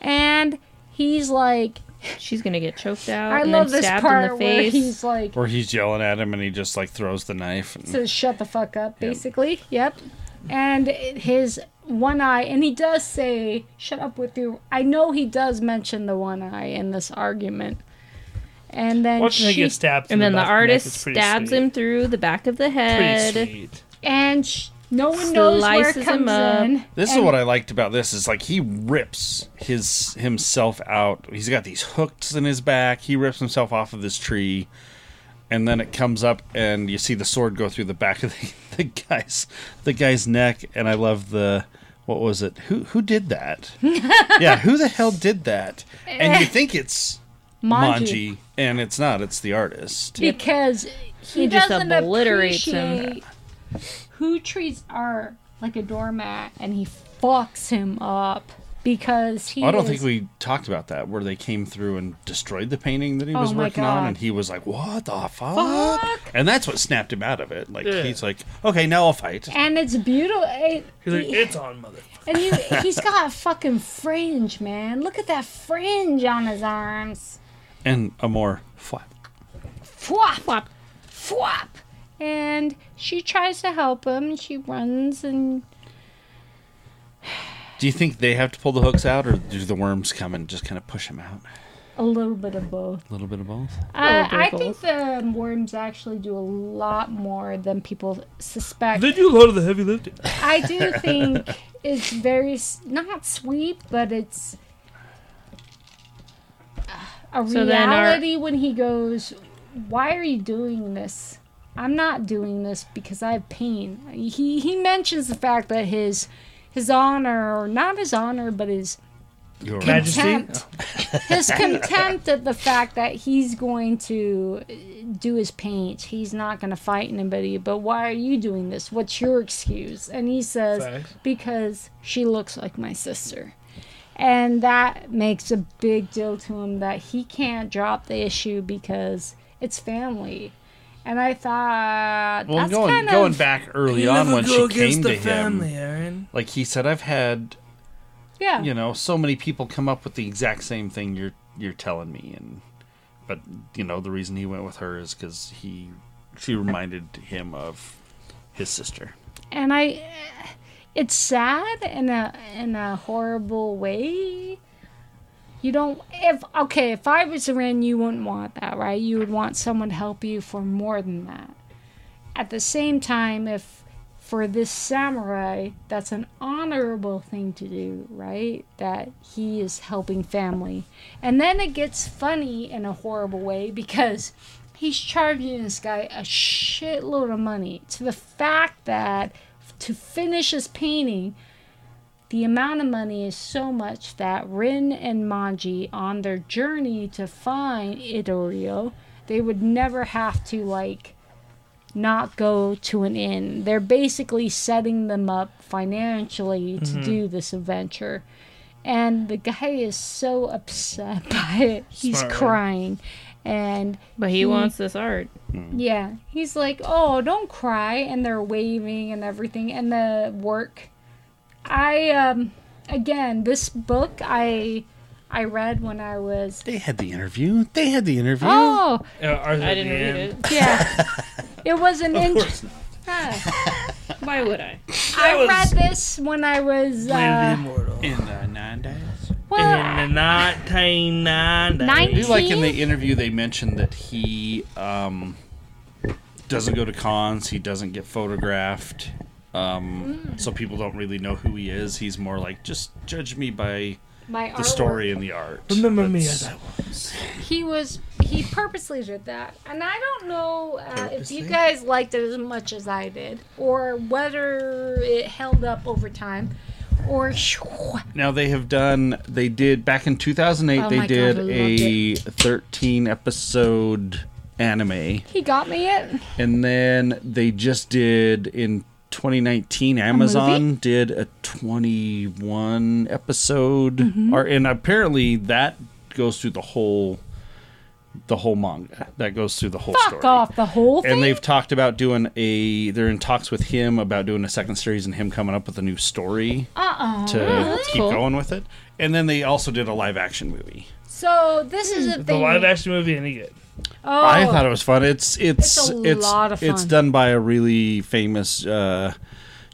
Speaker 1: and he's like,
Speaker 3: She's gonna get choked out
Speaker 1: I
Speaker 3: Oh, and
Speaker 1: love
Speaker 3: then
Speaker 1: this
Speaker 3: stabbed
Speaker 1: part
Speaker 3: in the
Speaker 1: where
Speaker 3: face.
Speaker 1: he's like
Speaker 4: Where he's yelling at him and he just like throws the knife. And,
Speaker 1: says, "Shut the fuck up," basically. Yep. And it- his one eye, and he does say, "Shut up with you." I know he does mention the one eye in this argument, and then
Speaker 2: watching her
Speaker 1: she
Speaker 2: get stabbed."
Speaker 3: and
Speaker 2: in
Speaker 3: then the
Speaker 2: back of neck
Speaker 3: artist
Speaker 2: is pretty
Speaker 3: stabs
Speaker 2: sweet.
Speaker 3: him through the back of the
Speaker 2: Pretty
Speaker 3: head.
Speaker 2: sweet.
Speaker 1: and sh- no one knows where
Speaker 3: Slices
Speaker 1: it
Speaker 3: him
Speaker 1: comes
Speaker 3: up.
Speaker 1: in.
Speaker 4: this is
Speaker 1: And-
Speaker 4: what I liked about this is like he rips his himself out. He's got these hooks in his back. He rips himself off of this tree, and then it comes up and you see the sword go through the back of the, the guy's the guy's neck. And I love the what was it? Who who did that? yeah, who the hell did that? And you think it's
Speaker 1: Eh. Manji.
Speaker 4: Manji, and it's not. It's the artist.
Speaker 1: because he,
Speaker 3: He just
Speaker 1: doesn't
Speaker 3: obliterates him.
Speaker 1: appreciate who treats art like a doormat, and he fucks him up because he.
Speaker 4: I don't
Speaker 1: is-
Speaker 4: think we talked about that where they came through and destroyed the painting that he
Speaker 1: Oh
Speaker 4: was
Speaker 1: my
Speaker 4: working
Speaker 1: God.
Speaker 4: on, and he was like, "What the fuck?" And that's what snapped him out of it. Like he's like, "Okay, now I'll fight."
Speaker 1: And it's beautiful. It,
Speaker 2: He's like, "It's on, mother."
Speaker 1: and you, he's got a fucking fringe, man. Look at that fringe on his arms.
Speaker 4: And a more flap.
Speaker 1: Fwap, fwap, fwap. And she tries to help him. and She runs and
Speaker 4: Do you think they have to pull the hooks out, or do the worms come and just kind of push him out?
Speaker 1: a little bit of both.
Speaker 4: A little bit of both.
Speaker 1: Uh,
Speaker 3: bit of
Speaker 1: I think the worms actually do a lot more than people suspect.
Speaker 2: They do a lot of the heavy lifting.
Speaker 1: I do think it's very s- not sweet, but it's a
Speaker 3: So then our-
Speaker 1: reality when he goes, "Why are you doing this? I'm not doing this because I have pain." He he mentions the fact that his his honor, or not his honor, but his
Speaker 4: You're right.
Speaker 2: Majesty,
Speaker 1: contempt, his contempt at the fact that he's going to uh, do his paint. He's not going to fight anybody. But why are you doing this? What's your excuse? And he says,
Speaker 2: Facts.
Speaker 1: because she looks like my sister. And that makes a big deal to him that he can't drop the issue because it's family. And I thought
Speaker 4: Well,
Speaker 1: that's
Speaker 4: going
Speaker 1: kind
Speaker 4: going
Speaker 1: of
Speaker 4: back early on when she came to him,
Speaker 2: Aaron.
Speaker 4: like he said, "I've had
Speaker 1: yeah.
Speaker 4: you know so many people come up with the exact same thing you're you're telling me and but you know the reason he went with her is because he she reminded him of his sister
Speaker 1: and I, it's sad in a in a horrible way. You don't if okay if I was Ren, you wouldn't want that, right? You would want someone to help you for more than that. At the same time, if for this samurai, that's an honorable thing to do, right? That he is helping family, and then it gets funny in a horrible way because he's charging this guy a shitload of money to the fact that to finish his painting the amount of money is so much that Rin and Manji on their journey to find Idorio they would never have to like not go to an inn they're basically setting them up financially to do this adventure and the guy is so upset by it he's
Speaker 2: Smart Rin.
Speaker 1: crying and
Speaker 3: But he wants this art.
Speaker 1: yeah, he's like, "Oh, don't cry," and they're waving and everything, and the work. I um, again, this book I, I read when I was.
Speaker 4: they had the interview they had the interview
Speaker 1: Oh
Speaker 2: Uh,
Speaker 3: I didn't read it.
Speaker 1: yeah, it was an.
Speaker 2: Of
Speaker 1: int-
Speaker 2: course not.
Speaker 1: Huh.
Speaker 3: Why would I?
Speaker 1: I
Speaker 2: was-
Speaker 1: read this when I
Speaker 2: Blade of
Speaker 1: was
Speaker 2: the
Speaker 1: uh,
Speaker 2: Immortal.
Speaker 4: in the nine days
Speaker 3: uh,
Speaker 1: well, uh,
Speaker 2: in the 1990s.
Speaker 1: Nine-
Speaker 4: like in
Speaker 1: See?
Speaker 4: the interview they mentioned that he um doesn't go to cons he doesn't get photographed um
Speaker 1: Mm.
Speaker 4: so people don't really know who he is he's more like just judge me by
Speaker 1: my
Speaker 4: the
Speaker 1: artwork.
Speaker 4: story and the art
Speaker 2: Remember me
Speaker 4: That's-
Speaker 2: as I was.
Speaker 1: He was he purposely did that, and I don't know uh, if you guys liked it as much as I did, or whether it held up over time, or.
Speaker 4: Now they have done. They did back in 2008.
Speaker 1: Oh my
Speaker 4: they
Speaker 1: God,
Speaker 4: did
Speaker 1: I loved
Speaker 4: a 13 episode anime,
Speaker 1: He got me it.
Speaker 4: and then they just did in 2019, Amazon did a 21 episode,
Speaker 1: Mm-hmm.
Speaker 4: or, and apparently that goes through the whole, the whole manga. That goes through the whole
Speaker 1: Fuck
Speaker 4: story.
Speaker 1: off the whole thing.
Speaker 4: And they've talked about doing a. They're in talks with him about doing a second series and him coming up with a new story
Speaker 1: Uh-uh.
Speaker 4: to
Speaker 1: Oh,
Speaker 4: keep
Speaker 3: cool.
Speaker 4: going with it. And then they also did a live action movie.
Speaker 1: so this is a
Speaker 2: The
Speaker 1: thing.
Speaker 2: live action movie any good?
Speaker 1: oh,
Speaker 4: I thought it was fun. It's it's
Speaker 1: It's
Speaker 4: it's
Speaker 1: a
Speaker 4: it's,
Speaker 1: lot of fun.
Speaker 4: done by a really famous uh,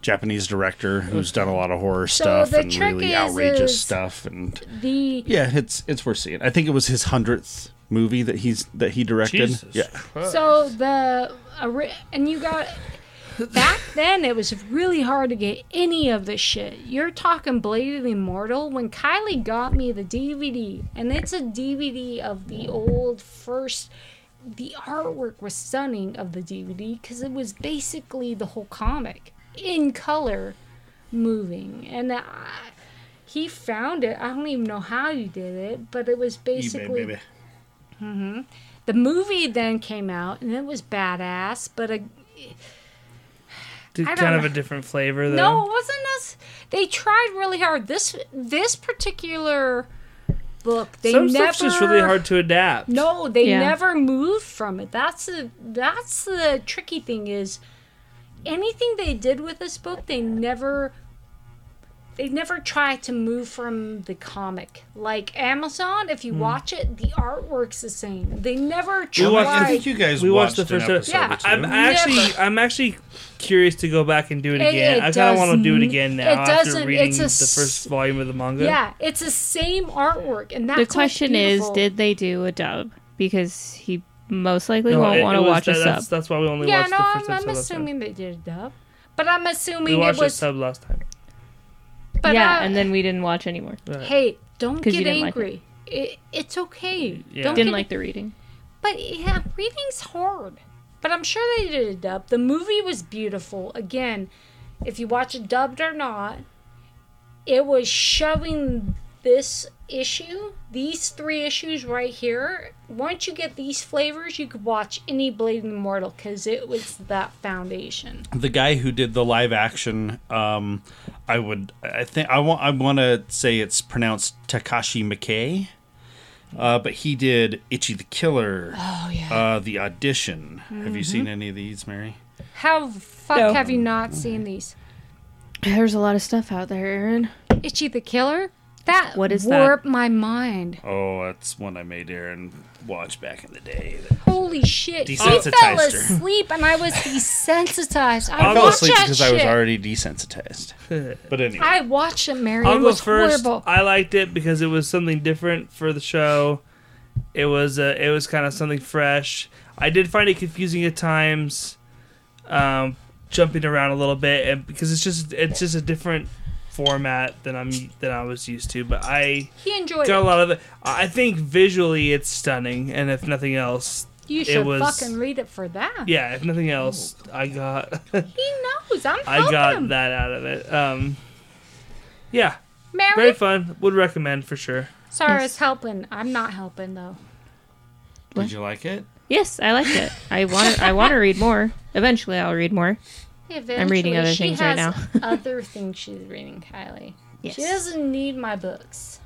Speaker 4: Japanese director who's done a lot of horror stuff
Speaker 1: the
Speaker 4: and
Speaker 1: trick
Speaker 4: really
Speaker 1: is-
Speaker 4: outrageous
Speaker 1: is-
Speaker 4: stuff. And
Speaker 1: the
Speaker 4: yeah, it's it's worth seeing. I think it was his hundredth movie that he's that he directed.
Speaker 2: Jesus.
Speaker 4: Yeah,
Speaker 2: Christ.
Speaker 1: So the ori- and you got back then it was really hard to get any of this shit. You're talking Blade of the Immortal. When Kylie got me the DVD, and it's a DVD of the old first. The artwork was stunning of the DVD because it was basically the whole comic in color, moving, and I, he found it. I don't even know how you did it, but it was basically the movie then came out and it was badass, but a,
Speaker 2: Did
Speaker 1: I don't
Speaker 2: kind of
Speaker 1: know.
Speaker 2: a different flavor though.
Speaker 1: no, it wasn't us. They tried really hard. This this particular book, they
Speaker 2: Some
Speaker 1: never
Speaker 2: stuff's just really hard to adapt.
Speaker 1: No, they
Speaker 3: Yeah.
Speaker 1: never moved from it. That's the that's the tricky thing is anything they did with this book, they never they never try to move from the comic. Like Amazon, if
Speaker 2: Hmm.
Speaker 1: you watch it, the artwork's the same. They never
Speaker 2: Well, I
Speaker 1: try.
Speaker 2: think
Speaker 4: you guys
Speaker 2: we watched, the first episode.
Speaker 1: Yeah.
Speaker 2: I- I'm actually, I'm actually curious to go back and do it
Speaker 1: It-
Speaker 2: again.
Speaker 1: it
Speaker 2: I kind of want to do it
Speaker 1: doesn't-
Speaker 2: again now
Speaker 1: it doesn't-
Speaker 2: after reading
Speaker 1: it's a
Speaker 2: the
Speaker 1: s-
Speaker 2: first volume of the manga.
Speaker 1: Yeah, it's the same artwork, and that's
Speaker 3: the
Speaker 1: what's
Speaker 3: question is,
Speaker 1: beautiful.
Speaker 3: did they do a dub? Because he most likely
Speaker 2: No, it-
Speaker 3: won't
Speaker 2: it
Speaker 3: want to
Speaker 2: was
Speaker 3: watch
Speaker 2: that-
Speaker 3: a
Speaker 2: that's,
Speaker 3: sub.
Speaker 2: That's why we only
Speaker 1: yeah,
Speaker 2: watched
Speaker 1: no,
Speaker 2: the first
Speaker 1: I'm,
Speaker 2: episode. last
Speaker 1: I'm
Speaker 2: time.
Speaker 1: assuming they did a dub, but I'm
Speaker 2: we
Speaker 1: assuming it
Speaker 2: watched
Speaker 1: was.
Speaker 2: a sub last time.
Speaker 1: but
Speaker 3: yeah,
Speaker 1: I-
Speaker 3: and then we didn't watch anymore.
Speaker 1: hey, don't
Speaker 3: 'Cause
Speaker 1: get
Speaker 3: you didn't like
Speaker 1: angry. it. it's okay.
Speaker 2: Yeah.
Speaker 1: Don't
Speaker 3: Didn't
Speaker 1: get,
Speaker 3: like the reading.
Speaker 1: But yeah, reading's hard. But I'm sure they did a dub. The movie was beautiful. Again, if you watch it dubbed or not, it was shoving this issue, these three issues right here. Once you get these flavors, you could watch any Blade and Immortal because it was that foundation.
Speaker 4: the guy who did the live action um i would i think i want i want to say it's pronounced takashi mckay uh, but he did itchy the killer oh yeah uh, the audition have
Speaker 1: Mm-hmm.
Speaker 4: you seen any of these mary
Speaker 1: How fuck
Speaker 3: No.
Speaker 1: have you not seen these?
Speaker 3: There's a lot of stuff out there, Aaron.
Speaker 1: Itchy the Killer? That
Speaker 3: What is that?
Speaker 1: warped my mind.
Speaker 4: oh that's one i made aaron watch back in the day
Speaker 1: Holy shit. He fell
Speaker 4: Desensitized her.
Speaker 1: asleep and I was desensitized. I
Speaker 4: i fell
Speaker 1: watched
Speaker 4: asleep
Speaker 1: that
Speaker 4: because i was
Speaker 1: shit.
Speaker 4: already desensitized but anyway
Speaker 1: I watched it, Mary.
Speaker 2: I'll
Speaker 1: it
Speaker 2: go
Speaker 1: was
Speaker 2: first.
Speaker 1: horrible.
Speaker 2: I liked it because it was something different for the show. It was uh, it was kind of something fresh. I did find it confusing at times, um, jumping around a little bit, and because it's just it's just a different format than I'm than I was used to. But I
Speaker 1: he enjoyed
Speaker 2: got a
Speaker 1: it.
Speaker 2: lot of it. I think visually it's stunning, and if nothing else,
Speaker 1: You should
Speaker 2: was-
Speaker 1: fucking read it for that.
Speaker 2: yeah, if nothing else, I got
Speaker 1: He knows. I'm
Speaker 2: I got
Speaker 1: helping him.
Speaker 2: that out of it. Um, yeah,
Speaker 1: Mary,
Speaker 2: very fun. Would recommend for sure.
Speaker 1: sorry, I
Speaker 3: Yes.
Speaker 1: was helping. I'm not helping though.
Speaker 4: did you like it
Speaker 3: Yes, I liked it. I want to. I want to read more. Eventually, I'll read more.
Speaker 1: Eventually,
Speaker 3: reading other
Speaker 1: she
Speaker 3: things right
Speaker 1: has other things she's reading, Kylie.
Speaker 3: Yes.
Speaker 1: She doesn't need my books.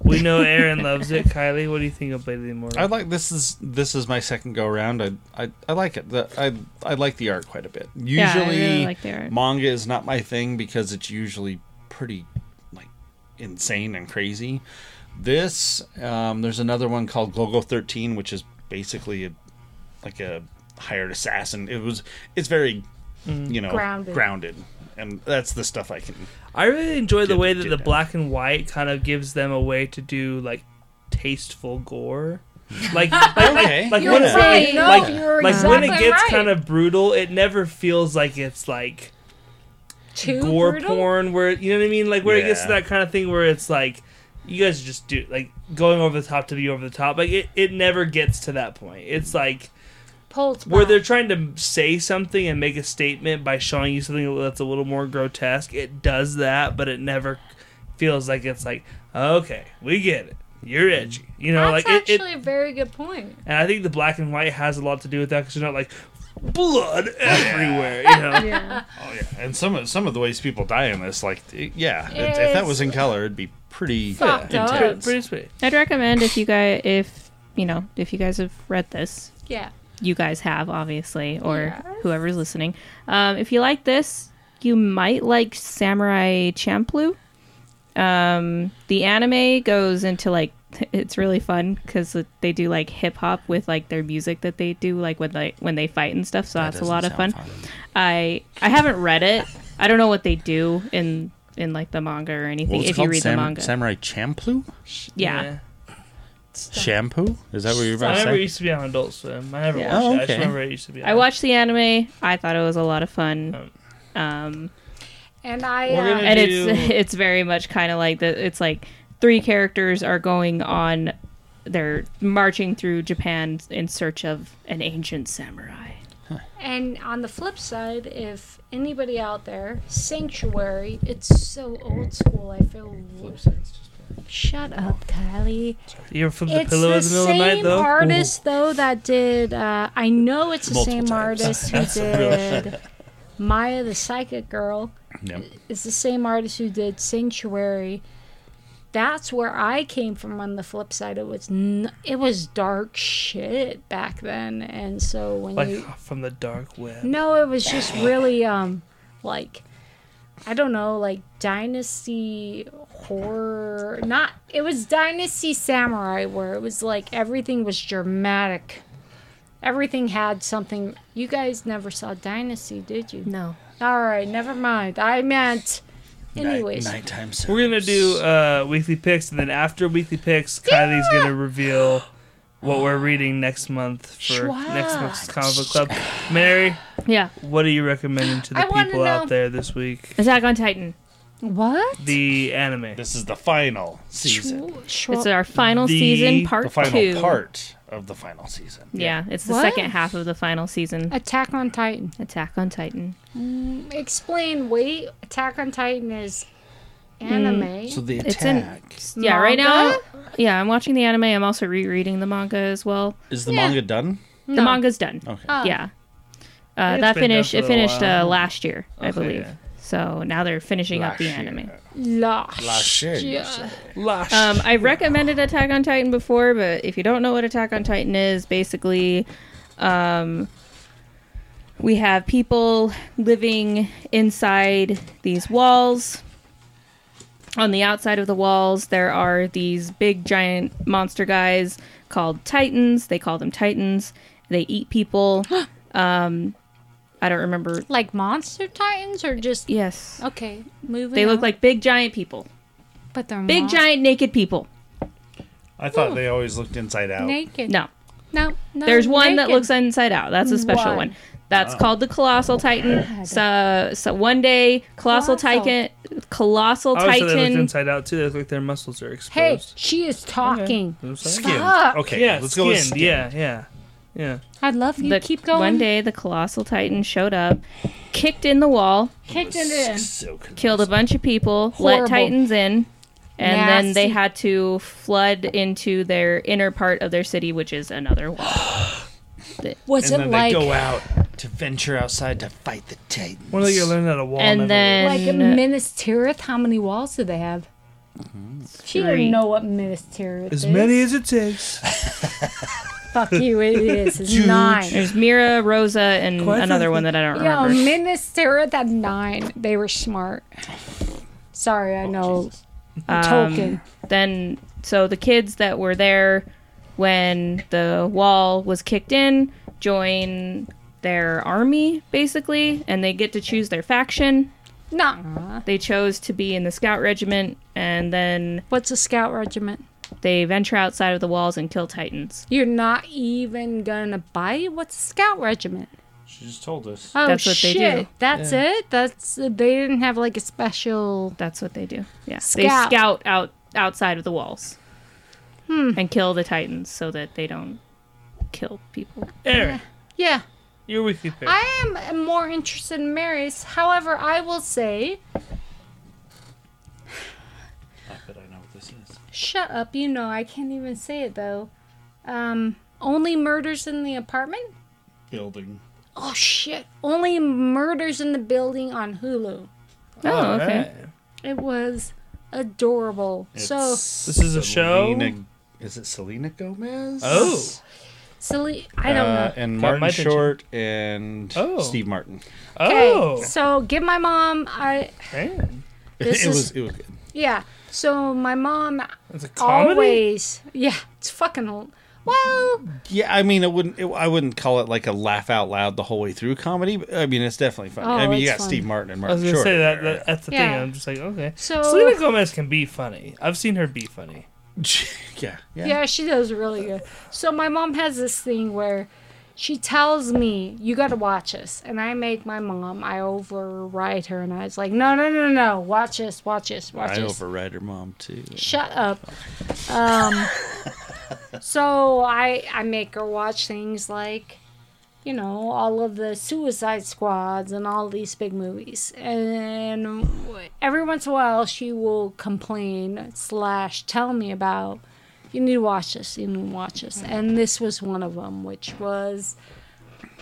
Speaker 2: We know Aaron loves it. Kylie, what do you think of Blade of the Immortal?
Speaker 4: I like this is this is my second go around. I I, I like it. The, I I like the art quite a bit. Usually,
Speaker 3: Yeah, I really like the art.
Speaker 4: manga is not my thing because it's usually pretty like insane and crazy. This um, there's another one called Gogo Thirteen, which is basically a, like a hired assassin. It was it's very you know
Speaker 1: Grounded.
Speaker 4: grounded, and that's the stuff I can.
Speaker 2: I really enjoy the
Speaker 4: Did-
Speaker 2: way that
Speaker 4: did
Speaker 2: the
Speaker 4: that.
Speaker 2: black and white kind of gives them a way to do like tasteful gore. Like, like,
Speaker 4: Okay,
Speaker 2: like, like
Speaker 1: You're
Speaker 2: when, it,
Speaker 1: right. No,
Speaker 2: like,
Speaker 1: you're
Speaker 2: like
Speaker 1: exactly
Speaker 2: when it gets
Speaker 1: right.
Speaker 2: kind of brutal, it never feels like it's like
Speaker 1: Too
Speaker 2: gore
Speaker 1: brutal?
Speaker 2: porn where you know what I mean? Like where it gets to
Speaker 4: Yeah.
Speaker 2: that kind of thing where it's like you guys just do like going over the top to be over the top. Like it, it never gets to that point. It's like
Speaker 1: Pulse
Speaker 2: where
Speaker 1: bomb.
Speaker 2: they're trying to say something and make a statement by showing you something that's a little more grotesque. It does that, but it never feels like it's like, okay, we get it. You're edgy. You know,
Speaker 1: That's
Speaker 2: like it, it-
Speaker 1: actually a very good point.
Speaker 2: and I think the black and white has a lot to do with that because you're not like, blood everywhere. You know,
Speaker 3: Yeah.
Speaker 4: Oh yeah, and some of some of the ways people die in this, like, it- yeah, if, if that was in color, it'd be pretty
Speaker 1: Fucked up.
Speaker 4: intense.
Speaker 2: pretty sweet.
Speaker 3: I'd recommend if you guys, if you know, if you guys have read this,
Speaker 1: Yeah.
Speaker 3: you guys have obviously, or
Speaker 1: Yes.
Speaker 3: whoever's listening. Um, if you like this, you might like Samurai Champloo. Um, the anime goes into like it's really fun because they do like hip hop with like their music that they do like when like when they fight and stuff. So that's a lot of fun. I I haven't read it. I don't know what they do in in like the manga or anything. If you read the manga,
Speaker 4: Samurai Champloo?
Speaker 3: yeah.
Speaker 4: Shampoo? Is that what you're
Speaker 2: I
Speaker 4: about to
Speaker 2: never
Speaker 4: say?
Speaker 2: used to be on Adult Swim. I never
Speaker 3: Yeah.
Speaker 2: watched
Speaker 4: Oh,
Speaker 2: it. I just
Speaker 4: okay.
Speaker 2: remember it used to be. On
Speaker 3: I watched the anime. I thought it was a lot of fun,
Speaker 2: Um,
Speaker 3: um,
Speaker 1: And I.
Speaker 2: We're
Speaker 1: Uh,
Speaker 2: gonna-
Speaker 3: and
Speaker 2: do-
Speaker 3: it's it's very much kind of like the it's like three characters are going on, they're marching through Japan in search of an ancient samurai.
Speaker 1: and on the flip side, if anybody out there, Sanctuary, it's so old school. I feel. Shut up, Kylie.
Speaker 2: You ever flip the
Speaker 1: It's
Speaker 2: pillow
Speaker 1: the,
Speaker 2: in the middle of
Speaker 1: same
Speaker 2: the night though?
Speaker 1: artist though that did. Uh, I know it's the
Speaker 4: Multiple
Speaker 1: same
Speaker 4: times.
Speaker 1: artist who did Maya the Psychic Girl.
Speaker 4: Yep.
Speaker 1: It's the same artist who did Sanctuary. That's where I came from. On the flip side, it was n- it was dark shit back then, and so when you
Speaker 2: Like from the dark web.
Speaker 1: no, it was just really um like I don't know, like dynasty horror. Not it was dynasty samurai where it was like everything was dramatic. Everything had something. You guys never saw Dynasty, did you?
Speaker 3: No,
Speaker 1: All right, never mind. I meant anyways.
Speaker 4: nighttime
Speaker 2: We're gonna do uh, weekly picks, and then after weekly picks, Kylie's gonna reveal what we're reading next month for next month's comic book club. Mary,
Speaker 3: yeah,
Speaker 2: what are you recommending to the
Speaker 1: I wanna
Speaker 2: people out
Speaker 1: know.
Speaker 2: there this week?
Speaker 3: Attack on Titan.
Speaker 1: What?
Speaker 2: The anime.
Speaker 4: This is the final season.
Speaker 1: Shwa-
Speaker 3: It's our final
Speaker 2: The-
Speaker 3: season, part
Speaker 4: The final
Speaker 3: two.
Speaker 4: part of the final season.
Speaker 3: Yeah, it's the
Speaker 1: What?
Speaker 3: second half of the final season.
Speaker 1: Attack on Titan.
Speaker 3: Attack on Titan.
Speaker 1: Explain. Wait, Attack on Titan is
Speaker 3: Mm.
Speaker 1: anime.
Speaker 4: So the
Speaker 3: It's in-
Speaker 4: attack
Speaker 3: Yeah, right now.
Speaker 1: Manga?
Speaker 3: Yeah, I'm watching the anime. I'm also rereading the manga as well.
Speaker 4: is the
Speaker 1: Yeah.
Speaker 4: manga done?
Speaker 3: The manga's done.
Speaker 4: Okay.
Speaker 1: Oh.
Speaker 3: Yeah. Uh,
Speaker 2: It's been
Speaker 3: that
Speaker 2: done
Speaker 3: finished.
Speaker 2: for
Speaker 3: It
Speaker 2: a
Speaker 3: finished uh,
Speaker 2: while.
Speaker 3: last year, I
Speaker 2: Okay.
Speaker 3: believe. So now they're finishing up the anime.
Speaker 1: Lost.
Speaker 4: shit.
Speaker 1: Yeah.
Speaker 2: Lush.
Speaker 3: Um, I recommended Attack on Titan before, but if you don't know what Attack on Titan is, basically, um, we have people living inside these walls. On the outside of the walls, there are these big giant monster guys called Titans. They call them Titans. They eat people. um, I don't remember.
Speaker 1: Like Monster Titans or just
Speaker 3: Yes.
Speaker 1: okay? Moving.
Speaker 3: They look
Speaker 1: on.
Speaker 3: like big giant people.
Speaker 1: but they're
Speaker 3: Big
Speaker 1: mon-
Speaker 3: giant naked people.
Speaker 4: I thought they always looked inside out.
Speaker 1: naked.
Speaker 3: No.
Speaker 1: no, no.
Speaker 3: There's one that
Speaker 1: naked.
Speaker 3: looks inside out. That's a special
Speaker 1: Why? Oh,
Speaker 3: one. That's called the Colossal Titan. So, so one day, Colossal
Speaker 1: Colossal.
Speaker 3: Titan, Colossal
Speaker 2: I always thought they looked
Speaker 3: Titan.
Speaker 2: inside out too. They look like their muscles are exposed.
Speaker 1: Hey, she is talking.
Speaker 2: You know what I'm saying?
Speaker 4: Skin.
Speaker 1: Fuck.
Speaker 4: Okay,
Speaker 2: Yeah,
Speaker 4: let's
Speaker 2: skinned.
Speaker 4: go with skin.
Speaker 2: Yeah, yeah, yeah.
Speaker 1: I love you.
Speaker 3: The-
Speaker 1: Keep going.
Speaker 3: One day, the Colossal Titan showed up, kicked in the wall,
Speaker 1: kicked it in.
Speaker 4: So con-
Speaker 3: killed a bunch of people,
Speaker 1: Horrible.
Speaker 3: let Titans in, and then they
Speaker 1: Nasty.
Speaker 3: had to flood into their inner part of their city, which is another wall.
Speaker 1: Was
Speaker 5: And
Speaker 1: it
Speaker 5: then
Speaker 1: like
Speaker 5: they go out to venture outside to fight the Titans.
Speaker 2: When are they gonna learn that a wall?
Speaker 3: and uh,
Speaker 2: never
Speaker 3: then
Speaker 1: like Minas Tirith? How many walls do they have? She
Speaker 3: Three.
Speaker 1: don't know what Minas Tirith
Speaker 2: as
Speaker 1: is.
Speaker 2: many as it takes.
Speaker 1: Fuck you, it is. It's nine.
Speaker 3: there's Mira, Rosa, and
Speaker 2: Quite
Speaker 3: another
Speaker 2: frankly-
Speaker 3: one that I don't
Speaker 1: No,
Speaker 3: remember.
Speaker 1: Minas Tirith had nine. They were smart. Sorry,
Speaker 5: Oh,
Speaker 1: I know.
Speaker 3: Um,
Speaker 1: Tolkien.
Speaker 3: then so the kids that were there when the wall was kicked in join their army basically and they get to choose their faction
Speaker 1: Nah.
Speaker 3: they chose to be in the scout regiment and then
Speaker 1: What's a scout regiment?
Speaker 3: they venture outside of the walls and kill titans
Speaker 1: You're not even gonna bite? What's a scout regiment?
Speaker 4: She just told us.
Speaker 1: Oh
Speaker 3: That's what they
Speaker 1: shit!
Speaker 3: do.
Speaker 1: That's it. That's they didn't have like a special.
Speaker 3: that's what they do yeah
Speaker 1: Scout.
Speaker 3: they scout out outside of the walls and kill the titans so that they don't kill people
Speaker 2: Eric,
Speaker 1: Yeah,
Speaker 2: your weekly pick.
Speaker 1: I am more interested in Mary's. However, I will say,
Speaker 4: Not that I know what this is.
Speaker 1: shut up. You know I can't even say it though. Um, only murders in the apartment.
Speaker 4: Building.
Speaker 1: oh shit, only murders in the building on Hulu.
Speaker 3: Oh, okay.
Speaker 1: It was adorable. so
Speaker 2: This is a show?
Speaker 4: Selena- Is it Selena Gomez?
Speaker 2: Oh,
Speaker 1: silly. I don't
Speaker 4: Uh,
Speaker 1: know.
Speaker 4: and
Speaker 2: Got my
Speaker 4: Martin
Speaker 2: attention.
Speaker 4: Short and
Speaker 2: Oh.
Speaker 4: Steve Martin.
Speaker 2: oh,
Speaker 1: So give my mom. I
Speaker 2: man,
Speaker 1: This is-
Speaker 4: it was it was good.
Speaker 1: yeah. So my mom
Speaker 2: it's a comedy.
Speaker 1: always yeah. It's fucking l- well.
Speaker 4: Yeah, I mean, it wouldn't. It, I wouldn't call it like a laugh out loud the whole way through comedy. But, I mean, it's definitely funny.
Speaker 1: Oh,
Speaker 4: I mean,
Speaker 1: it's
Speaker 4: you got
Speaker 1: funny.
Speaker 4: Steve Martin and
Speaker 2: I was gonna
Speaker 4: Martin Short.
Speaker 2: say that, that that's the
Speaker 1: Yeah.
Speaker 2: thing. I'm just like, okay.
Speaker 1: So-
Speaker 2: Selena Gomez can be funny. I've seen her be funny.
Speaker 4: yeah, yeah.
Speaker 1: Yeah, she does really good. So my mom has this thing where she tells me, "You got to watch this," and I make my mom. I override her, and I was like, "No, no, no, no! Watch this, watch this, watch
Speaker 4: I
Speaker 1: this."
Speaker 4: override her mom too.
Speaker 1: Shut up. Um, so I I make her watch things like, you know, all of the Suicide Squads and all these big movies, and every once in a while she will complain slash tell me about. You need to watch this. You need to watch this. And this was one of them, which was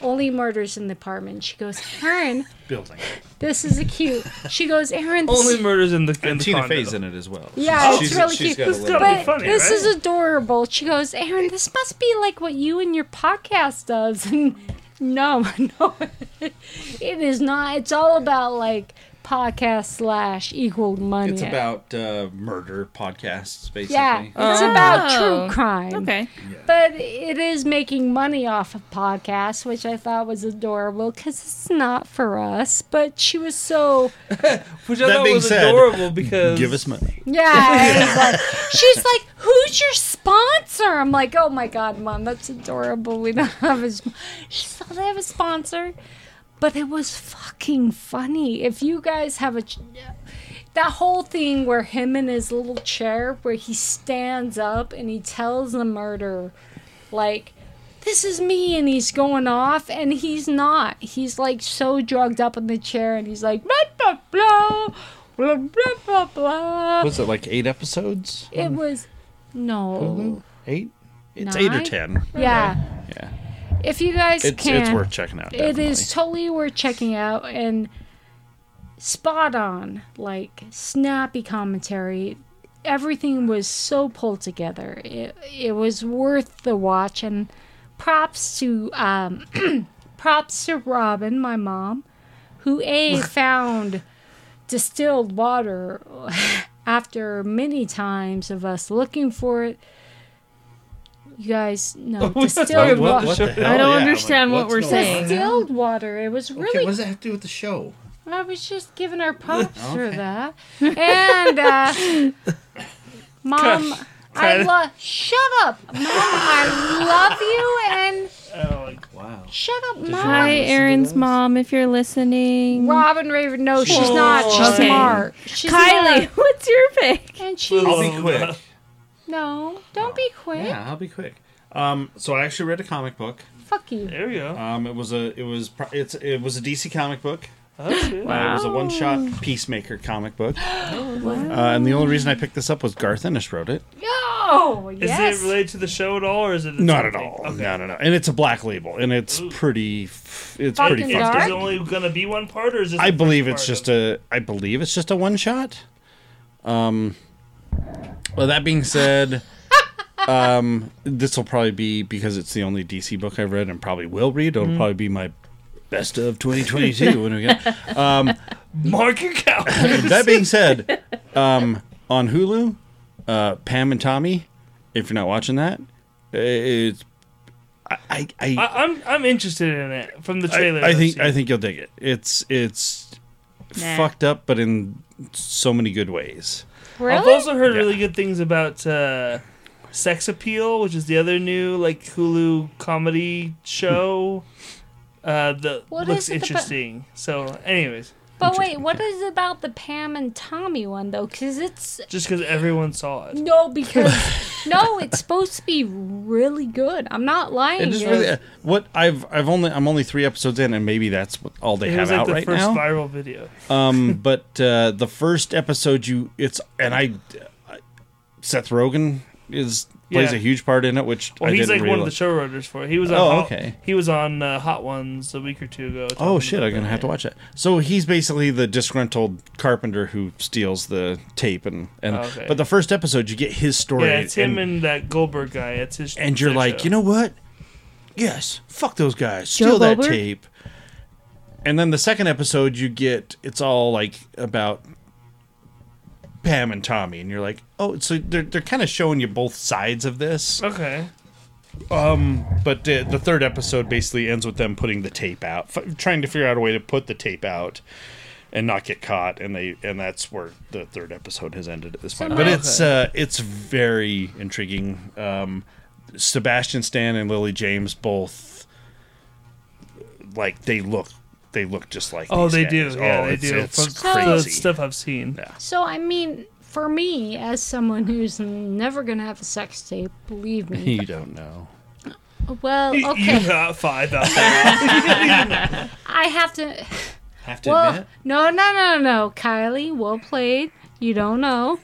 Speaker 1: only murders in the apartment. She goes, Aaron,
Speaker 4: Building.
Speaker 1: this is a cute. She goes, Aaron, this
Speaker 2: Only murders in the in
Speaker 4: And
Speaker 2: the
Speaker 4: Tina
Speaker 2: condo.
Speaker 4: Fey's in it as well.
Speaker 1: yeah,
Speaker 4: She's-
Speaker 1: it's really
Speaker 4: she's
Speaker 1: cute.
Speaker 4: got a
Speaker 2: It's
Speaker 4: little-
Speaker 2: gotta be
Speaker 1: But
Speaker 2: funny,
Speaker 1: this
Speaker 2: right?
Speaker 1: is adorable. She goes, Aaron, this must be like what you and your podcast does. And no, no, it is not. It's all about like podcast slash equal money.
Speaker 4: It's about uh, murder podcasts, basically.
Speaker 1: yeah, it's
Speaker 3: Oh.
Speaker 1: about true crime.
Speaker 3: Okay.
Speaker 1: But it is making money off of podcasts, which I thought was adorable because it's not for us. But she was so
Speaker 2: Which I
Speaker 4: That
Speaker 2: thought
Speaker 4: being
Speaker 2: was
Speaker 4: said,
Speaker 2: adorable because
Speaker 4: Give us money.
Speaker 1: Yeah. it was like- she's like, who's your sponsor? I'm like, oh my God, mom, that's adorable. We don't have a, sp-" she said, they have a sponsor. But it was fucking funny. If you guys have a, ch- that whole thing where him in his little chair, where he stands up and he tells the murderer, like, this is me, and he's going off, and he's not. He's like so drugged up in the chair, and he's like, blah, blah, blah, blah, blah, blah, blah.
Speaker 4: Was it like eight episodes?
Speaker 1: It was no.
Speaker 4: Eight? It's eight or
Speaker 1: Nine?
Speaker 4: ten.
Speaker 1: Yeah.
Speaker 4: Yeah.
Speaker 1: If you guys
Speaker 4: It's
Speaker 1: can,
Speaker 4: it's worth checking out.
Speaker 1: It is totally worth checking out and spot on. Like snappy commentary. Everything was so pulled together. It it was worth the watch and props to um props to Robin, my mom, who a found distilled water after many times of us looking for it. You guys know distilled
Speaker 2: What-
Speaker 1: water.
Speaker 2: what the
Speaker 3: I don't understand what we're saying.
Speaker 1: Distilled water. It was really.
Speaker 5: does that have to do with the show?
Speaker 1: I was just giving her props for that. And uh, mom, I love. Shut up, mom. I love you and
Speaker 5: Oh, Wow.
Speaker 1: shut up,
Speaker 3: Hi,
Speaker 1: mom.
Speaker 3: Aaron's mom, if you're listening.
Speaker 1: Robin Raven. No, she's not. She's
Speaker 3: Okay.
Speaker 1: smart. She's
Speaker 3: Kylie,
Speaker 1: smart.
Speaker 3: what's your pick?
Speaker 1: And she's
Speaker 5: I'll be quick.
Speaker 1: no. Don't be quick.
Speaker 5: Yeah, I'll be quick. Um, so I actually read a comic book.
Speaker 1: Fuck you.
Speaker 2: There we go.
Speaker 5: Um, it was a it was pro- it's it was a DC comic book.
Speaker 2: Oh, shit.
Speaker 5: Uh, it was a one shot Peacemaker comic book.
Speaker 1: Oh,
Speaker 5: uh, and the only reason I picked this up was Garth Ennis wrote it.
Speaker 1: No.
Speaker 2: Is
Speaker 1: Oh, Yes.
Speaker 2: it related to the Uh, show at all, or is it
Speaker 5: Not at
Speaker 2: something-
Speaker 5: all.
Speaker 2: Okay.
Speaker 5: No, no, no. And it's a black label, and it's pretty. f- It's
Speaker 1: Fucking
Speaker 5: pretty fucked
Speaker 1: Is
Speaker 2: Is
Speaker 1: it
Speaker 5: up.
Speaker 1: dark?
Speaker 2: there only gonna be one part, or is this
Speaker 5: I
Speaker 2: the
Speaker 5: believe
Speaker 2: first
Speaker 5: it's
Speaker 2: part
Speaker 5: just
Speaker 2: of it?
Speaker 5: a. I believe it's just a one shot. Um. Well, that being said, um, this will probably be because it's the only DC book I've read and probably will read.
Speaker 1: Mm-hmm.
Speaker 5: It'll probably be my best of 2022 when we get.
Speaker 2: mark your calendar.
Speaker 5: that being said, um, on Hulu, uh, Pam and Tommy. If you're not watching that, it's I I, I,
Speaker 2: I, I'm I'm interested in it from the trailer.
Speaker 5: I
Speaker 2: I've
Speaker 5: think
Speaker 2: seen.
Speaker 5: I think you'll dig it. It's it's
Speaker 3: Nah.
Speaker 5: fucked up, but in so many good ways.
Speaker 2: I've
Speaker 1: really?
Speaker 2: also heard really good things about uh, Sex Appeal, which is the other new like Hulu comedy show. Uh, that
Speaker 1: What
Speaker 2: looks
Speaker 1: is it about-
Speaker 2: interesting. So, anyways,
Speaker 1: but wait, what is it about the Pam and Tommy one though? Because it's
Speaker 2: just because everyone saw it,
Speaker 1: No, because no, it's supposed to be really good. I'm not lying.
Speaker 5: It is really uh, what I've I've only I'm only three episodes in, and maybe that's what, all they
Speaker 2: it
Speaker 5: have
Speaker 2: was like
Speaker 5: out
Speaker 2: the
Speaker 5: right
Speaker 2: first
Speaker 5: now.
Speaker 2: viral video.
Speaker 5: um, but uh, the first episode you it's and I Seth Rogen is
Speaker 4: plays
Speaker 2: Yeah.
Speaker 4: a huge part in it, which
Speaker 2: Well,
Speaker 4: I
Speaker 2: he's like
Speaker 4: didn't
Speaker 2: one of the
Speaker 4: realize.
Speaker 2: showrunners for it. He was on
Speaker 4: Oh,
Speaker 2: Hot-
Speaker 4: okay.
Speaker 2: He was on uh, Hot Ones a week or two ago.
Speaker 4: Oh shit! I'm gonna have to watch that. So he's basically the disgruntled carpenter who steals the tape, and and
Speaker 2: Oh, okay.
Speaker 4: but the first episode you get his story.
Speaker 2: Yeah, it's him and, that Goldberg guy. It's his.
Speaker 4: and you're
Speaker 2: their
Speaker 4: like,
Speaker 2: show.
Speaker 4: you know what? Yes, fuck those guys. Steal that
Speaker 3: Goldberg?
Speaker 4: tape. And then the second episode, you get it's all like about Pam and Tommy, and you're like, oh, so they're they're kind of showing you both sides of this.
Speaker 2: Okay.
Speaker 4: But uh, the third episode basically ends with them putting the tape out, f- trying to figure out a way to put the tape out and not get caught, and they and that's where the third episode has ended at this point. But
Speaker 2: Oh,
Speaker 1: my-
Speaker 4: it's uh, it's very intriguing. Um, Sebastian Stan and Lily James both like they look they look just like
Speaker 2: Oh,
Speaker 4: these
Speaker 2: they
Speaker 4: guys.
Speaker 2: do. Yeah,
Speaker 4: Oh,
Speaker 2: they
Speaker 4: it's,
Speaker 2: do.
Speaker 4: It's
Speaker 2: From the
Speaker 4: crazy.
Speaker 2: stuff I've seen.
Speaker 1: So I mean, for me, as someone who's never gonna have a sex tape, believe me.
Speaker 4: You don't know.
Speaker 1: well,
Speaker 2: You-
Speaker 1: okay,
Speaker 2: You got five out there.
Speaker 1: I have to.
Speaker 4: Have to
Speaker 1: Well,
Speaker 4: admit.
Speaker 1: no, no, no, no, Kylie. Well played. You don't know.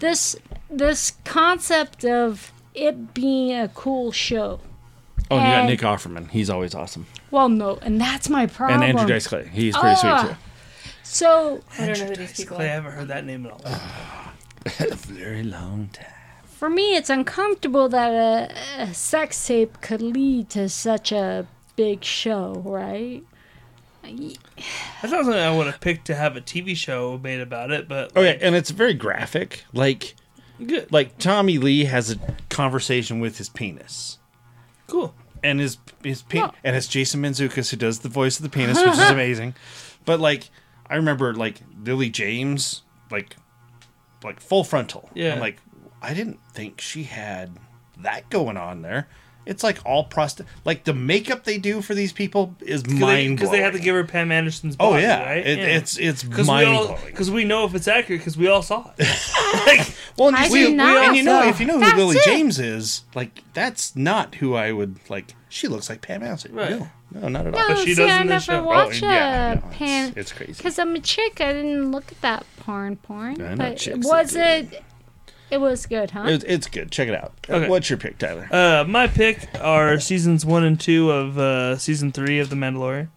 Speaker 1: This this concept of it being a cool show.
Speaker 4: Oh, and you got
Speaker 1: and-
Speaker 4: Nick Offerman. He's always awesome.
Speaker 1: Well, no, and that's my problem.
Speaker 4: And Andrew Dice Clay. He's pretty
Speaker 1: Ah.
Speaker 4: sweet
Speaker 1: So
Speaker 3: I don't know who these people
Speaker 2: I
Speaker 3: are.
Speaker 2: haven't heard that name at all.
Speaker 4: too. Very long time.
Speaker 1: for me, it's uncomfortable that a, a sex tape could lead to such a big show, right?
Speaker 2: That's not something I would have picked to have a TV show made about it, but
Speaker 4: Okay, Oh, and it's very graphic. Like,
Speaker 2: good,
Speaker 4: like Tommy Lee has a conversation with his penis,
Speaker 2: cool.
Speaker 4: and his his pe-
Speaker 1: Yeah.
Speaker 4: and it's Jason Manzukis who does the voice of the penis, which is amazing. But like, I remember like Lily James, like, like full frontal.
Speaker 2: Yeah.
Speaker 4: I'm like, I didn't think she had that going on there. It's like all prost, like the makeup they do for these people is mind
Speaker 2: Because
Speaker 4: blowing.
Speaker 2: they, have to give her Pam Anderson's
Speaker 4: Oh
Speaker 2: body,
Speaker 4: yeah,
Speaker 2: right?
Speaker 4: It, it's it's
Speaker 2: because we
Speaker 4: mind
Speaker 2: all
Speaker 4: blowing.
Speaker 2: because we know if it's accurate because we all saw it.
Speaker 4: Well, and
Speaker 1: I
Speaker 4: just-
Speaker 1: did
Speaker 4: we-
Speaker 1: not
Speaker 4: and you know,
Speaker 1: know.
Speaker 4: if you know who
Speaker 1: That's
Speaker 4: Lily
Speaker 1: it.
Speaker 4: James is, like that's not who I would like. She looks like Pam Anderson.
Speaker 2: Right.
Speaker 4: No, no, not at all.
Speaker 1: No,
Speaker 2: But she
Speaker 1: Oh, see,
Speaker 2: does
Speaker 1: I
Speaker 2: in this
Speaker 1: never
Speaker 2: show.
Speaker 1: watch uh,
Speaker 4: Oh,
Speaker 1: a
Speaker 4: yeah, no, it's-
Speaker 1: pan.
Speaker 4: it's crazy.
Speaker 1: Because I'm a chick, I didn't look at that porn porn.
Speaker 4: I know
Speaker 1: but
Speaker 4: chicks that
Speaker 1: was
Speaker 4: do.
Speaker 1: it? It was good, huh?
Speaker 4: It- it's good. Check it out.
Speaker 2: Okay.
Speaker 4: What's your pick, Tyler?
Speaker 2: Uh, my pick are seasons one and two of uh, season three of The Mandalorian,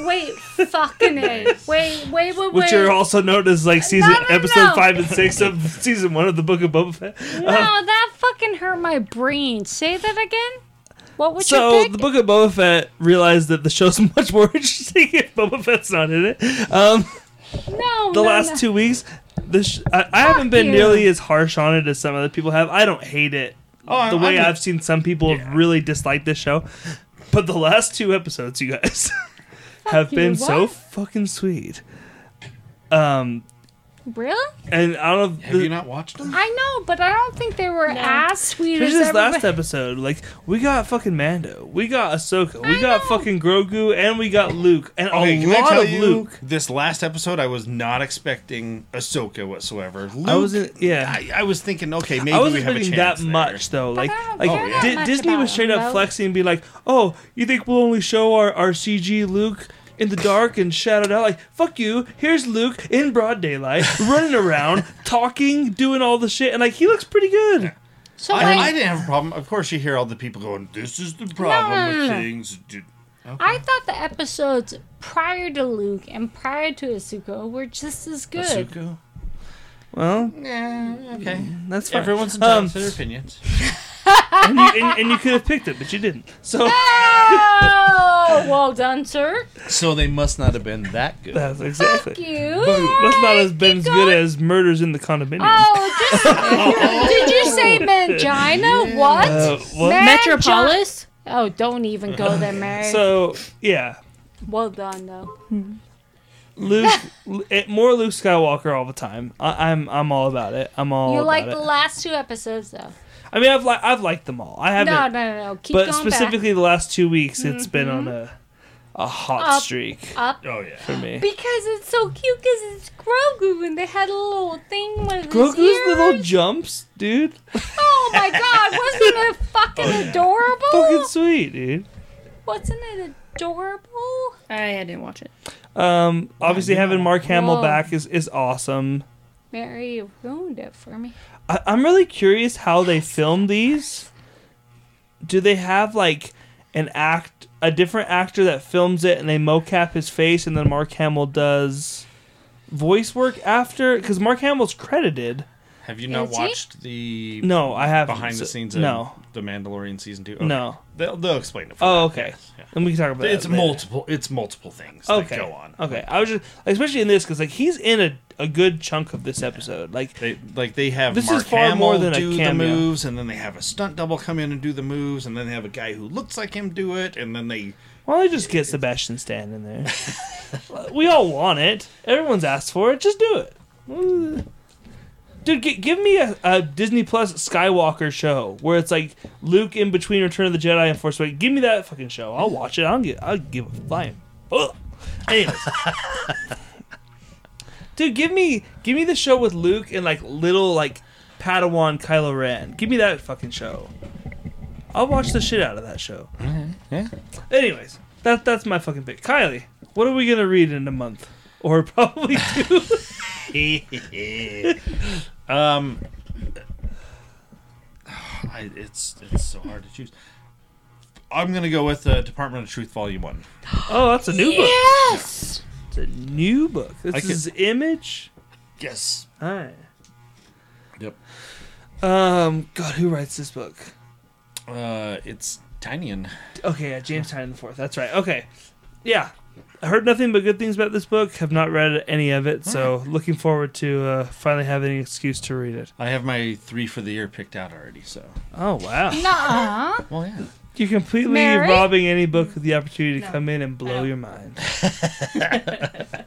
Speaker 1: Wait, fucking it. Wait, wait, wait,
Speaker 2: which
Speaker 1: wait.
Speaker 2: are also known as like season
Speaker 1: No, no,
Speaker 2: episode
Speaker 1: no.
Speaker 2: five and six of season one of the Book of Boba Fett.
Speaker 1: no, that fucking hurt my brain. Say that again. What would
Speaker 2: so
Speaker 1: you pick?
Speaker 2: the Book of Boba Fett realized that the show's much more interesting if Boba Fett's not in it. Um,
Speaker 1: no,
Speaker 2: the
Speaker 1: no,
Speaker 2: last
Speaker 1: no.
Speaker 2: two weeks, the sh- I, I haven't been
Speaker 1: you.
Speaker 2: nearly as harsh on it as some other people have. I don't hate it
Speaker 4: Oh, I-
Speaker 2: the way
Speaker 4: I'm-
Speaker 2: i have seen some people have really disliked this show, but the last two episodes, you guys, have
Speaker 1: you,
Speaker 2: been so
Speaker 1: what?
Speaker 2: fucking sweet. Um,
Speaker 1: Really?
Speaker 2: and I don't know. if
Speaker 4: Have
Speaker 2: the-
Speaker 4: you not watched them?
Speaker 1: I know, but I don't think they were as sweet as
Speaker 2: Especially this
Speaker 1: everybody.
Speaker 2: last episode, like we got fucking Mando, we got Ahsoka, we
Speaker 1: I
Speaker 2: got
Speaker 1: know.
Speaker 2: fucking Grogu, and we got Luke, and
Speaker 4: Okay,
Speaker 2: a
Speaker 4: can I
Speaker 2: lot
Speaker 4: tell
Speaker 2: of
Speaker 4: you,
Speaker 2: Luke.
Speaker 4: this last episode, I was not expecting Ahsoka whatsoever. Luke,
Speaker 2: I wasn't, yeah.
Speaker 4: I, I was thinking, okay, maybe
Speaker 2: I wasn't
Speaker 4: we have a
Speaker 2: expecting that
Speaker 4: chance there.
Speaker 2: much though. Like,
Speaker 1: I don't
Speaker 2: like
Speaker 1: care that
Speaker 2: Di-
Speaker 1: much
Speaker 2: Disney
Speaker 1: about
Speaker 2: was straight up
Speaker 1: Loki.
Speaker 2: flexing and be like, "Oh, you think we'll only show our, our CG Luke in the dark and shadowed out? Like, fuck you. Here's Luke in broad daylight, running around, talking, doing all the shit, and like he looks pretty good.
Speaker 1: so
Speaker 4: I,
Speaker 1: like,
Speaker 4: I didn't have a problem. Of course, you hear all the people going, "This is the problem
Speaker 1: no, no,
Speaker 4: with
Speaker 1: no.
Speaker 4: things." Dude,
Speaker 1: I thought the episodes prior to Luke and prior to Asuka were just as good.
Speaker 4: Ahsoka?
Speaker 2: Well,
Speaker 4: Yeah, okay.
Speaker 1: Mm-hmm.
Speaker 2: that's fine.
Speaker 4: Everyone's
Speaker 2: Um,
Speaker 4: entitled to their opinions.
Speaker 2: and, you, and, and you could have picked it, but you didn't. So
Speaker 1: Oh, well done, sir.
Speaker 4: So they must not have been that good.
Speaker 2: that's exactly.
Speaker 1: Thank you.
Speaker 2: That's not as been as good
Speaker 1: going.
Speaker 2: as murders in the condominium.
Speaker 1: Oh, just, did you say mangina? What?
Speaker 2: Uh, well,
Speaker 1: Man-
Speaker 3: Metropolis?
Speaker 1: oh, don't even go there, Mary.
Speaker 2: so yeah,
Speaker 1: well done, though.
Speaker 2: Luke, Lu- eh, more Luke Skywalker all the time. I, I'm I'm all about it. I'm all
Speaker 1: You
Speaker 2: about
Speaker 1: like
Speaker 2: it.
Speaker 1: the last two episodes, though.
Speaker 2: I mean, I've li- I've liked them all. I haven't,
Speaker 1: No, no, no, no. Keep
Speaker 2: but
Speaker 1: going Mm-hmm.
Speaker 2: specifically the last two weeks, it's been on a a hot
Speaker 1: Up.
Speaker 2: streak
Speaker 1: back up
Speaker 4: Oh yeah.
Speaker 2: for me.
Speaker 1: because it's so cute. Because it's Grogu, and they had a little thing with his
Speaker 2: Grogu's
Speaker 1: ears.
Speaker 2: little jumps, dude.
Speaker 1: Oh my God! Wasn't it fucking
Speaker 4: Oh,
Speaker 1: adorable?
Speaker 2: Fucking sweet, dude.
Speaker 1: Wasn't it adorable?
Speaker 3: I didn't watch it.
Speaker 2: Um, obviously having Mark Hamill
Speaker 1: Whoa.
Speaker 2: back is is awesome.
Speaker 1: Mary, you ruined it for me.
Speaker 2: I- I'm really curious how they film these. Do they have like an act, a different actor that films it, and they mocap his face, and then Mark Hamill does voice work after? Because Mark Hamill's credited.
Speaker 4: Have you not
Speaker 1: Is he?
Speaker 4: watched the
Speaker 2: No, I haven't.
Speaker 4: behind the
Speaker 2: So-
Speaker 4: scenes of
Speaker 2: No.
Speaker 4: The Mandalorian season two?
Speaker 2: No.
Speaker 4: They'll, they'll explain it for
Speaker 2: Oh,
Speaker 4: you.
Speaker 2: okay.
Speaker 4: Yeah.
Speaker 2: And we can talk about
Speaker 4: It's
Speaker 2: that later.
Speaker 4: multiple it's multiple things
Speaker 2: Okay. Uh,
Speaker 4: that go on.
Speaker 2: Okay. I was just especially in this because like he's in a, a good chunk of this episode. Like
Speaker 4: They like they have
Speaker 2: This is
Speaker 4: Mark
Speaker 2: far
Speaker 4: Hamill
Speaker 2: more than a
Speaker 4: do the
Speaker 2: cameo.
Speaker 4: moves, and then they have a stunt double come in and do the moves, and then they have a guy who looks like him do it, and then they
Speaker 2: Why don't they just get Sebastian Stan in there? we all want it. Everyone's asked for it. Just do it. Dude, g- give me a, a Disney Plus Skywalker show where it's like Luke in between Return of the Jedi and Force Awakens. Give me that fucking show. I'll watch it. I don't get. I'll give a flying. Ugh. Anyways, dude, give me give me the show with Luke and like little like Padawan Kylo Ren. Give me that fucking show. I'll watch the shit out of that show. Anyways, that that's my fucking pick. Kylie, what are we gonna read in a month? Or probably two.
Speaker 4: um I, it's it's so hard to choose. I'm gonna go with uh, Department of Truth Volume One.
Speaker 2: oh, that's a new book.
Speaker 1: Yes.
Speaker 2: It's a new book. This
Speaker 4: I can-
Speaker 2: is Image.
Speaker 4: Yes.
Speaker 2: Alright.
Speaker 4: Yep.
Speaker 2: Um, God, who writes this book?
Speaker 4: Uh, it's Tinian.
Speaker 2: Okay, yeah, James Tynan IV. That's right. Okay, yeah. I heard nothing but good things about this book. Have not read any of it, so looking forward to uh, finally having an excuse to read it.
Speaker 4: I have my three for the year picked out already. So.
Speaker 2: Oh wow!
Speaker 1: Nuh-uh.
Speaker 4: Well, yeah.
Speaker 2: You're completely
Speaker 1: Mary?
Speaker 2: robbing any book of the opportunity to
Speaker 1: No.
Speaker 2: come in and blow
Speaker 1: don't.
Speaker 2: your mind.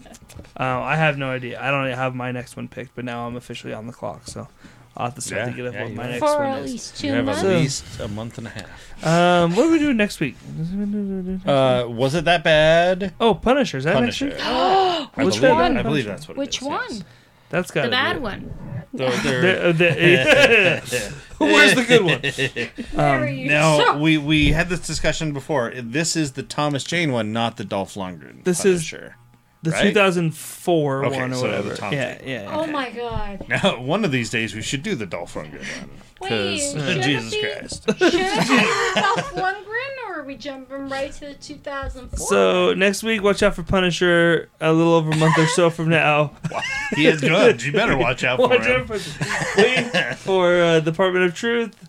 Speaker 2: Uh, I have no idea. I don't have my next one picked, but now I'm officially on the clock, so I'll have to start
Speaker 4: Yeah,
Speaker 2: thinking of
Speaker 4: yeah,
Speaker 2: what
Speaker 4: you
Speaker 2: my
Speaker 4: are.
Speaker 2: next
Speaker 1: For
Speaker 2: one
Speaker 1: at
Speaker 2: is.
Speaker 1: least
Speaker 4: You
Speaker 1: two
Speaker 4: have at
Speaker 1: months.
Speaker 2: So-
Speaker 4: least a month and a half.
Speaker 2: Um, what are we doing next week?
Speaker 4: Uh, was it that bad?
Speaker 2: oh, Punisher. Is that
Speaker 4: Punisher.
Speaker 2: next week?
Speaker 4: I
Speaker 2: Which
Speaker 4: believe-
Speaker 2: one?
Speaker 4: I believe that's what. it
Speaker 1: Which
Speaker 4: is,
Speaker 1: one?
Speaker 4: yes.
Speaker 2: That's got
Speaker 3: The bad one.
Speaker 4: Though there-
Speaker 2: The, uh, the- Where's the good one?
Speaker 4: Um,
Speaker 1: Mary,
Speaker 4: Now
Speaker 1: suck.
Speaker 4: we we had this discussion before. This is the Thomas Jane one, not the Dolph Lundgren.
Speaker 2: This is-
Speaker 4: sure.
Speaker 2: The
Speaker 4: Right?
Speaker 2: 2004
Speaker 4: Okay,
Speaker 2: one or
Speaker 4: so the
Speaker 2: whatever.
Speaker 4: top
Speaker 2: Yeah,
Speaker 4: thing.
Speaker 2: yeah.
Speaker 1: Oh my god.
Speaker 4: Now one of these days we should do the Dolph Lundgren one
Speaker 1: Wait,
Speaker 4: because
Speaker 1: should
Speaker 4: uh, Jesus
Speaker 1: it be-
Speaker 4: Christ.
Speaker 1: Should it be Dolph Lundgren or are we jumping right to the 2004?
Speaker 2: So next week, watch out for Punisher. A little over a month or so from now.
Speaker 4: He is good. You better watch out for
Speaker 2: Watch
Speaker 4: him.
Speaker 2: out for Wait for uh, Department of Truth.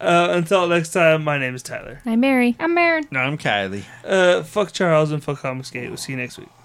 Speaker 2: Uh, until next time, my name is Tyler.
Speaker 3: I'm Mary.
Speaker 1: I'm Aaron.
Speaker 4: No, I'm Kylie.
Speaker 2: Uh, fuck Charles and fuck Comicsgate. We'll see you next week.